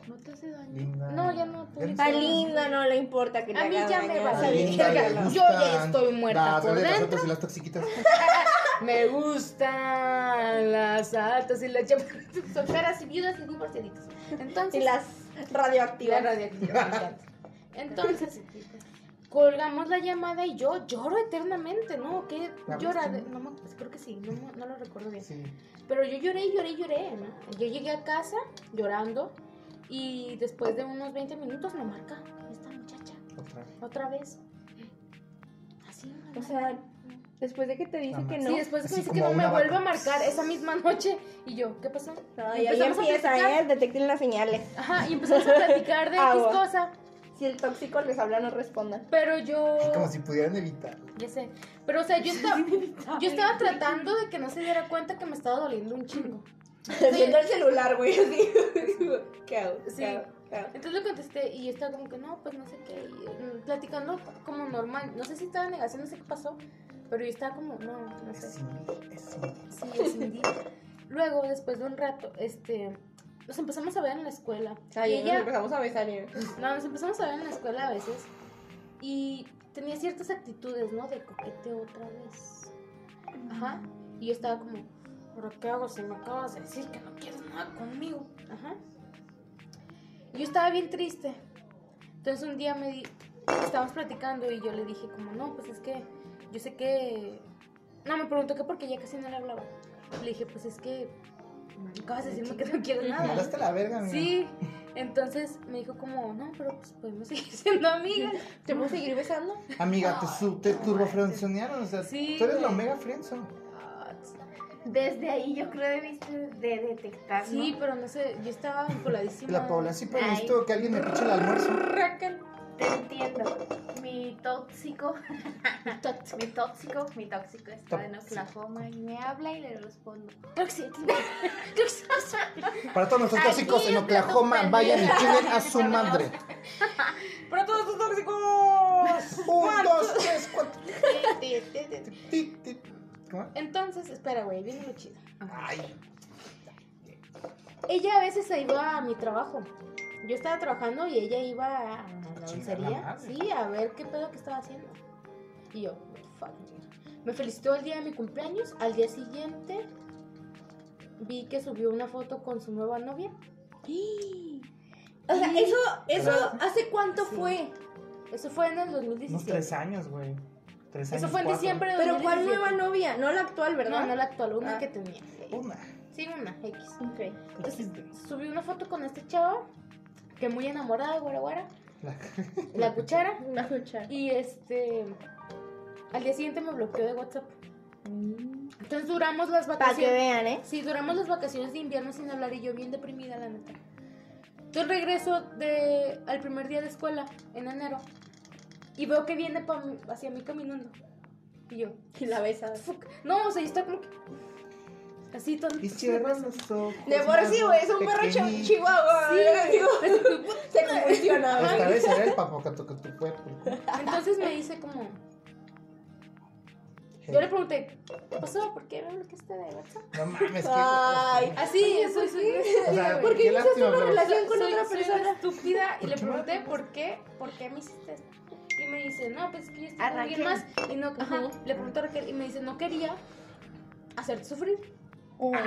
No te hace daño.
Linda.
No, ya no, tú
Ya
ni-
A Linda no le importa que le
A mí
haga
ya me
daño.
vale.
A Linda le
Verga, yo
gustan.
ya estoy muerta
Nah,
por
sale de las
dentro.
otras y las
*laughs*
toxiquitas.
Me gustan las altas y las chaparritas solteras y viudas y divorciaditas.
Y
Entonces,
las
la
radioactivas.
radioactiva, me encanta. Entonces, colgamos la llamada y yo lloro eternamente, ¿no? ¿Qué
La
llora?
buscan.
No, me- creo que sí, no, me- no lo recuerdo bien.
Sí.
Pero yo lloré y lloré y lloré, ¿no? Yo llegué a casa llorando y después de unos 20 minutos me marca esta muchacha
Otra vez.
otra vez. Así, me
O sea, después de que te dice
Nada
que
más.
no.
Sí, después
Así
me dice que
como
no
una
me
vaca.
vuelve a marcar esa misma noche. Y yo, ¿qué pasó?
No,
Y
y ahí
empezamos a
empieza,
platicar.
¿eh? Detecten las señales.
Ajá, y empezamos a platicar de X
Agua.
cosa.
Si el tóxico les habla, no *laughs* respondan.
Pero yo.
Como si pudieran evitar.
Ya sé. Pero, o sea, yo
*laughs*
estaba, yo estaba tratando de que no se diera cuenta que me estaba doliendo un chingo.
Viendo el celular, güey. así. *laughs* ¿Qué hago? ¿Qué
Sí.
hago? ¿Qué hago?
Entonces le contesté y estaba como que no, pues no sé qué. y, mm, platicando como normal. No sé si estaba en negación, no sé qué pasó. Pero yo estaba como, no, no sé.
Es Cindy, es Cindy.
Sí, es indie. Luego, después de un rato, este. Nos empezamos a ver en la escuela.
Ahí
y
nos
ella,
empezamos a besar.
¿eh?
y-
No, nos empezamos a ver en la escuela a veces y tenía ciertas actitudes, ¿no? De coqueteo otra vez. Ajá. Y yo estaba como, ¿pero qué hago si me acabas de decir que no quieres nada conmigo? Ajá. Y yo estaba bien triste. Entonces un día me di, estábamos platicando y yo le dije como, no, pues es que yo sé que... No, me preguntó que porque ya casi no le hablaba. Le dije, pues es que acabas de decirme que no quieres
Me
nada.
*laughs* mandaste a la verga, mira.
Sí, entonces me dijo como, no, pero pues podemos seguir siendo amigas.
¿Te puedo seguir besando?
Amiga, te, su, te turbofrenzonearon, o sea,
Sí,
tú eres la
güey.
omega friendzone.
Desde ahí yo creo debiste de detectar, ¿no?
Sí, pero no sé, yo estaba coladísima.
La Paula, sí, pero
Ay.
necesito que alguien me eche el almuerzo.
Raquel.
Te entiendo. Mi tóxico, *laughs* mi tóxico, mi tóxico está en Oklahoma y me habla y le respondo.
Creo que sí, creo que sí.
Para todos nuestros
Aquí
tóxicos en
está tu
Oklahoma,
pendeja.
vayan y chinguen a su madre.
Pero todos son
*laughs*
tóxicos.
Un, dos, tres, cuatro. Ti, ti. ¿Cómo?
Entonces, espera, güey, viene lo chido.
Ay,
Ella a veces se iba a mi trabajo. Yo estaba trabajando y ella iba a la
Chingar la
dulcería.
madre.
Sí, a ver qué pedo que estaba haciendo. Y yo, fuck. dude. Me felicitó el día de mi cumpleaños. Al día siguiente vi que subió una foto con su nueva novia.
O sea, eso, eso,
Claro.
¿hace cuánto
Sí.
fue?
Eso fue en el
unos
2017.
tres años, güey. Tres años.
Eso fue en
cuatro.
diciembre de
Pero ¿cuál
2017.
nueva novia? No la actual,
No,
¿verdad?
no la actual, una
Ah.
que tenía.
Una.
Sí, una X.
Ok.
Entonces, subí una foto con este chavo, que muy enamorada, guara guara,
La-
la cuchara.
Una cuchara.
Y este. Al día siguiente me bloqueó de WhatsApp.
Mm.
Entonces duramos las
Para que
vacaciones.
vean, ¿eh?
Sí, duramos las vacaciones de invierno sin hablar y yo bien deprimida, la neta. Entonces regreso de, al primer día de escuela, en enero, y veo que viene pa mí- hacia mí caminando. Y yo,
Y la besas.
fuck. No, o sea, yo estaba como que. Así todo.
Y cierra los ojos.
De por sí, güey, es un perro chi-
pequeñito.
chihuahua. *laughs* ¿verdad? Digo,
*laughs*
se convulsionaba.
Esta vez era el papocato
Entonces me dice como. Yo le pregunté, ¿qué pasó? ¿Por qué me bloqueaste de WhatsApp?
No mames, que.
Ay.
Así, eso es.
O sea,
¿Por qué inicias
lástima,
una
pero-
relación con
soy,
otra
soy una
persona?
estúpida y
¿Por
le
qué me
pregunté por qué, por qué me hiciste esto. Y me dice, no, pues es que yo estoy con
A
alguien más.
Raquel.
Y no, ajá, le pregunté a Raquel y me dice, no quería hacerte sufrir.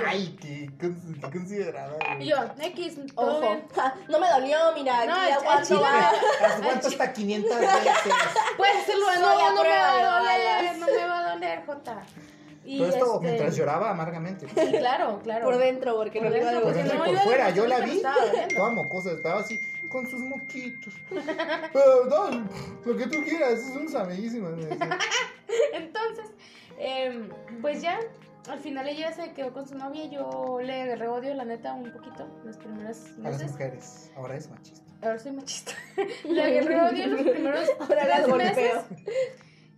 Ay, qué, cons- qué considerada.
Y
güey.
yo, X, todo
Ojo.
bien.
Ja, *laughs* no me dolió, mira.
No,
aquí
el- el
aguanto,
chile-
va.
Aguanto hasta 500 veces.
Puedes hacerlo de
Soy
nuevo,
a
no me
prueba de
va a doler,
balas.
no me va a doler, Jota. Y
Todo esto
este,
mientras lloraba amargamente.
Sí, claro, claro.
Por dentro, porque
Por
no iba
dentro,
a
Por
porque
devolver.
no
dentro y por
iba a
fuera, yo la
demostrar que
vi.
me estaba doliendo.
Toda mocosa, estaba así, con sus moquitos. Pero no, lo que tú quieras, son sus amiguísimas.
*laughs*
me decía.
Entonces, em, pues ya, al final ella se quedó con su novia. Yo le agarré odio, la neta, un poquito, en los primeros
A las
meses.
mujeres, ahora es machista.
Ahora soy machista. *laughs* Le agarré odio en los *laughs* primeros tres
golpeo.
meses.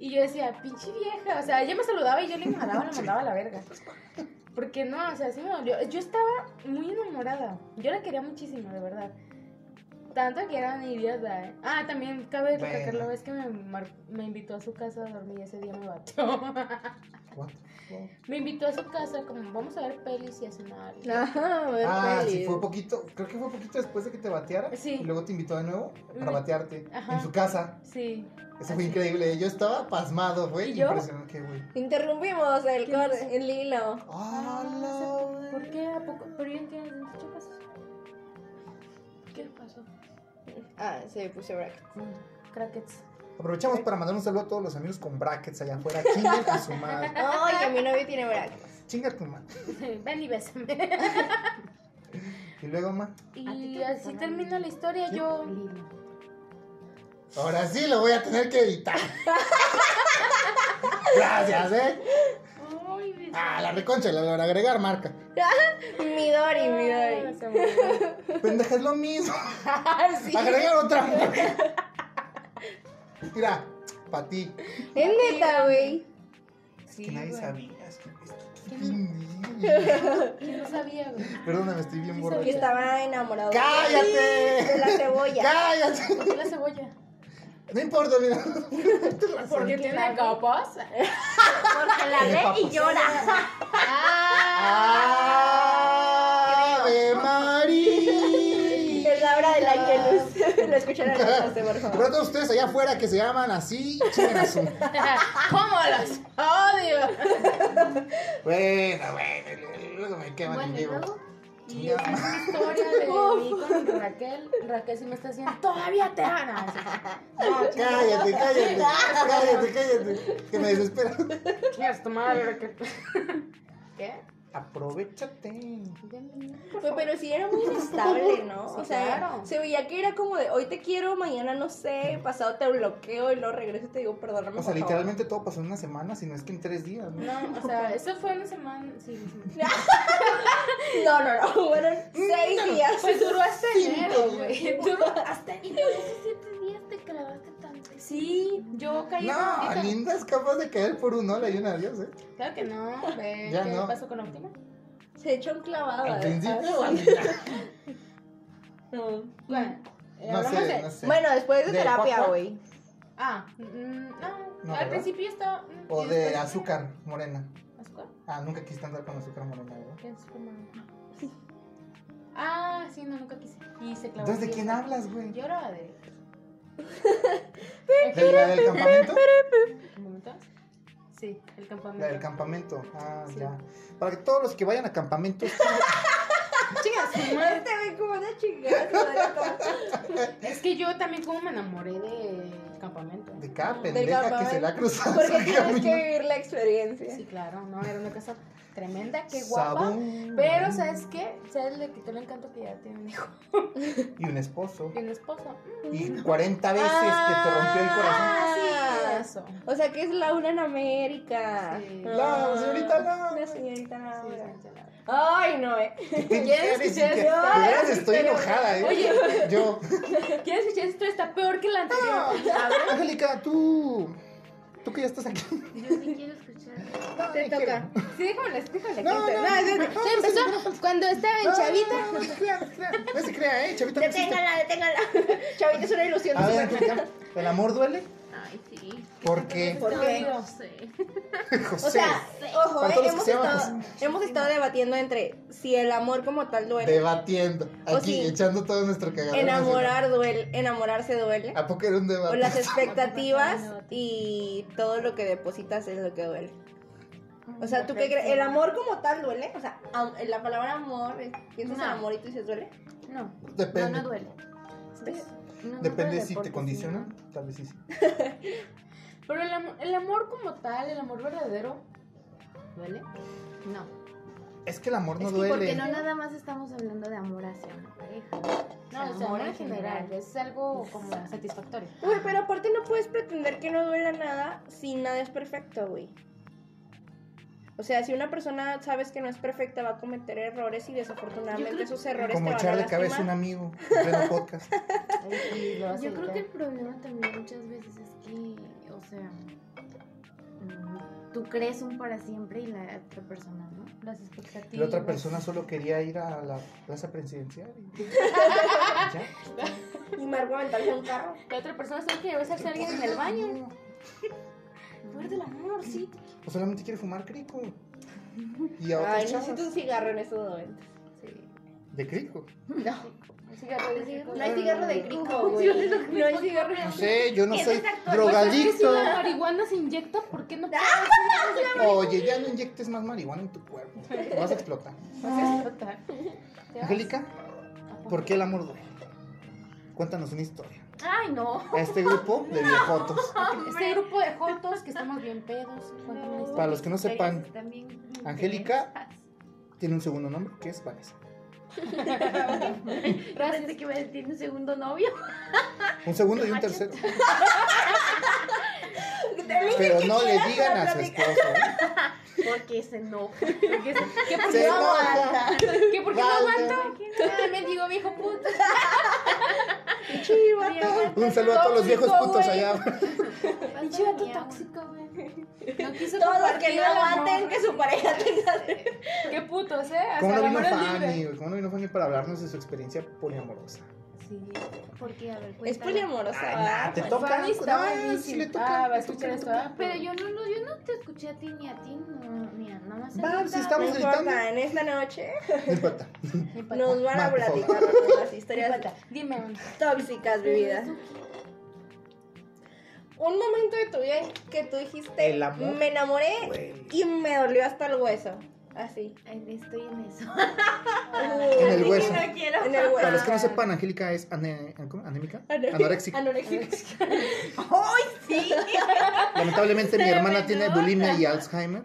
Y yo decía, pinche vieja. O sea, ella me saludaba y yo le ignoraba, la mandaba a la verga. Porque no, o sea, sí me dolió. Yo estaba muy enamorada. Yo la quería muchísimo, de verdad. Tanto que era una idiota. ¿eh? Ah, también cabe
Bueno.
recalcar la vez que me, mar- me invitó a su casa a dormir. Ese día me batió. *laughs*
What?
Me invitó a su casa, como vamos a ver pelis y a cenar.
*laughs* Ajá, a ver,
Ah, sí,
feliz.
fue poquito, creo que fue poquito después de que te bateara.
Sí.
Y luego te invitó de nuevo para
Me-
batearte
Ajá.
en su casa.
Sí.
Eso fue increíble. Yo estaba pasmado, güey.
¿Y yo?
Impresionante, güey.
Interrumpimos el,
¿Qué
cor-
pasó?
el hilo.
¡Hala!
Ah, ¿Por
güey!
qué a poco? Pero yo entiendo, ¿qué pasó? ¿Qué pasó?
Ah, se puso bracket.
Crackets.
Aprovechamos para mandar un saludo a todos los amigos con brackets allá afuera. Chinga a su
*laughs*
madre.
Ay, mi novio tiene bracket.
Chinga tu madre.
Ven y bésame.
Y luego, ma.
Y así termina la historia. Yo.
Ahora sí lo voy a tener que editar. *laughs* Gracias, ¿eh?
Ay, mi-
Ah, la reconcha, la logra agregar marca.
Midori, Midori. *laughs*
Se murió.
Pendeja es lo mismo.
Ah,
Agregar otra marca.
*laughs*
Mira, para ti.
Es neta, güey.
Sí,
Que nadie
güey.
sabía. Es que,
¿Quién lo sabía, güey?
Perdóname, estoy bien
Que
borracho.
estaba enamorado. De la
¡Cállate!
cebolla.
¡Cállate!
¿Por qué la cebolla?
No importa, mira.
Porque tiene *laughs* capas.
Porque la ve y llora.
¡Ave
Es
María!
la hora del ángelus. Lo *laughs* escucharon en la clase, por favor.
Pero todos ustedes allá afuera que se llaman así, chinguen a su-
¿Cómo los odio?
Bueno, bueno, luego me queman en
Bueno, y
vivo.
luego.
Y esa es mi historia de mí con Raquel. Raquel sí me está diciendo, todavía te ganas. No,
Cállate, cállate, cállate, cállate, que me desespera.
chingas tu madre, Raquel. ¿Qué?
Aprovechate.
Güey, Pues, pero sí era
*laughs*
muy inestable, ¿no?
Sí,
o sea,
claro.
se veía que era como de hoy te quiero, mañana no sé, pasado te bloqueo y luego regreso y te digo perdóname.
O sea,
por favor".
literalmente todo pasó en una semana, si no es que en tres días, ¿no?
No, o sea, eso fue una semana. Sí, sí.
No, no, no. *laughs* Fueron seis días.
Mm, Pues duró hasta enero, güey. *laughs* Duró hasta
Y por esos siete días te clavaste tanto.
Sí, yo caí.
No,
tantito.
Linda es capaz de caer por un hola y un adiós, ¿eh?
Claro que no. ve,
Ya
¿Qué
no.
pasó con la última?
Se echó un clavado.
Al
¿eh?
principio o al final.
No.
Bueno, Eh,
No
hablamos
sé,
de-
no sé.
Bueno, después de
De
terapia,
cuac,
güey.
Ah, mm, no.
No,
al
¿verdad?
principio estaba. mm,
O
y
de
después-
azúcar morena.
¿Azúcar?
Ah, nunca quisiste andar con azúcar morena, ¿verdad?
¿Qué es como- Ah, sí, no, nunca quise. Y se clavó.
Entonces, ¿de
el
quién
diente.
hablas, güey?
Yo era
*laughs*
de.
¿De la del campamento?
¿El campamento? Sí, el campamento.
La del campamento. Ah,
Sí.
ya. Para que todos los que vayan a campamentos.
Chicas,
*laughs*
Pues
Madre, te ve como una
*laughs*
chingada.
es que yo también como me enamoré del campamento.
De cada pendeja que se le
¿eh?
ha cruzado.
Porque
su
tienes que
camino.
vivir la experiencia.
Sí, claro, no, era una casa tremenda, qué guapa.
Sabor.
Pero, ¿sabes qué? Se le quitó el encanto que ya tiene un hijo
Y un esposo.
y un esposo.
Ah. Y 40 veces que te rompió el corazón.
Ah, sí. Eso.
O sea que es Laura en América.
Sí.
La señorita
no.
Laura.
La señorita
Sí,
Laura.
sí, sí.
Ay, no, eh.
¿Quieres
escuchar
que
eso?
de veras estoy enojada, ¿eh?
Oye. *laughs*
Yo.
¿Quieres escuchar esto? Está peor que la anterior.
Angélica, tú. Tú que ya estás aquí.
Yo sí quiero
*laughs*
escuchar.
No,
Te
me quiero.
toca.
Sí, déjame, déjame.
No, no, no, no, no,
Se empezó cuando estaba en
no,
Chavita.
No, no, no se crea, no se crea. No se crea, ¿eh? Chavita no existe.
Deténgala, deténgala. Chavita es una ilusión
A
de
ver,
Superman.
Angélica, ¿el amor duele?
Ay, sí.
¿Por qué?
¿Por qué?
No sé.
José.
O sea, ojo,
Para
eh,
todos los que
hemos,
se llaman
estado, hemos estado debatiendo entre si el amor como tal duele.
debatiendo.
O
Aquí,
sí.
echando todo nuestro cagado.
Enamorar duele, enamorarse duele.
¿A poco era un
O
debate?
las expectativas y todo lo que depositas es lo que duele. O sea, ¿tú qué crees? ¿El amor como tal duele? O sea, am- la palabra amor, eh, piensas
No.
en amor y tú dices duele.
No, no,
Depende.
no duele.
¿Ves?
No, no
Depende
duele
si
porque
te
sí,
condicionan.
¿no?
Tal vez sí. sí.
Pero el, am- el amor como tal, el amor verdadero, ¿duele? No.
Es que el amor no
Es que
duele.
porque no nada más estamos hablando de amor hacia una pareja.
No, o sea, amor en general, es algo como satisfactorio.
Uy, pero aparte no puedes pretender que no duela nada si nada es perfecto, güey. O sea, si una persona sabes que no es perfecta, va a cometer errores y desafortunadamente esos errores
Como
te van a
echarle cabeza a un
lastimar.
amigo en pleno podcast.
*laughs* Y lo vas a
Yo creo
evitar.
que el problema también muchas veces es que, o sea,
Mm, Tú crees un para siempre y la otra persona, ¿no?
las expectativas.
La otra persona solo quería ir a la plaza presidencial. y- ¿Ya?
Y Marco aventarse un carro.
La otra persona solo quiere besarse a alguien en el baño.
*laughs*
Tú eres del amor, sí.
O Pues solamente quiere fumar crico. Y a
Ay,
otras
necesito un
chavas.
cigarro en esos momentos.
De crico.
Un cigarro de cigarro.
No hay cigarro de crico, güey. No hay cigarro
No sé, yo no
¿Qué
soy
es esa actual-
Si
drogadicto.
la marihuana se inyecta, ¿por qué no puede *laughs*
Oye, ya no inyectes más marihuana en tu cuerpo. Te vas a explotar.
explotar? ¿Te vas?
Angélica, ¿por qué el amor duele? Cuéntanos una historia.
Ay, no.
A este grupo
*laughs*
de viejotos.
Este grupo de jotos que estamos bien pedos. cuéntame una historia.
Para los que no sepan,
También me
Angélica.
interesas.
tiene un segundo nombre que es Vanessa.
Yo pensé que iba a decir un segundo novio.
Un segundo y un
Machos.
tercero. Pero no le digan a su esposo. ¿eh?
Porque se enoja.
¿Qué por
Se
qué no aguanta?
enoja.
¿Qué por qué no
Vale.
aguanta?
Ah,
Ay, Me digo viejo
*laughs*
puto.
Un saludo a todos los viejos
Tóxico,
putos
güey.
allá.
Pinche vato tóxico, güey. No quiso
Todos los
compartir
que no
el amor.
aguanten que su *laughs* pareja tenga.
Qué putos, eh. Hasta
¿Cómo
el
no vino
amor es
Fanny?
libre.
güey? ¿Cómo no vino Fanny para hablarnos de su experiencia poliamorosa?
Sí.
Porque, a ver,
Es
cuéntalo.
poliamorosa.
Ay, nah,
¿verdad?
te toca.
Fanny está
Ah, sí
buenísimo.
le toca.
Ah, va a
le toca,
escuchar
le
esto,
toca.
¿ah?
Pero yo no, no, yo no te escuché a ti ni a ti, no, ni a nada más. a
Va,
ti,
si
nada
No
estamos-
importa, en esta noche
No importa. *laughs*
Ni pata,
nos van a
Marco, por
platicar las
ni
historias
pata. Dime una.
tóxicas vividas. Un momento de tu vida en que tú dijiste,
El amor.
me enamoré
Güey.
y me dolió hasta el hueso. Así.
más. Eh, Estoy en eso. *laughs*
En
Así
el
que
hueso.
no quiero. En el
Para los
hueso.
que no sepan, Angélica es ane- ¿cómo? anémica,
Ano-
anoréxica.
Anoréxica. ¡Ay, sí!
Lamentablemente mi hermana tiene bulimia y Alzheimer.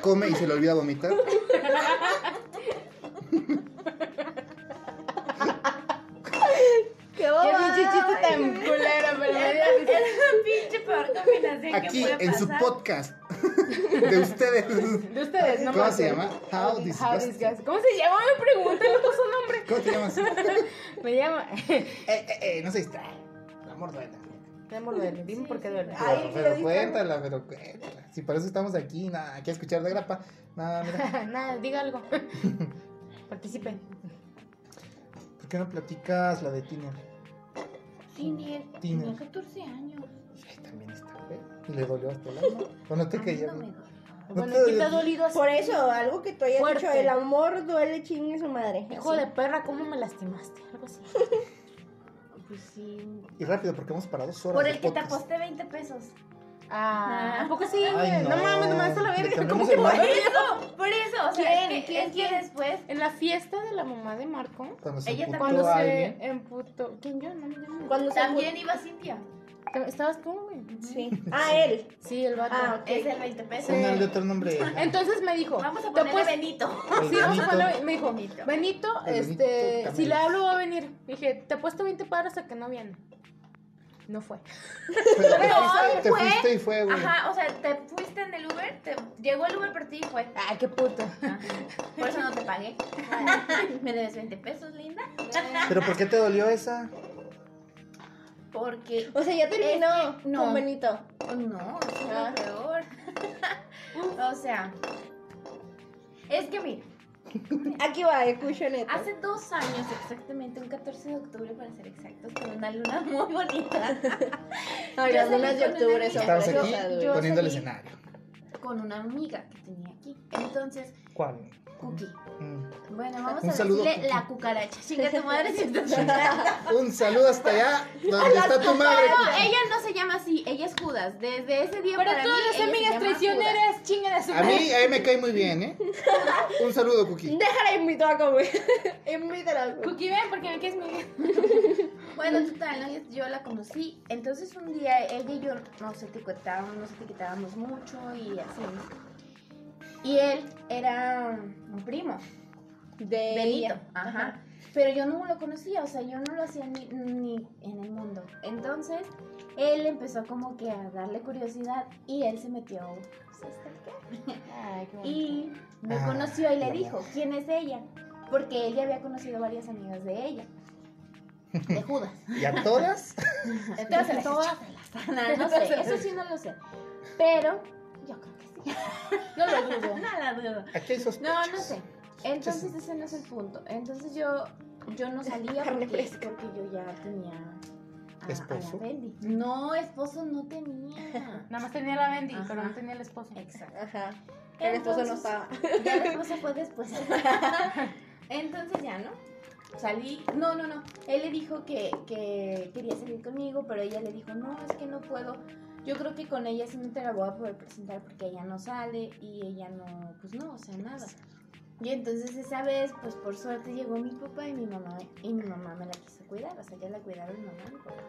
Come y se le olvida vomitar.
¡Qué
Qué
boba!
pinche chiste *laughs* tan culero, pero me dio risa.
Pinche peor combinación
Aquí en su podcast *laughs* de ustedes.
*laughs* De ustedes, no
¿Cómo
más,
se
güey.
llama? How disgusting.
disgusting. ¿Cómo se llama? Me pregunta, no puso nombre.
¿Cómo te llamas?
Me llama. *laughs*
Eh, eh, eh, no se distrae. El amor duele.
Me llamo Duele, dime por qué duele.
Ay,
Pero,
sí,
pero
sí,
cuéntala, pero cuéntala. Si para eso estamos aquí, nada, hay que escuchar de grapa.
*laughs* Ah,
Nada, mira. *laughs*
Nada, diga algo. Participen.
¿Por ¿Por qué no platicas la de Tiner?
Tiner.
Tiner.
Tenía 14 años.
Ay, también está, güey. Y le dolió hasta el alma. ¿O no te
A mí
caía?
no me
bien?
dolió.
No
Bueno,
te
¿qué te ha
dolió.
dolido así?
Por eso, algo que tú hayas
Fuerte.
dicho, el amor duele chingue su madre.
Hijo
Así.
de perra, ¿cómo me lastimaste? Algo así.
Pues sí.
Y rápido, porque hemos parado dos horas.
Por
de
el que te
podcast.
aposté 20 pesos.
Ah, ¿a poco sí?
Ay,
no.
no.
mames, nomás a la
Le
verga. ¿Cómo
cambiamos
que
el
por
nombre.
eso?
Por eso, o sea,
¿Quién?
es que,
¿Quién?
es que
¿Quién?
después
En la fiesta de la mamá de Marco,
Cuando se
Ella
emputó
cuando
a
se
alguien.
emputó. ¿Quién yo? No, yo no.
Cuando se
también iba Cintia.
¿Te- ¿Estabas tú, güey?
Sí. Ah, él.
Sí, el vato.
Ah,
Es el 20 pesos.
Ponle de otro nombre. ajá.
Entonces me dijo,
Vamos a
te
ponerle
apues-
Benito.
El
Sí, vamos a
Benito.
ponerle- me dijo,
Benito.
Benito,
El Benito
este, si
Camel.
le hablo va a venir. Dije, te apuesto 20 paros a que no viene. No fue.
Pero te
No,
fuiste- te
fue-
fuiste y fue, güey.
Ajá, o sea, te fuiste en el Uber, te llegó el Uber por ti y fue. Ah,
Ay, qué puto.
Por eso no te pagué. *laughs* Me debes 20 pesos, linda.
¿Pero por qué te dolió esa?
Porque
O sea, ya terminó
Es que- no.
con Benito.
No, eso es
Ah.
lo *laughs* peor. o sea, es que mira,
Aquí va, escuchen esto.
hace dos años exactamente, un 14 de octubre para ser exactos, con una luna *laughs* muy bonita,
Ay,
yo
las
salí
lunas de
con una
octubre
amiga.
son
Estabas aquí
preciosas, güey.
yo
poniendo el
salí.
escenario.
con una amiga que tenía aquí. Entonces,
¿Cuál?
Cookie.
Mm.
Bueno, vamos
Un
a
saludo,
decirle
Cookie.
la cucaracha. Chinga tu madre si
*laughs*
estás No,
Un saludo hasta allá, donde está tu madre.
ella no se llama así, ella es Judas. Desde ese día
Pero
para mí,
todas las
ella se
amigas
llama
traicioneras, chingan a su
A mí, a mí me cae muy bien,
*laughs*
¿eh? Un saludo, Cookie.
Déjala invitar a comer. *laughs* Invítala. güey.
Cookie, ven porque me quieres mi vida.
Judas. Bueno, total, ¿no? yo la conocí. Entonces un día ella y yo nos etiquetábamos, nos etiquetábamos mucho y así. Y él era un primo.
De
Benito,
ella.
ajá. Pero yo no lo conocía, o sea, yo no lo hacía ni, ni en el mundo. Entonces, él empezó como que a darle curiosidad y él se metió pues, a stalkear.
Ay, qué
Y me
Ah,
conoció y
la
le dijo, ¿quién es ella? Porque él ya había conocido varias amigas de ella. De Judas.
¿Y a todas?
Entonces, todas *laughs* no sé, eso sí no lo sé. Pero yo creo que sí.
No lo dudo.
*laughs* No la dudo.
Aquí hay sospechas.
No, no sé. Entonces ese no es el punto. Entonces yo, yo no salía
Carne
porque,
fresca.
porque yo ya tenía a, a
¿Esposo?
la Bendy. No, esposo no tenía.
Nada más tenía la Bendy,
Ajá.
pero no tenía el esposo.
*laughs* Exacto.
Ajá. El esposo no
Entonces,
*laughs* estaba.
Ya el esposo
*laughs*
fue después. Entonces ya, ¿no? Salí, no, no, no. Él le dijo que, que quería salir conmigo, pero ella le dijo, no, es que no puedo. Yo creo que con ella sí no te la voy a poder presentar porque ella no sale y ella no, pues no, o sea, nada. Y entonces esa vez, pues por suerte llegó mi papá y mi mamá, y mi mamá me la quiso cuidar, o sea, ya la cuidaron mi mamá. y mi papá.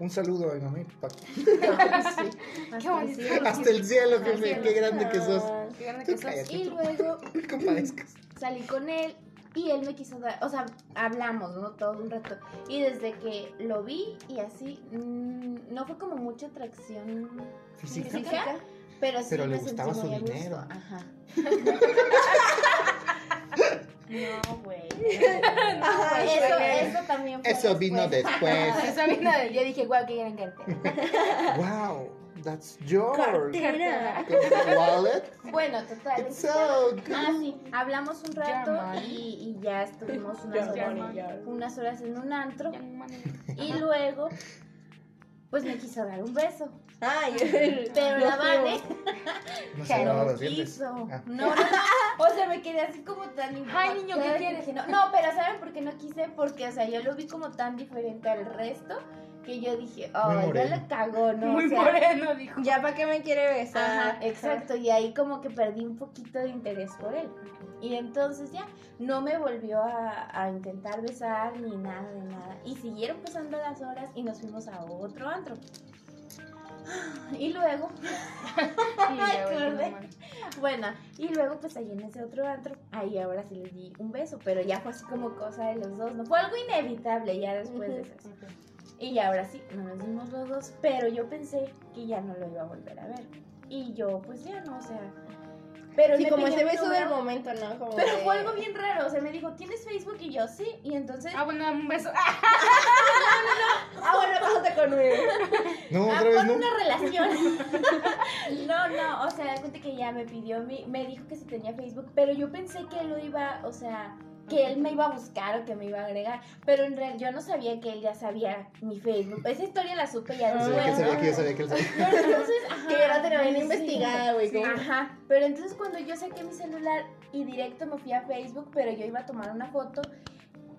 Un saludo a mi mamá y papá.
*laughs*
Qué
Hasta el
bonito.
cielo.
Hasta el cielo,
Hasta el
jefe.
cielo.
Qué grande que
*laughs*
sos.
Qué grande
Tú
que sos.
cállate.
Y luego
No compadezcas.
salí con él y él me quiso dar, o sea, hablamos, ¿no? Todo un rato. Y desde que lo vi y así, mm, no fue como mucha atracción
Física.
física, pero sí
Pero le
me sentí
gustaba su
muy a gusto.
dinero.
Ajá. *laughs* no, güey.
Ajá,
Ah, Eso,
güey.
eso también fue
Eso vino
después.
después.
*laughs*
*laughs*
Esa vida, yo dije, guau, qué gran cartera.
Wow, that's yours.
Cartera.
Your Wallet.
Bueno, total.
It's
entonces ya-
so good.
Ah, sí, hablamos un rato
Germany.
y, y ya estuvimos unas horas,
Germany.
unas horas en un antro. Y luego, pues me quiso dar un beso.
Ay,
Pero la Vane
No se lavaba
no
los dientes.
quiso.
Ah.
¿eh? No, no,
*laughs*
*laughs* no. O sea, me quedé así como tan
Ay, niño, ¿qué
impactada que
quieres?
dije, No, no, pero ¿saben por qué no quise? Porque, o sea, yo lo vi como tan diferente al resto que yo dije, oh, ya
moreno.
lo cagó, ¿no?
Muy
o sea,
moreno, dijo.
¿Ya para qué me quiere besar?
Ajá, exacto, y ahí como que perdí un poquito de interés por él. Y entonces ya no me volvió a, a intentar besar ni nada de nada. Y siguieron pasando las horas y nos fuimos a otro antro. Y luego,
Sí, ya,
Ay,
güey, qué
acordé.
mamá.
bueno, y luego pues ahí en ese otro antro, ahí ahora sí les di un beso, pero ya fue así como cosa de los dos, ¿no? Fue algo inevitable ya después de eso. Y ya ahora sí, no nos dimos los dos, pero yo pensé que ya no lo iba a volver a ver. Y yo, pues ya no, o sea. Pero
Sí,
me
como
pidió
ese
mi
beso del
número,
momento, ¿no? Como
*laughs* Pero
de-
fue algo bien raro, o sea, me dijo, ¿tienes Facebook? Y yo, sí. Y entonces.
Ah, bueno, dame un beso.
Ah, bueno, pásate conmigo.
No,
Ah,
otra vez
pon
no.
una relación. *laughs* no, no, o sea, da cuenta que ya me pidió mi, me dijo que si tenía Facebook, pero yo pensé que lo iba, o sea, que él me iba a buscar o que me iba a agregar. Pero en realidad yo no sabía que él ya sabía mi Facebook. Esa historia la supe ya
Yo sabía
después.
Ah, que él sabía que yo sabía que él sabía.
Pero entonces, ajá,
Que ya la tenían
sí.
investigada, güey. como-
Ajá, pero entonces cuando yo saqué mi celular y directo me fui a Facebook, pero yo iba a tomar una foto,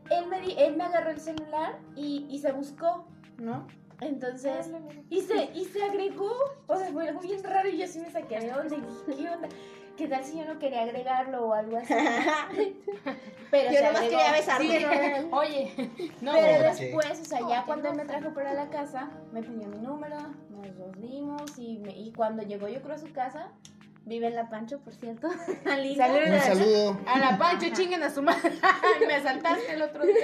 él me, di- él me agarró el celular y, y se buscó, ¿no?
Ah,
Entonces, y se, y se agregó, o sea, fue algo bien raro y yo sí me saqué de onda y dije, ¿qué onda? ¿Qué tal si yo no quería agregarlo o algo así?
*laughs*
Pero
Yo
se
nomás
agregó.
quería besarte.
Sí,
Oye, no.
pero
Oye.
después, o sea, ya cuando él me trajo para la casa, me pidió mi número, nos los dimos y, me- y cuando llegó yo creo a su casa, vive en la Pancho, por cierto, *laughs* Alinda.
Salieron
Un saludo.
a la Pancho, chinguen a su madre. *laughs* Me asaltaste el otro día.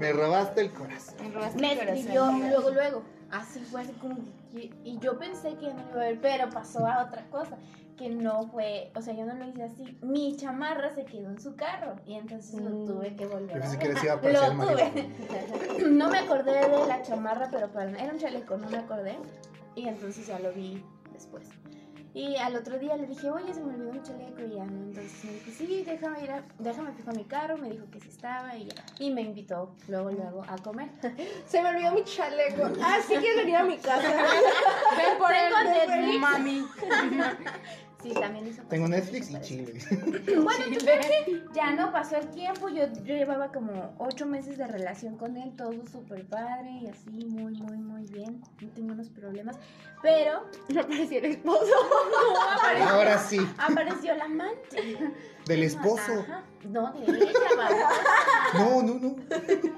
Me robaste el corazón.
Me robaste
Me
el corazón.
escribió luego, luego. Así fue, así como. que- Y yo pensé que no lo iba a ver, pero pasó a otra cosa. Que no fue. O sea, yo no lo hice así. Mi chamarra se quedó en su carro. Y entonces lo
Mm.
tuve que
Yo
volver. a
pensé
ver.
que les iba a aparecer el
Lo
marido.
tuve. *laughs* No me acordé de la chamarra, pero para- era un chaleco, no me acordé. Y entonces ya lo vi después. Y al otro día le dije, oye, se me olvidó un chaleco y ya, ¿no? Entonces me dijo, sí, déjame ir, a, déjame fijo mi carro, me dijo que sí estaba y ya. Y me invitó luego, luego a comer.
Se me olvidó mi chaleco. Ah, sí que venir a mi casa. *laughs*
Ven por él,
Tengo
ven por
Netflix.
él, mami.
Sí, también hizo
Tengo
cosas
Netflix y
muy *laughs*
Chile.
Bueno,
Chile.
Ya no pasó el tiempo, yo, yo llevaba como ocho meses de relación con él, todo súper padre y así, muy, muy, muy bien, no tenía unos problemas, pero
No parecía el esposo.
Ahora sí,
apareció el amante.
del esposo.
Ajá. No, de ella, babosa.
No, no, no.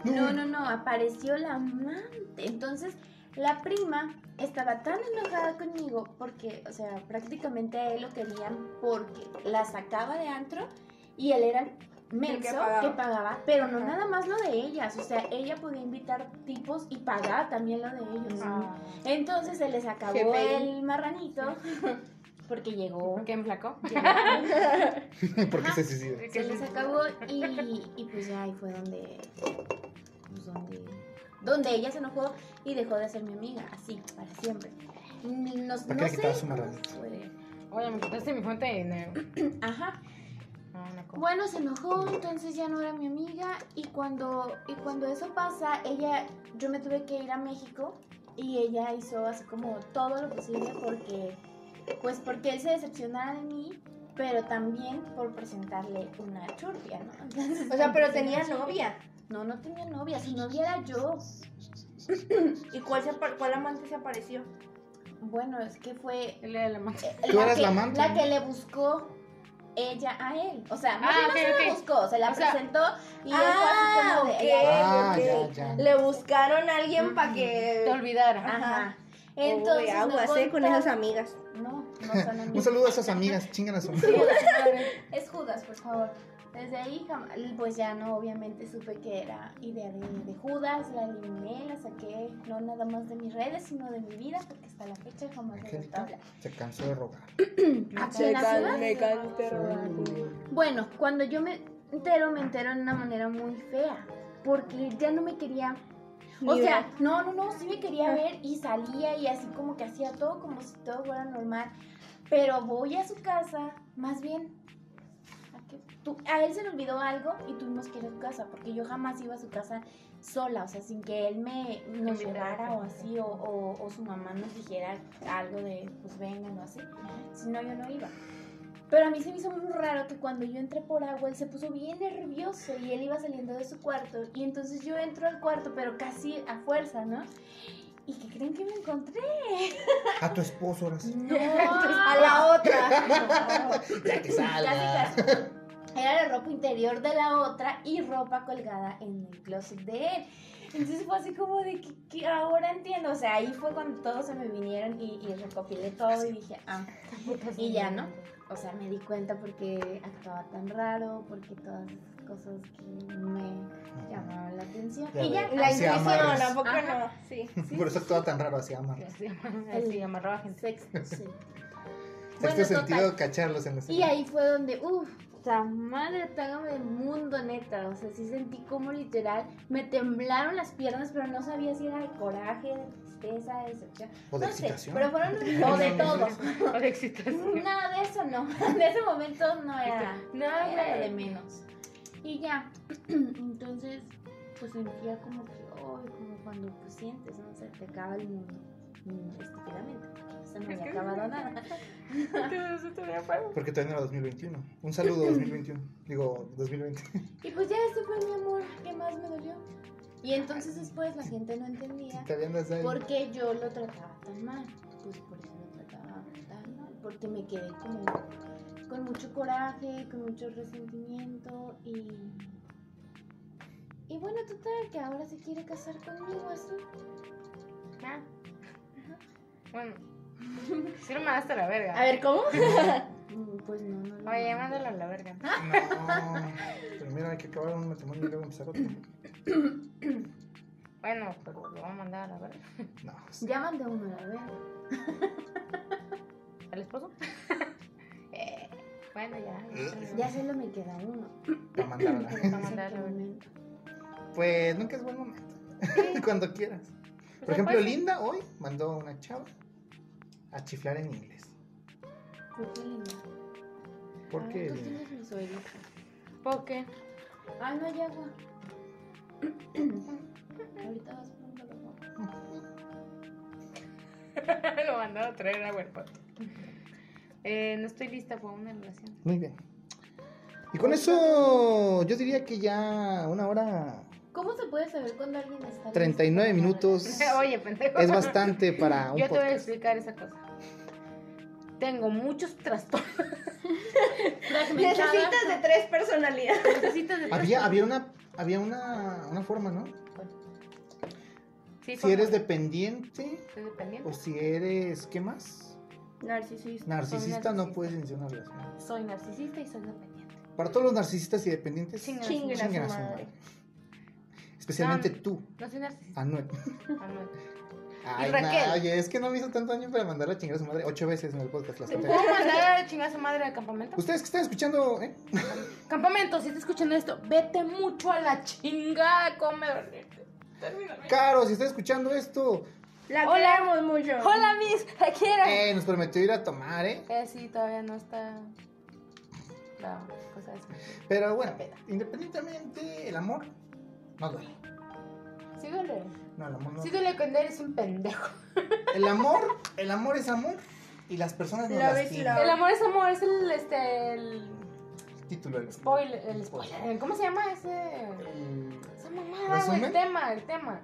*laughs*
No, no, no, apareció la amante. Entonces, la prima estaba tan enojada conmigo porque, o sea, prácticamente a él lo querían porque la sacaba de antro y él era el menso que
pagaba.
pagaba. pero no
Ajá.
nada más lo de ellas, o sea, ella podía invitar tipos y pagaba también lo de ellos.
Ah.
Entonces se les acabó
GPI.
el marranito porque llegó.
¿Por qué me flacó?
llegó
Porque se suicida.
se les acabó y, y pues ya ahí fue donde, pues donde, donde ella se enojó y dejó de ser mi amiga, así, para siempre. Nos,
¿Para
no
qué le
sé
quitabas su
cómo
marranito?
fue.
Oye, me quitaste mi fuente de dinero.
Ajá.
No, una cosa.
Bueno, se enojó, entonces ya no era mi amiga y cuando, y cuando eso pasa, ella, yo me tuve que ir a México y ella hizo así como todo lo posible porque, pues porque él se decepcionara de mí, pero también por presentarle una churpia, ¿no? Entonces,
O sea, pero tenía novia.
No, no tenía novia, su novia era yo.
¿Y cuál, se apar- cuál amante se apareció?
Bueno, es que fue
Él era la amante.
Tú eras
que,
la amante,
la
¿no?
que le buscó ella a él. O sea, no
Ah,
no
ok,
se
ok.
la buscó, se la
O sea-
presentó y él fue así
Ah,
como de
ok.
ella-
Ah,
ok.
ya, ya.
Le buscaron a alguien para
Eh,
Te
que.
olvidaron.
Ajá.
Entonces,
Entonces,
Uy, aguas,
nos
eh, con esas
contaba-
amigas.
No, no
Un
son
*laughs*
amigas.
saludo a esas amigas, chingan a su madre.
Judas, es Judas, por favor. Desde ahí, jam- pues ya no, obviamente supe que era idea de, de Judas, la eliminé, la saqué, no nada más de mis redes, sino de mi vida, porque hasta la fecha jamás me gustó
Angélica
hablar.
se cansó de rogar.
Ah,
¿A
Se
quién la
can-
subas?
me canté
Bueno, cuando yo me entero, me entero de una manera muy fea, porque ya no me quería... O
Ni
sea, no, no, no, sí me quería ver y salía y así como que hacía todo como si todo fuera normal. Pero voy a su casa, más bien... ¿a, qué? Tú- a él se le olvidó algo y tuvimos que ir a su casa, porque yo jamás iba a su casa sola, o sea, sin que él me nos llevara o así, o, o- o su mamá nos dijera algo de, pues vengan o así. Si no, yo no iba. Pero a mí se me hizo muy raro que cuando yo entré por agua, él se puso bien nervioso y él iba saliendo de su cuarto. Y entonces yo entro al cuarto, pero casi a fuerza, ¿no? ¿Y qué creen que me encontré? *laughs*
A tu esposo ahora sí.
No,
A la otra.
Ya que salga.
Casi, casi. Era la ropa interior de la otra y ropa colgada en el closet de él. Entonces fue así como de que, que ahora entiendo. O sea, ahí fue cuando todos se me vinieron y, y recopilé todo y dije, ah, y ya, ¿no? O sea, me di cuenta porque actuaba tan raro, porque todas esas cosas que me llamaban la atención.
Ya
y ya,
veo.
La
Así
intuición,
amarres.
tampoco no.
Ajá.
Sí.
Por eso actúa tan raro así, amar.
Así, así, amarraba gente.
sexto,
*laughs*
sí.
Este
Bueno,
sentido
total.
de cacharlos en la
Y
escena.
ahí fue donde, uff, ta madre, tágame del mundo, neta. O sea, sí sentí como literal, me temblaron las piernas, pero no sabía si era de coraje, de tristeza, de decepción.
O de
no sé,
excitación. *laughs*
pero fueron
*laughs*
no, de todo.
O de excitación.
Nada de eso *laughs* no. En ese momento no era
No,
era lo de
güey.
menos. Y ya, *clears throat* entonces, pues sentía como que, hoy, como cuando pues, sientes, ¿no? Se te acaba el mundo, mm, estúpidamente, porque se me había acabado nada.
Porque todavía no era 2021. Un saludo 2021. Digo, 2020.
Y pues ya eso fue mi amor, ¿qué más me dolió? Y entonces después la gente no entendía
Todavía andas ahí.
por qué yo lo trataba tan mal. Pues por eso lo trataba tan mal, porque me quedé como con mucho coraje, con mucho resentimiento y... Y bueno, total, que ahora se quiere casar conmigo así.
Ah. Bueno, sí lo mandaste a la verga.
A
*laughs*
ver, ¿cómo?
Mm, Pues no, no lo
Oye, mándalo a la verga.
No. Primero hay que acabar un matrimonio y luego empezar otro.
Bueno, pero lo voy a mandar a la verga.
No.
Ya mandé uno, la verdad.
¿Al esposo? *laughs* Eh, bueno, ya.
Ya solo me queda uno.
Para mandarla.
Para mandar a la verga.
Exactamente.
Pues nunca es buen momento. *laughs* Cuando quieras.
Pues
Por ejemplo, Linda hoy mandó a una chava a chiflar en inglés.
¿Por qué linda?
¿Por
Ah, pues,
Ay,
qué?
Tú tienes mis oídos.
¿Por qué?
Ah, no hay agua. *clears throat* Ahorita vas por un balón.
lo mandaron a traer agua al cuerpo. Eh, no estoy lista para una relación.
*laughs* Muy bien. Y con eso yo diría que ya una hora
¿Cómo se puede saber cuando alguien está
39
listo?
minutos
*laughs* Oye, pendejo.
es bastante para un
Yo te voy a
podcast.
explicar esa cosa. Tengo muchos trastornos.
Fragmentada.
Necesitas de tres personalidades.
Necesitas de
Había, había una había una, una forma, ¿no?
Sí,
Si
como-
eres dependiente
Soy dependiente.
o si eres ¿qué más?
Narcisista.
Narcisista no
narcisista.
puedes iniciar una relación.
Soy narcisista y soy dependiente.
Para todos los narcisistas y dependientes,
Chinga
su
chinguen a Pues su
madre.
madre. Especialmente
No.
tú,
No soy narcisista.
Anuel.
Ah, no.
Ay,
Raquel.
na- oye, es que no me hizo tanto daño para mandar a chingar a su madre ocho veces en el podcast. Las
¿Te *laughs*
conté.
puedo mandar a chingar a su madre al campamento?
Ustedes que están escuchando, ¿eh?
Campamento, si estás escuchando esto, vete mucho a la chingada, come.
Caro, si están escuchando esto,
La
Hola.
queremos mucho.
Hola, mis, la quiero.
eh, nos prometió ir a tomar, ¿eh?
Eh, sí, todavía no está. La cosa esa.
Pero bueno, independientemente, el amor no duele.
Sí duele.
No, el amor no.
Sí duele cuando eres un pendejo.
El amor, el amor es amor y las personas no
Love
las
is
tienen.
love.
El amor es amor, es el, este, el
Título del
spoiler, el spoiler. ¿Cómo se llama ese?
El-
Esa mamada, güey,
¿Resumen?
el tema, el tema.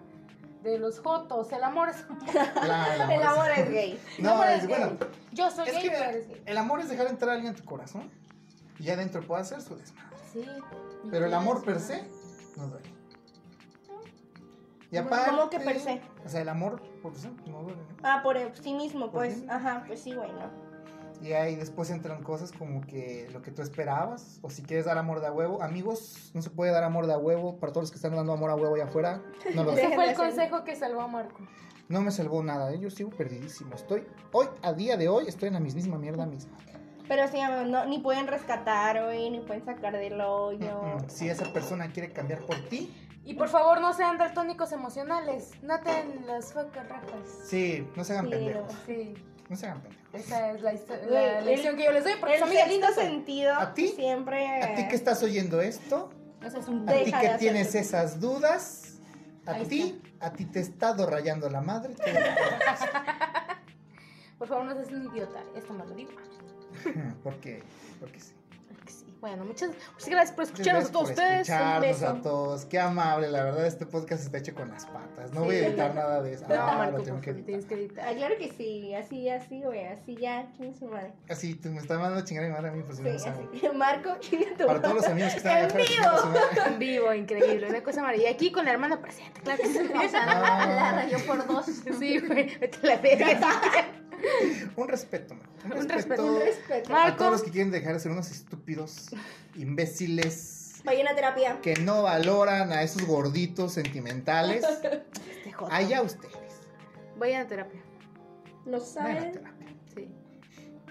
De los jotos, el amor es amor.
la-
El
el amor, es-
amor
*laughs*
es gay.
No,
amor
es,
es
bueno.
Yo soy
Es
gay, tú eres
que
gay.
el amor es dejar entrar a alguien en tu corazón y ya adentro puede hacer su desmadre.
Sí.
Pero el amor per se no duele. Y aparte,
¿Cómo que per se?
O sea, el amor por se no duele. ¿no?
Ah, por sí mismo,
Por
pues.
sí.
Ajá, pues sí, güey, no.
Y ahí después entran cosas como que lo que tú esperabas, o si quieres dar amor de a huevo. Amigos, no se puede dar amor de a huevo. Para todos los que están dando amor a huevo allá afuera,
*laughs*
no lo
Ese
sé.
Dejen
fue
de
el
hacer-
consejo que salvó a Marco.
No me salvó nada, ¿eh? yo sigo perdidísimo. Estoy, hoy, a día de hoy, estoy en la misma mierda misma.
Pero sí, amigos, no, ni pueden rescatar hoy, ni pueden sacar del hoyo.
Mm, mm. Si esa persona quiere cambiar por ti,
Y por favor, no sean daltónicos emocionales. No ten las fucking rajas.
sí, no se hagan
Sí,
pendejos.
Sí,
No se hagan pendejos.
esa es la, histo- la
Güey, el-
lección que yo les doy porque
El
su amiga
sexto
linda
¿eh?
soy.
sentido
¿A ti?
siempre.
A
Eh.
ti que estás oyendo esto,
O sea, es un
a ti
Deja de
que
hacer
tienes
tu-
esas dudas, a
Ahí
ti, a ti te he estado rayando la madre.
Por favor, no seas un idiota. Esto me lo digo.
*laughs* Porque, porque sí.
Porque sí. Bueno, muchas, muchas gracias por escucharnos
Muchas
a
gracias
todos
por
ustedes. Un
escucharnos
beso.
a todos. Qué amable, la verdad, este podcast está hecho con las patas. No voy a editar nada de eso.
No,
Ah,
Marco,
lo
por
tengo que
favor,
editar.
tienes que editar.
Ah, claro que sí, así, así, güey, así ya, chingue su madre.
Así, tú me estás mandando a chingar a mi madre a mí, por si no lo
Sí,
saben.
así. *laughs* Marco, chingue tu
Para todos los
madre.
amigos que están allá
¡En
afuera,
vivo!
chinguen a su
*laughs*
madre.
En vivo, increíble. Una cosa maravillosa. Y aquí con la hermana presente, claro que
*laughs*
sí.
Ah.
La rayó por dos.
Sí, güey. Vete a la verga.
*laughs*
Un respeto, man.
Un respeto,
Un respeto.
a todos
Marco.
los que quieren dejar de ser unos estúpidos, imbéciles,
Vayan a terapia.
que no valoran a esos gorditos sentimentales.
Este joto.
Allá ustedes.
Vayan a terapia.
No
Vayan a
saben
terapia.
Sí.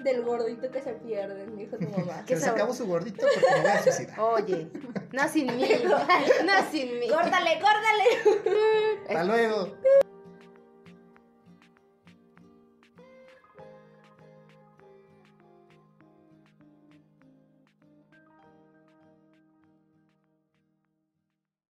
del gordito que se pierden, dijo tu mamá.
Que se acabó su gordito porque me voy a suicidar.
Oye, no sin mí. No sin mí.
¡Córtale, córtale!
Hasta luego.